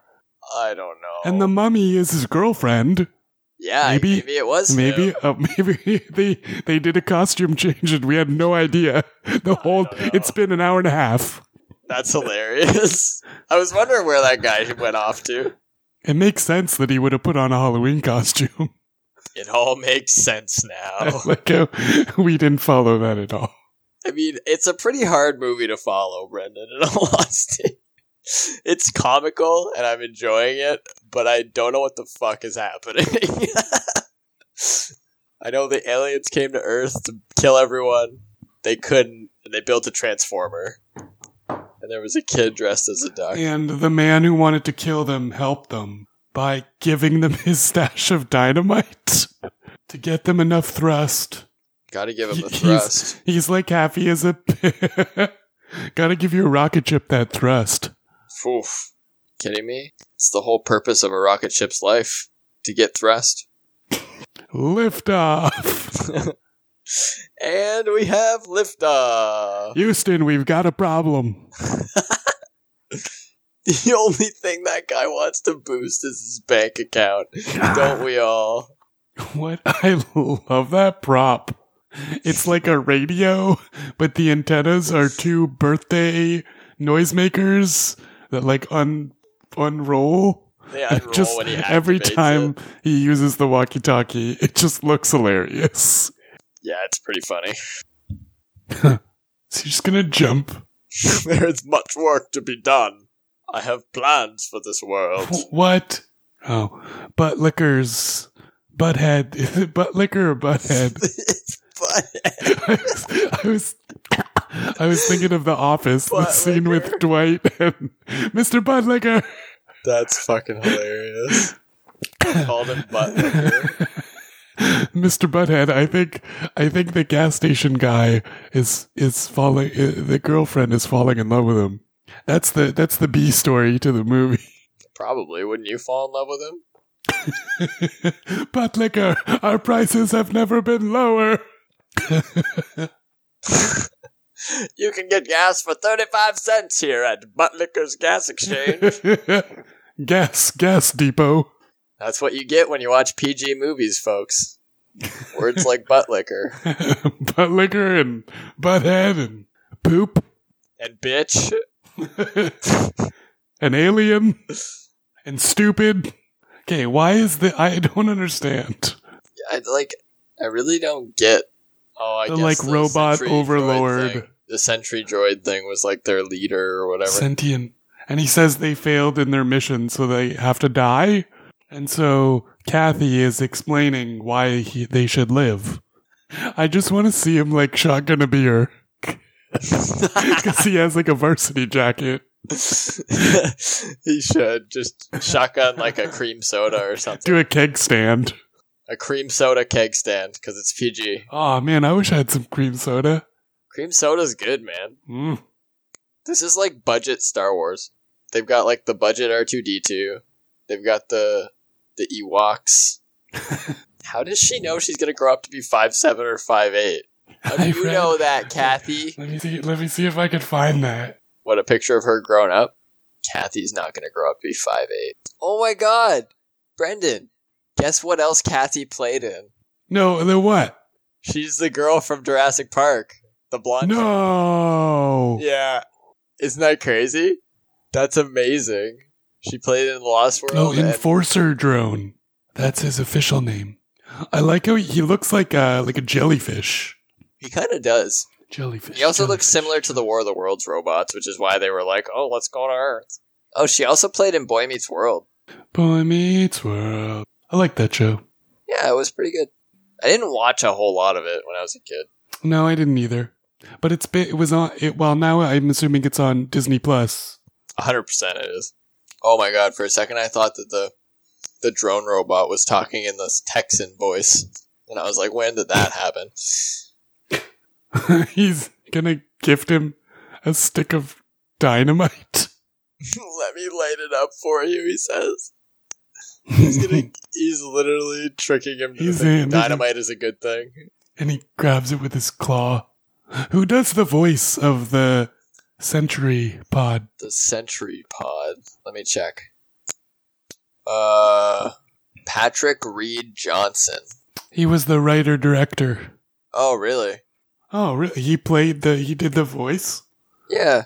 [SPEAKER 1] I don't know.
[SPEAKER 2] And the mummy is his girlfriend.
[SPEAKER 1] yeah,
[SPEAKER 2] maybe-
[SPEAKER 1] maybe, it was
[SPEAKER 2] Maybe
[SPEAKER 1] him.
[SPEAKER 2] uh, maybe they they did a costume change and we had no idea. The whole
[SPEAKER 1] don't know.
[SPEAKER 2] it's been an hour and a half.
[SPEAKER 1] That's hilarious. I was wondering where that guy went off to.
[SPEAKER 2] It makes sense that he would have put on a Halloween costume.
[SPEAKER 1] It all makes sense now.
[SPEAKER 2] like uh, we didn't follow that at all.
[SPEAKER 1] I mean, it's a pretty hard movie to follow, Brendan, and I lost it. It's comical and I'm enjoying it, but I don't know what the fuck is happening. I know the aliens came to Earth to kill everyone. They couldn't, and they built a transformer. And there was a kid dressed as a duck.
[SPEAKER 2] And the man who wanted to kill them helped them by giving them his stash of dynamite to get them enough thrust.
[SPEAKER 1] Gotta give him a
[SPEAKER 2] He's-
[SPEAKER 1] thrust.
[SPEAKER 2] He's like happy as a. Gotta give your rocket ship that thrust.
[SPEAKER 1] Oof. Kidding me? It's the whole purpose of a rocket ship's life to get thrust.
[SPEAKER 2] Lift off.
[SPEAKER 1] And we have liftoff.
[SPEAKER 2] Houston, we've got a problem.
[SPEAKER 1] The only thing that guy wants to boost is his bank account. Don't we all?
[SPEAKER 2] What? I love that prop. It's like a radio, but the antennas are two birthday noisemakers that like un unroll.
[SPEAKER 1] They unroll
[SPEAKER 2] just
[SPEAKER 1] when he activates
[SPEAKER 2] every time
[SPEAKER 1] it.
[SPEAKER 2] he uses the walkie-talkie, it just looks hilarious.
[SPEAKER 1] Yeah, it's pretty funny.
[SPEAKER 2] Is he just gonna jump?
[SPEAKER 1] there is much work to be done. I have plans for this world.
[SPEAKER 2] What? Oh, butt lickers, butthead, is it butt licker or butthead?
[SPEAKER 1] it's funny.
[SPEAKER 2] I was, I was, I was thinking of the office, the
[SPEAKER 1] Butt
[SPEAKER 2] scene with
[SPEAKER 1] licker.
[SPEAKER 2] Dwight and Mr. Buttlicker.
[SPEAKER 1] That's fucking hilarious. Called him butt licker.
[SPEAKER 2] Mr. Butthead, I think I think the gas station guy is is falling. Uh, the girlfriend is falling in love with him. That's the that's the B story to the movie.
[SPEAKER 1] Probably. Wouldn't you fall in love with him?
[SPEAKER 2] Buttlicker, our prices have never been lower.
[SPEAKER 1] You can get gas for 35 cents here at Buttlicker's Gas Exchange.
[SPEAKER 2] gas, gas depot.
[SPEAKER 1] That's what you get when you watch PG movies, folks. Words like butt liquor
[SPEAKER 2] butt liquor and butthead and poop.
[SPEAKER 1] and bitch.
[SPEAKER 2] An alien and stupid. Okay, why is the I don't understand.
[SPEAKER 1] I like. I really don't get. Oh, I
[SPEAKER 2] The,
[SPEAKER 1] guess
[SPEAKER 2] like,
[SPEAKER 1] the
[SPEAKER 2] robot
[SPEAKER 1] sentry droid
[SPEAKER 2] overlord.
[SPEAKER 1] thing- The sentry droid thing was like their leader or whatever.
[SPEAKER 2] Sentient. And he says they failed in their mission, so they have to die. And so Kathy is explaining why he, they should live. I just want to see him like shotgun a beer because he has like a varsity jacket.
[SPEAKER 1] he should just shotgun like a cream soda or something.
[SPEAKER 2] Do a keg stand.
[SPEAKER 1] A cream soda keg stand because it's PG.
[SPEAKER 2] Oh man, I wish I had some cream soda.
[SPEAKER 1] Cream soda's good, man.
[SPEAKER 2] Mm.
[SPEAKER 1] This is like budget Star Wars. They've got like the budget R two D two. They've got the the Ewoks. How does she know she's gonna grow up to be five seven or five eight? How do
[SPEAKER 2] I
[SPEAKER 1] you
[SPEAKER 2] read-
[SPEAKER 1] know that, Kathy?
[SPEAKER 2] Let me see. Let me see if I could find that.
[SPEAKER 1] What a picture of her grown up. Kathy's not gonna grow up to be five eight. Oh my god, Brendan! Guess what else Kathy played in?
[SPEAKER 2] No, the what?
[SPEAKER 1] She's the girl from Jurassic Park, the blonde.
[SPEAKER 2] No.
[SPEAKER 1] Yeah. Isn't that crazy? That's amazing. She played in the Lost
[SPEAKER 2] No,
[SPEAKER 1] World. and-
[SPEAKER 2] Oh, enforcer drone. That's his official name. I like how he looks like a like a jellyfish.
[SPEAKER 1] he kind of does.
[SPEAKER 2] Jellyfish.
[SPEAKER 1] He also looks
[SPEAKER 2] jellyfish.
[SPEAKER 1] similar to the War of the Worlds robots, which is why they were like, "Oh, let's go to Earth." Oh, she also played in Boy Meets World.
[SPEAKER 2] Boy Meets World. I like that show.
[SPEAKER 1] Yeah, it was pretty good. I didn't watch a whole lot of it when I was a kid.
[SPEAKER 2] No, I didn't either. But it's been, it was on it. Well, now I'm assuming it's on Disney Plus.
[SPEAKER 1] hundred percent, it is. Oh my god! For a second, I thought that the the drone robot was talking in this Texan voice, and I was like, "When did that happen?"
[SPEAKER 2] He's gonna gift him a stick of dynamite.
[SPEAKER 1] Let me light it up for you, he says. He's gonna he's literally tricking him to
[SPEAKER 2] He's
[SPEAKER 1] think
[SPEAKER 2] in.
[SPEAKER 1] dynamite is a good thing.
[SPEAKER 2] and he grabs it with his claw. Who does the voice of the Sentry Pod?
[SPEAKER 1] The sentry pod. Let me check. Uh Patrick Reed Johnson.
[SPEAKER 2] He was the writer director.
[SPEAKER 1] Oh really?
[SPEAKER 2] Oh, really? He played the. He did the voice.
[SPEAKER 1] Yeah.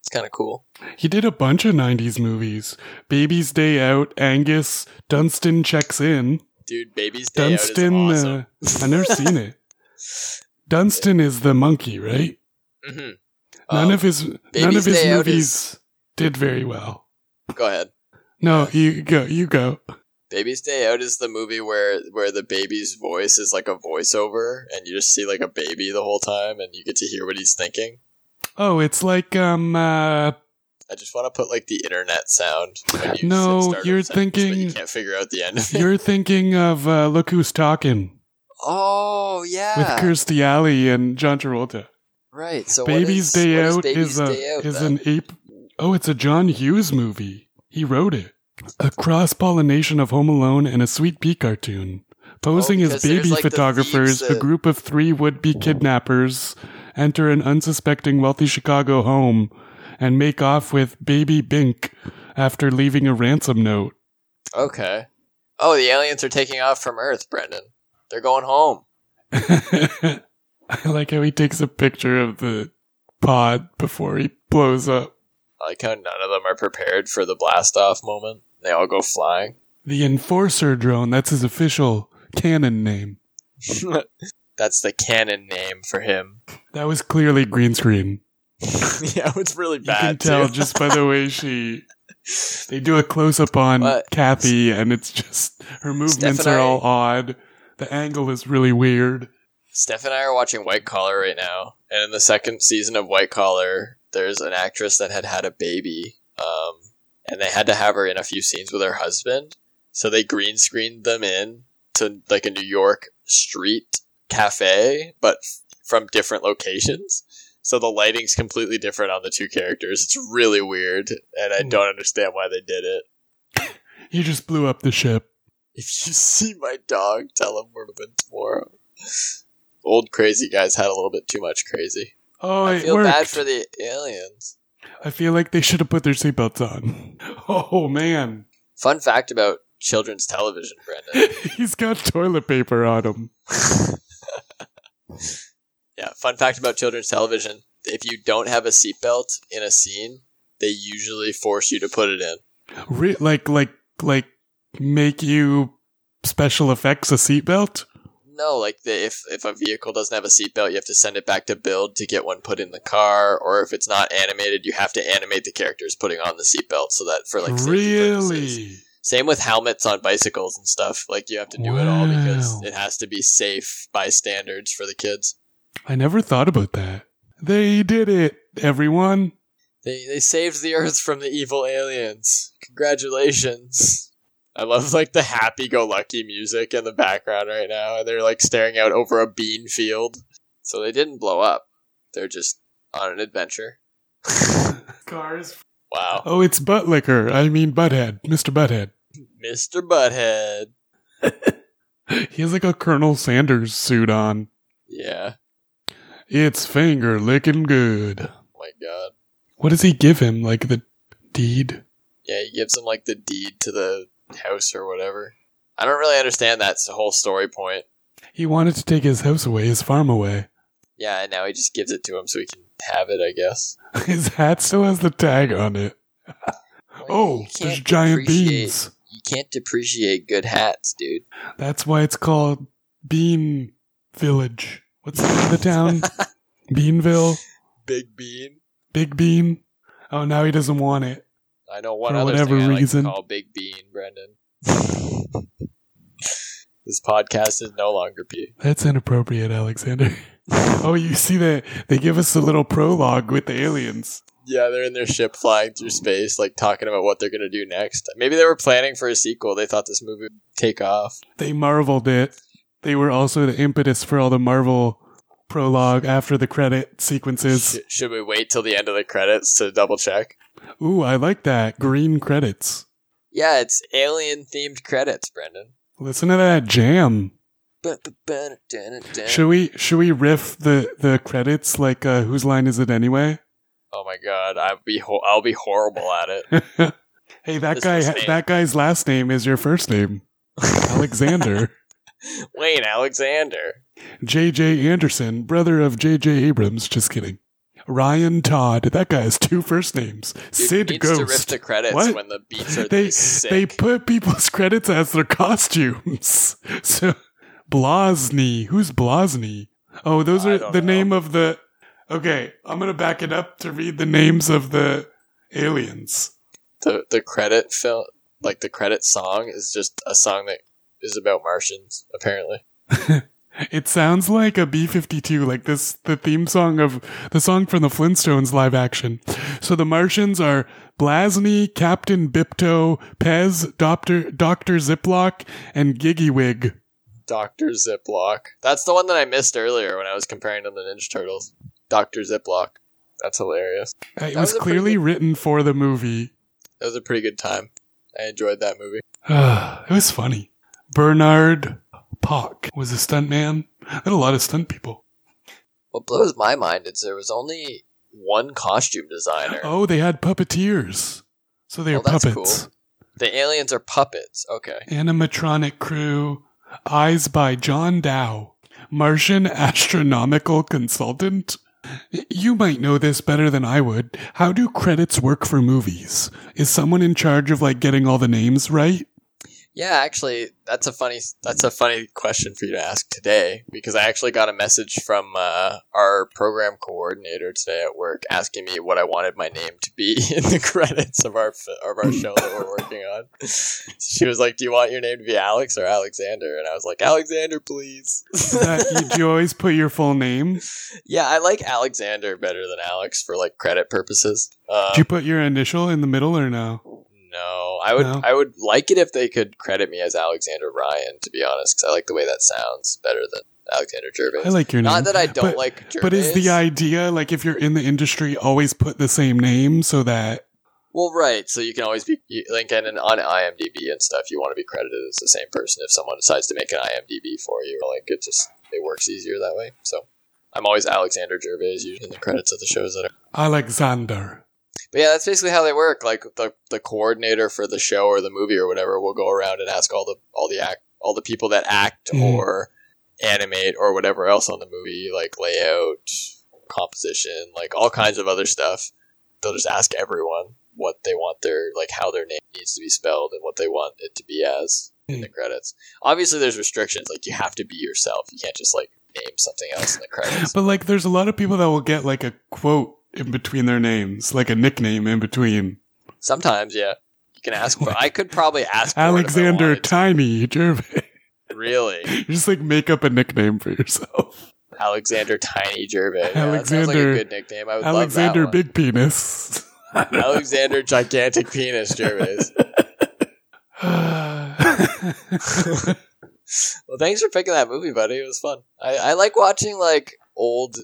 [SPEAKER 1] It's kinda cool.
[SPEAKER 2] He did a bunch of '90s movies: Baby's Day Out, Angus, Dunstan Checks In.
[SPEAKER 1] Dude, baby's day
[SPEAKER 2] Dunstan.
[SPEAKER 1] out is awesome.
[SPEAKER 2] Uh, I've never seen it. Dunstan is the monkey, right?
[SPEAKER 1] hmm
[SPEAKER 2] None of his none of
[SPEAKER 1] Baby's
[SPEAKER 2] his
[SPEAKER 1] Day Out
[SPEAKER 2] movies
[SPEAKER 1] is-
[SPEAKER 2] did very well.
[SPEAKER 1] go ahead.
[SPEAKER 2] No, you go. You go.
[SPEAKER 1] Baby's Day Out is the movie where where the baby's voice is like a voiceover, and you just see like a baby the whole time, and you get to hear what he's thinking.
[SPEAKER 2] Oh, it's like um. Uh,
[SPEAKER 1] I just want to put like the internet sound. When you
[SPEAKER 2] No,
[SPEAKER 1] s- start a
[SPEAKER 2] you're
[SPEAKER 1] sentence, but you
[SPEAKER 2] thinking-
[SPEAKER 1] can't figure out the end of it.
[SPEAKER 2] you're thinking of uh, Look Who's Talking
[SPEAKER 1] Oh yeah,
[SPEAKER 2] with Kirstie Alley and John Travolta.
[SPEAKER 1] right. So what
[SPEAKER 2] Baby's
[SPEAKER 1] is-
[SPEAKER 2] Day
[SPEAKER 1] what
[SPEAKER 2] Out
[SPEAKER 1] Baby's
[SPEAKER 2] is a
[SPEAKER 1] Day Out,
[SPEAKER 2] is
[SPEAKER 1] then?
[SPEAKER 2] an ape. Oh, it's a John Hughes movie. He wrote it. A cross pollination of Home Alone and a Sweet Pea cartoon. Posing
[SPEAKER 1] Oh,
[SPEAKER 2] as
[SPEAKER 1] because there's,
[SPEAKER 2] baby
[SPEAKER 1] like, the
[SPEAKER 2] photographers,
[SPEAKER 1] thieves that-
[SPEAKER 2] a group of three would be kidnappers enter an unsuspecting wealthy Chicago home and make off with baby Bink after leaving a ransom note.
[SPEAKER 1] okay. Oh, the aliens are taking off from Earth, Brendan. They're going home.
[SPEAKER 2] I like how he takes a picture of the pod before he blows up.
[SPEAKER 1] I like how none of them are prepared for the blast off moment. They all go flying.
[SPEAKER 2] The Enforcer drone, that's his official canon name.
[SPEAKER 1] That's the canon name for him.
[SPEAKER 2] That was clearly green screen.
[SPEAKER 1] yeah, it's really
[SPEAKER 2] You
[SPEAKER 1] bad.
[SPEAKER 2] can tell
[SPEAKER 1] too.
[SPEAKER 2] just by the way she they do a close up on
[SPEAKER 1] But-
[SPEAKER 2] Kathy and it's just her movements are all odd. The angle is really weird.
[SPEAKER 1] Steph and I are watching White Collar right now, and in the second season of White Collar, there's an actress that had had a baby, um, and they had to have her in a few scenes with her husband, so they green screened them in to like a New York street cafe, but f- from different locations. So the lighting's completely different on the two characters. It's really weird, and I
[SPEAKER 2] Hmm.
[SPEAKER 1] don't understand why they did it.
[SPEAKER 2] He just blew up the ship.
[SPEAKER 1] If you see my dog, tell him we're moving tomorrow. Old crazy guys had a little bit too much crazy.
[SPEAKER 2] Oh,
[SPEAKER 1] I
[SPEAKER 2] it
[SPEAKER 1] feel
[SPEAKER 2] worked.
[SPEAKER 1] bad for the aliens.
[SPEAKER 2] I feel like they should have put their seatbelts on. Oh man.
[SPEAKER 1] Fun fact about children's television, Brendan.
[SPEAKER 2] He's got toilet paper on him.
[SPEAKER 1] yeah, fun fact about children's television. If you don't have a seatbelt in a scene, they usually force you to put it in.
[SPEAKER 2] Re- like like like make you special effects a seatbelt?
[SPEAKER 1] No, like the, if if a vehicle doesn't have a seatbelt, you have to send it back to build to get one put in the car. Or if it's not animated, you have to animate the characters putting on the seatbelt so that for like safety purposes.
[SPEAKER 2] really?
[SPEAKER 1] Same with helmets on bicycles and stuff. Like you have to do it all because
[SPEAKER 2] Wow.
[SPEAKER 1] it has to be safe by standards for the kids.
[SPEAKER 2] I never thought about that. They did it, everyone.
[SPEAKER 1] They they saved the earth from the evil aliens. Congratulations. I love like the happy go lucky music in the background right now and they're like staring out over a bean field. So they didn't blow up. They're just on an adventure.
[SPEAKER 2] Cars.
[SPEAKER 1] Wow.
[SPEAKER 2] Oh, it's butt liquor. I mean, butthead, Mr. Butthead.
[SPEAKER 1] Mr. Butthead.
[SPEAKER 2] He has like a Colonel Sanders suit on.
[SPEAKER 1] Yeah.
[SPEAKER 2] It's finger licking good.
[SPEAKER 1] Oh my god.
[SPEAKER 2] What does he give him? Like the deed?
[SPEAKER 1] Yeah, he gives him like the deed to the house or whatever. I don't really understand that s- whole story point.
[SPEAKER 2] He wanted to take his house away, his farm away.
[SPEAKER 1] Yeah, and now he just gives it to him so he can have it, I guess.
[SPEAKER 2] His hat still has the tag on it. Oh,
[SPEAKER 1] You can't
[SPEAKER 2] there's giant
[SPEAKER 1] depreciate-
[SPEAKER 2] beans.
[SPEAKER 1] You can't depreciate good hats, dude.
[SPEAKER 2] That's why it's called Bean Village. What's the name of the town? Beanville?
[SPEAKER 1] Big Bean.
[SPEAKER 2] Big Bean? Oh, now he doesn't want it.
[SPEAKER 1] I know one
[SPEAKER 2] For
[SPEAKER 1] other
[SPEAKER 2] whatever
[SPEAKER 1] thing I
[SPEAKER 2] reason.
[SPEAKER 1] like to call Big Bean, Brendan. this podcast is no longer P.
[SPEAKER 2] That's inappropriate, Alexander. oh, you see that? They give us a little prologue with the aliens.
[SPEAKER 1] Yeah, they're in their ship flying through space, like talking about what they're gonna do next. Maybe they were planning for a sequel. They thought this movie would take off.
[SPEAKER 2] They marveled it. They were also the impetus for all the Marvel prologue after the credit sequences.
[SPEAKER 1] Sh- should we wait till the end of the credits to double check?
[SPEAKER 2] Ooh, I like that. Green credits.
[SPEAKER 1] Yeah, it's alien themed credits, Brendan.
[SPEAKER 2] Listen to that jam.
[SPEAKER 1] Ba-ba-ba-da-da-da.
[SPEAKER 2] Should we should we riff the the credits like uh, whose line is it anyway?
[SPEAKER 1] Oh my god, I'd be ho- I'll be horrible at it.
[SPEAKER 2] hey, that
[SPEAKER 1] His
[SPEAKER 2] guy
[SPEAKER 1] first name.
[SPEAKER 2] that guy's last name is your first name. Alexander.
[SPEAKER 1] Wayne Alexander.
[SPEAKER 2] JJ Anderson, brother of JJ Abrams, just kidding. Ryan Todd, that guy has two first names.
[SPEAKER 1] Dude
[SPEAKER 2] Sid
[SPEAKER 1] needs to rip
[SPEAKER 2] Ghost.
[SPEAKER 1] the credits
[SPEAKER 2] What?
[SPEAKER 1] when the beats are
[SPEAKER 2] They-
[SPEAKER 1] this sick.
[SPEAKER 2] They put people's credits as their costumes. So Blosny, who's Blosny? Oh, those
[SPEAKER 1] I
[SPEAKER 2] are
[SPEAKER 1] don't
[SPEAKER 2] the
[SPEAKER 1] know.
[SPEAKER 2] name of the Okay, I'm going to back it up to read the names of the aliens.
[SPEAKER 1] the the credit film like the credit song is just a song that is about Martians, apparently.
[SPEAKER 2] It sounds like a B52, like this, the theme song of the song from the Flintstones live action. So the Martians are Blasny, Captain Bipto, Pez, Doctor, Dr. Ziploc, and Giggywig.
[SPEAKER 1] Doctor Ziploc. That's the one that I missed earlier when I was comparing to the Ninja Turtles. Doctor Ziploc. That's hilarious.
[SPEAKER 2] Uh, It
[SPEAKER 1] That
[SPEAKER 2] was
[SPEAKER 1] was a pretty
[SPEAKER 2] clearly
[SPEAKER 1] good-
[SPEAKER 2] written for the movie.
[SPEAKER 1] That was a pretty good time. I enjoyed that movie.
[SPEAKER 2] Ah, it was funny. Bernard Pock was a stuntman. I had a lot of stunt people.
[SPEAKER 1] What blows my mind is there was only one costume designer.
[SPEAKER 2] Oh, they had puppeteers. So they
[SPEAKER 1] Oh,
[SPEAKER 2] are
[SPEAKER 1] that's
[SPEAKER 2] puppets.
[SPEAKER 1] cool. The aliens are puppets. Okay.
[SPEAKER 2] Animatronic Crew, Eyes by John Dow, Martian Astronomical Consultant. You might know this better than I would. How do credits work for movies? Is someone in charge of like getting all the names right?
[SPEAKER 1] Yeah, actually, that's a funny that's a funny question for you to ask today because I actually got a message from uh, our program coordinator today at work asking me what I wanted my name to be in the credits of our fi- of our show that we're working on. She was like, "Do you want your name to be Alex or Alexander?" And I was like, "Alexander, please."
[SPEAKER 2] Is that, you, do you always put your full name?
[SPEAKER 1] yeah, I like Alexander better than Alex for like credit purposes. Um,
[SPEAKER 2] Do you put your initial in the middle or no?
[SPEAKER 1] No, I would
[SPEAKER 2] No?
[SPEAKER 1] I would like it if they could credit me as Alexander Ryan, to be honest, because I like the way that sounds better than Alexander Gervais.
[SPEAKER 2] I like your
[SPEAKER 1] Not
[SPEAKER 2] name.
[SPEAKER 1] that I don't
[SPEAKER 2] but-
[SPEAKER 1] like Gervais,
[SPEAKER 2] But is the idea like if you're in the industry, always put the same name so that
[SPEAKER 1] well, right? So you can always be you- like and on IMDb and stuff. You want to be credited as the same person if someone decides to make an IMDb for you. Like it just it works easier that way. So I'm always Alexander Gervais usually in the credits of the shows that are.
[SPEAKER 2] Alexander?
[SPEAKER 1] But yeah, that's basically how they work. Like the the coordinator for the show or the movie or whatever will go around and ask all the all the act all the people that act
[SPEAKER 2] Mhm.
[SPEAKER 1] or animate or whatever else on the movie, like layout, composition, like all kinds of other stuff. They'll just ask everyone what they want their like how their name needs to be spelled and what they want it to be as in the credits. Obviously there's restrictions, like you have to be yourself. You can't just like name something else in the credits.
[SPEAKER 2] But like, there's a lot of people that will get like a quote in between their names, like a nickname in between.
[SPEAKER 1] Sometimes, yeah. You can ask for I could probably ask for it if I
[SPEAKER 2] Alexander
[SPEAKER 1] wanted to.
[SPEAKER 2] Tiny Gervais.
[SPEAKER 1] Really?
[SPEAKER 2] You just like make up a nickname for yourself.
[SPEAKER 1] Alexander Tiny Gervais. Yeah, that sounds like
[SPEAKER 2] Alexander-
[SPEAKER 1] a good nickname. I would
[SPEAKER 2] Alexander
[SPEAKER 1] love that
[SPEAKER 2] Big Penis.
[SPEAKER 1] one. Alexander Gigantic Penis Gervais.
[SPEAKER 2] yeah,
[SPEAKER 1] well, thanks for picking that movie, buddy. It was fun. I, I like watching like old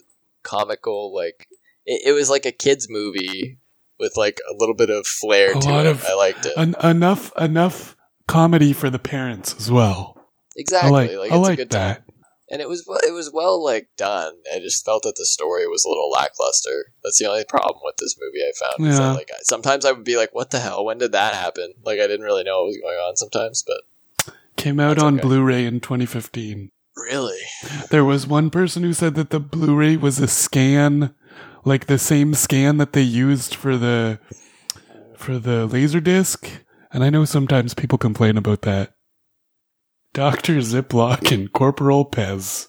[SPEAKER 1] comical like it, it was like a kids movie with like a little bit of flair
[SPEAKER 2] A
[SPEAKER 1] to
[SPEAKER 2] lot
[SPEAKER 1] it.
[SPEAKER 2] of-
[SPEAKER 1] I liked it.
[SPEAKER 2] En- enough, enough comedy for the parents as well.
[SPEAKER 1] exactly.
[SPEAKER 2] I like, I
[SPEAKER 1] it's a
[SPEAKER 2] like
[SPEAKER 1] good time.
[SPEAKER 2] that.
[SPEAKER 1] and it was well- it was well like done. I just felt that the story was a little lackluster. That's the only problem with this movie I found. is that,
[SPEAKER 2] Yeah.
[SPEAKER 1] like I, sometimes I would be like, "What the hell? When did that happen?" Like I didn't really know what was going on sometimes. But
[SPEAKER 2] Came out
[SPEAKER 1] That's
[SPEAKER 2] on
[SPEAKER 1] okay.
[SPEAKER 2] Blu-ray in 2015.
[SPEAKER 1] really,
[SPEAKER 2] There was one person who said that the Blu-ray was a scan, like the same scan that they used for the for the Laserdisc. And I know sometimes people complain about that. Doctor Ziploc and Corporal Pez.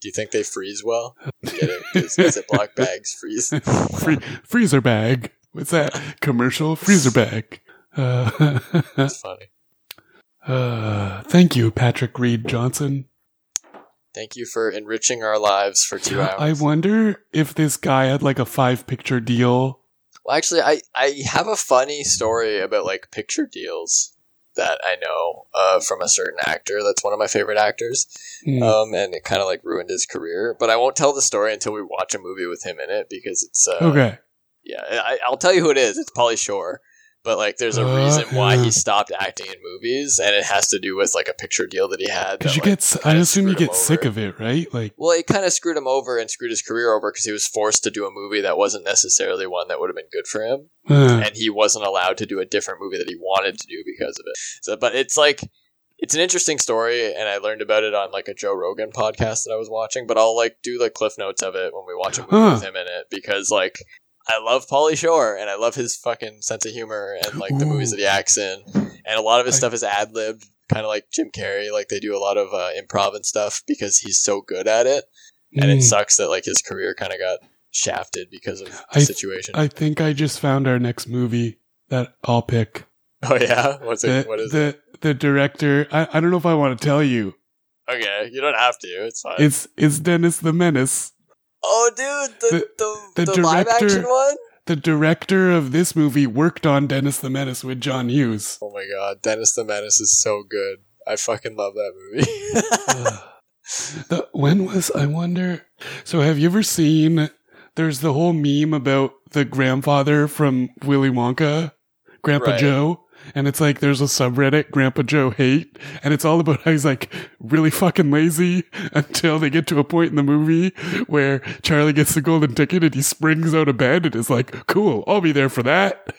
[SPEAKER 1] do you think they freeze well? Get it? 'Cause Ziploc bags freeze.
[SPEAKER 2] Free, freezer bag. What's that commercial? Freezer bag. Uh,
[SPEAKER 1] That's funny.
[SPEAKER 2] uh, thank you, Patrick Reed Johnson.
[SPEAKER 1] Thank you for enriching our lives for two hours.
[SPEAKER 2] I wonder if this guy had like a five-picture deal
[SPEAKER 1] well, actually, I I have a funny story about like picture deals. that I know uh, from a certain actor that's one of my favorite actors.
[SPEAKER 2] Hmm.
[SPEAKER 1] Um, and it kind of like ruined his career. But I won't tell the story until we watch a movie with him in it because it's uh,
[SPEAKER 2] okay.
[SPEAKER 1] yeah. I, I'll tell you who it is. It's Polly Shore. But like, there's a reason why
[SPEAKER 2] Okay.
[SPEAKER 1] he stopped acting in movies, and it has to do with like a picture deal that he had.
[SPEAKER 2] Because
[SPEAKER 1] that,
[SPEAKER 2] you
[SPEAKER 1] like,
[SPEAKER 2] get, s- I assume you
[SPEAKER 1] screwed him
[SPEAKER 2] get sick
[SPEAKER 1] over.
[SPEAKER 2] of it, right? Like,
[SPEAKER 1] well, it kind of screwed him over and screwed his career over because he was forced to do a movie that wasn't necessarily one that would have been good for him.
[SPEAKER 2] uh,
[SPEAKER 1] and he wasn't allowed to do a different movie that he wanted to do because of it. So, but it's like it's an interesting story, and I learned about it on like a Joe Rogan podcast that I was watching. But I'll like do like cliff notes of it when we watch a movie
[SPEAKER 2] Huh.
[SPEAKER 1] with him in it because like I love Pauly Shore and I love his fucking sense of humor and like the
[SPEAKER 2] Ooh.
[SPEAKER 1] movies that he acts in, and a lot of his
[SPEAKER 2] I-
[SPEAKER 1] stuff is ad libbed, kind of like Jim Carrey. Like they do a lot of uh, improv and stuff because he's so good at it, and it
[SPEAKER 2] mm.
[SPEAKER 1] sucks that like his career kind of got shafted because of the
[SPEAKER 2] I-
[SPEAKER 1] situation.
[SPEAKER 2] I think I just found our next movie that I'll pick.
[SPEAKER 1] oh yeah, what's
[SPEAKER 2] The,
[SPEAKER 1] it? What is it?
[SPEAKER 2] the, the director, I, I don't know if I want to tell you.
[SPEAKER 1] Okay, you don't have to. It's fine.
[SPEAKER 2] It's it's Dennis the Menace.
[SPEAKER 1] oh, dude, the the,
[SPEAKER 2] the
[SPEAKER 1] the, live action
[SPEAKER 2] director-
[SPEAKER 1] one.
[SPEAKER 2] The director of this movie worked on Dennis the Menace with John Hughes.
[SPEAKER 1] Oh my god, Dennis the Menace is so good. I fucking love that movie.
[SPEAKER 2] Ugh. the, when was I wonder? So have you ever seen? There's the whole meme about the grandfather from Willy Wonka, Grandpa
[SPEAKER 1] Right.
[SPEAKER 2] Joe, and it's like there's a subreddit Grandpa Joe hate, and it's all about how he's like really fucking lazy until they get to a point in the movie where Charlie gets the golden ticket and he springs out of bed and is like, "Cool, I'll be there for that."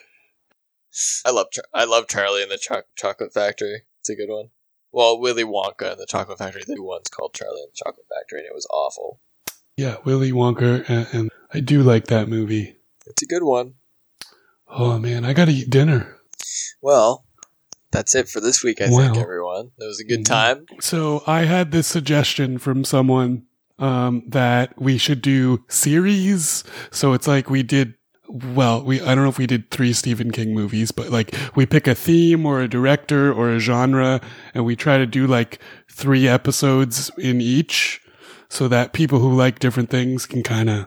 [SPEAKER 1] I love Char- I love Charlie and the Choc Chocolate Factory. It's a good one. Well, Willy Wonka and the Chocolate Factory. The one's called Charlie and the Chocolate Factory, and it was awful.
[SPEAKER 2] Yeah, Willy Wonka, and, and I do like that movie.
[SPEAKER 1] It's a good one.
[SPEAKER 2] Oh man, I gotta eat dinner.
[SPEAKER 1] Well, that's it for this week. I think
[SPEAKER 2] Wow.
[SPEAKER 1] everyone. It was a good
[SPEAKER 2] Mhm.
[SPEAKER 1] time.
[SPEAKER 2] So I had this suggestion from someone um, that we should do series. So it's like we did. Well, we I don't know if we did three Stephen King movies, but like we pick a theme or a director or a genre, and we try to do like three episodes in each, so that people who like different things can kind of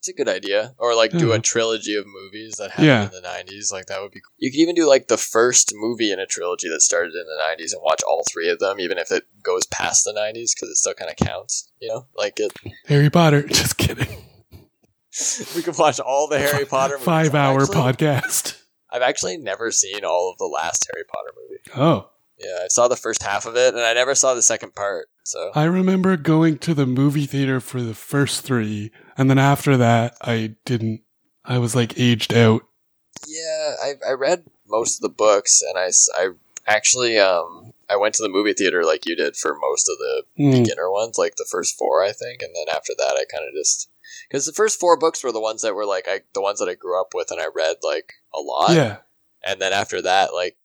[SPEAKER 1] It's a good idea. Or like do
[SPEAKER 2] Yeah.
[SPEAKER 1] a trilogy of movies that happened
[SPEAKER 2] Yeah.
[SPEAKER 1] in the nineties. Like that would be. You could even do like the first movie in a trilogy that started in the nineties and watch all three of them, even if it goes past the nineties, because it still kind of counts. You know, like it.
[SPEAKER 2] Harry Potter. Just kidding.
[SPEAKER 1] We could watch all the Harry Potter movies.
[SPEAKER 2] five hour
[SPEAKER 1] Actually,
[SPEAKER 2] podcast.
[SPEAKER 1] I've actually never seen all of the last Harry Potter movie.
[SPEAKER 2] Oh.
[SPEAKER 1] Yeah, I saw the first half of it, and I never saw the second part. So
[SPEAKER 2] I remember going to the movie theater for the first three, and then after that, I didn't. I was like aged out.
[SPEAKER 1] Yeah, I, I read most of the books, and I, s- I actually um I went to the movie theater like you did for most of the
[SPEAKER 2] Hmm.
[SPEAKER 1] beginner ones, like the first four, I think, and then after that, I kind of just because the first four books were the ones that were like I the ones that I grew up with and I read like a lot,
[SPEAKER 2] Yeah,
[SPEAKER 1] and then after that, like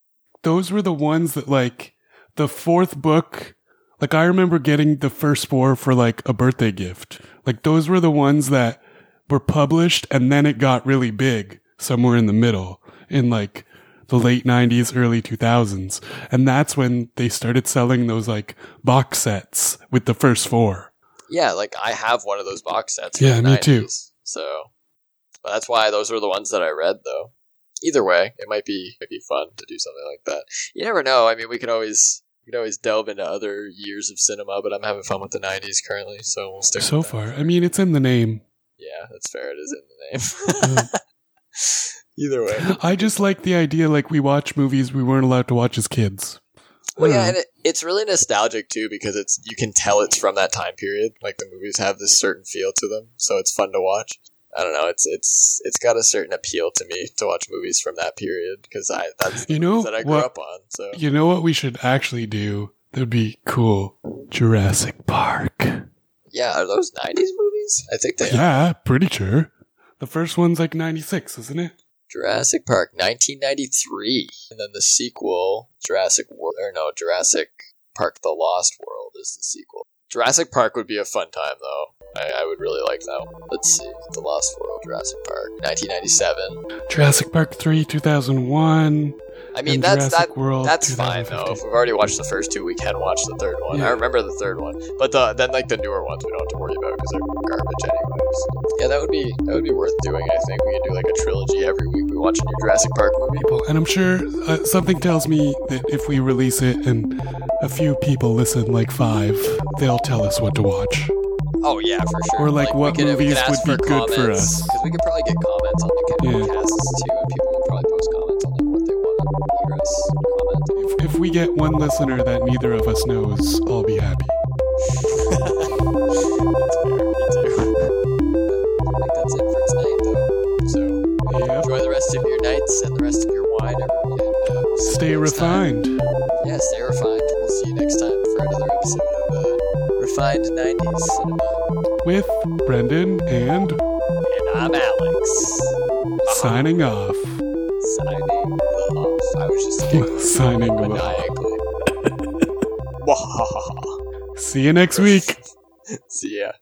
[SPEAKER 2] those were the ones that like the fourth book. Like I remember getting the first four for like a birthday gift. Like those were the ones that were published, and then it got really big somewhere in the middle in like the late 90s early 2000s and that's when they started selling those like box sets with the first four
[SPEAKER 1] yeah, like I have one of those box sets.
[SPEAKER 2] Yeah,
[SPEAKER 1] from the
[SPEAKER 2] me too.
[SPEAKER 1] 90s, So, but that's why those were the ones that I read though. Either way, it might be might be fun to do something like that. You never know. I mean, we could always we could always delve into other years of cinema, but I'm having fun with the '90s currently, so we'll stick.
[SPEAKER 2] so
[SPEAKER 1] with that.
[SPEAKER 2] far. I mean, it's in the name.
[SPEAKER 1] yeah, that's fair. It is in the name.
[SPEAKER 2] Mm.
[SPEAKER 1] Either way,
[SPEAKER 2] I just like the idea like we watch movies we weren't allowed to watch as kids.
[SPEAKER 1] Well, yeah,
[SPEAKER 2] Uh,
[SPEAKER 1] and it, it's really nostalgic too because it's you can tell it's from that time period. Like the movies have this certain feel to them, so it's fun to watch. I don't know, it's it's it's got a certain appeal to me to watch movies from that period because I that's the
[SPEAKER 2] You know
[SPEAKER 1] movies that I grew
[SPEAKER 2] what-
[SPEAKER 1] up on. So
[SPEAKER 2] You know what we should actually do? That would be cool. Jurassic Park.
[SPEAKER 1] yeah, are those '90s movies? I think they are.
[SPEAKER 2] Yeah, pretty sure. The first one's like 96, isn't it?
[SPEAKER 1] Jurassic Park, 1993, and then the sequel, Jurassic World, or no, Jurassic Park: The Lost World is the sequel. Jurassic Park would be a fun time though. I, I would really like that one. Let's see, The Lost World, Jurassic Park, 1997.
[SPEAKER 2] Jurassic Park 3, 2001.
[SPEAKER 1] I mean,
[SPEAKER 2] and
[SPEAKER 1] that's
[SPEAKER 2] Jurassic
[SPEAKER 1] that.
[SPEAKER 2] World
[SPEAKER 1] That's fine though.
[SPEAKER 2] 2015.
[SPEAKER 1] If we've already watched the first two, we can watch the third one. I
[SPEAKER 2] Yeah.
[SPEAKER 1] remember the third one, but the, then like the newer ones, we don't have to worry about because they're garbage anyways. Yeah, that would be that would be worth doing. I think we could do like a trilogy every week. We be watching your Jurassic Park movie.
[SPEAKER 2] people. And I'm sure uh, something tells me that if we release it and a few people listen, like five, they'll tell us what to watch.
[SPEAKER 1] Oh yeah, for sure.
[SPEAKER 2] Or, like, what
[SPEAKER 1] we could, we
[SPEAKER 2] movies
[SPEAKER 1] could ask
[SPEAKER 2] would be
[SPEAKER 1] for
[SPEAKER 2] good for
[SPEAKER 1] comments,
[SPEAKER 2] us.
[SPEAKER 1] 'cause we could probably get comments on the
[SPEAKER 2] Yeah.
[SPEAKER 1] podcasts too, and people would probably post comments on like what they want to hear us comment.
[SPEAKER 2] If, if we get one listener that neither of us knows, I'll be happy.
[SPEAKER 1] That's fair. Me too. But I think that's it for tonight, though. So
[SPEAKER 2] Yep.
[SPEAKER 1] enjoy the rest of your nights and the rest of your wine, everyone. And, uh, we'll see you
[SPEAKER 2] Stay
[SPEAKER 1] next time.
[SPEAKER 2] refined.
[SPEAKER 1] Yeah, stay refined. We'll see you next time for another episode of uh, Refined 90s Cinema.
[SPEAKER 2] With Brendan and
[SPEAKER 1] And I'm Alex.
[SPEAKER 2] signing off.
[SPEAKER 1] Signing off. I was just giggling
[SPEAKER 2] Signing off.
[SPEAKER 1] maniacally. Wahahaha.
[SPEAKER 2] See you next week.
[SPEAKER 1] See ya.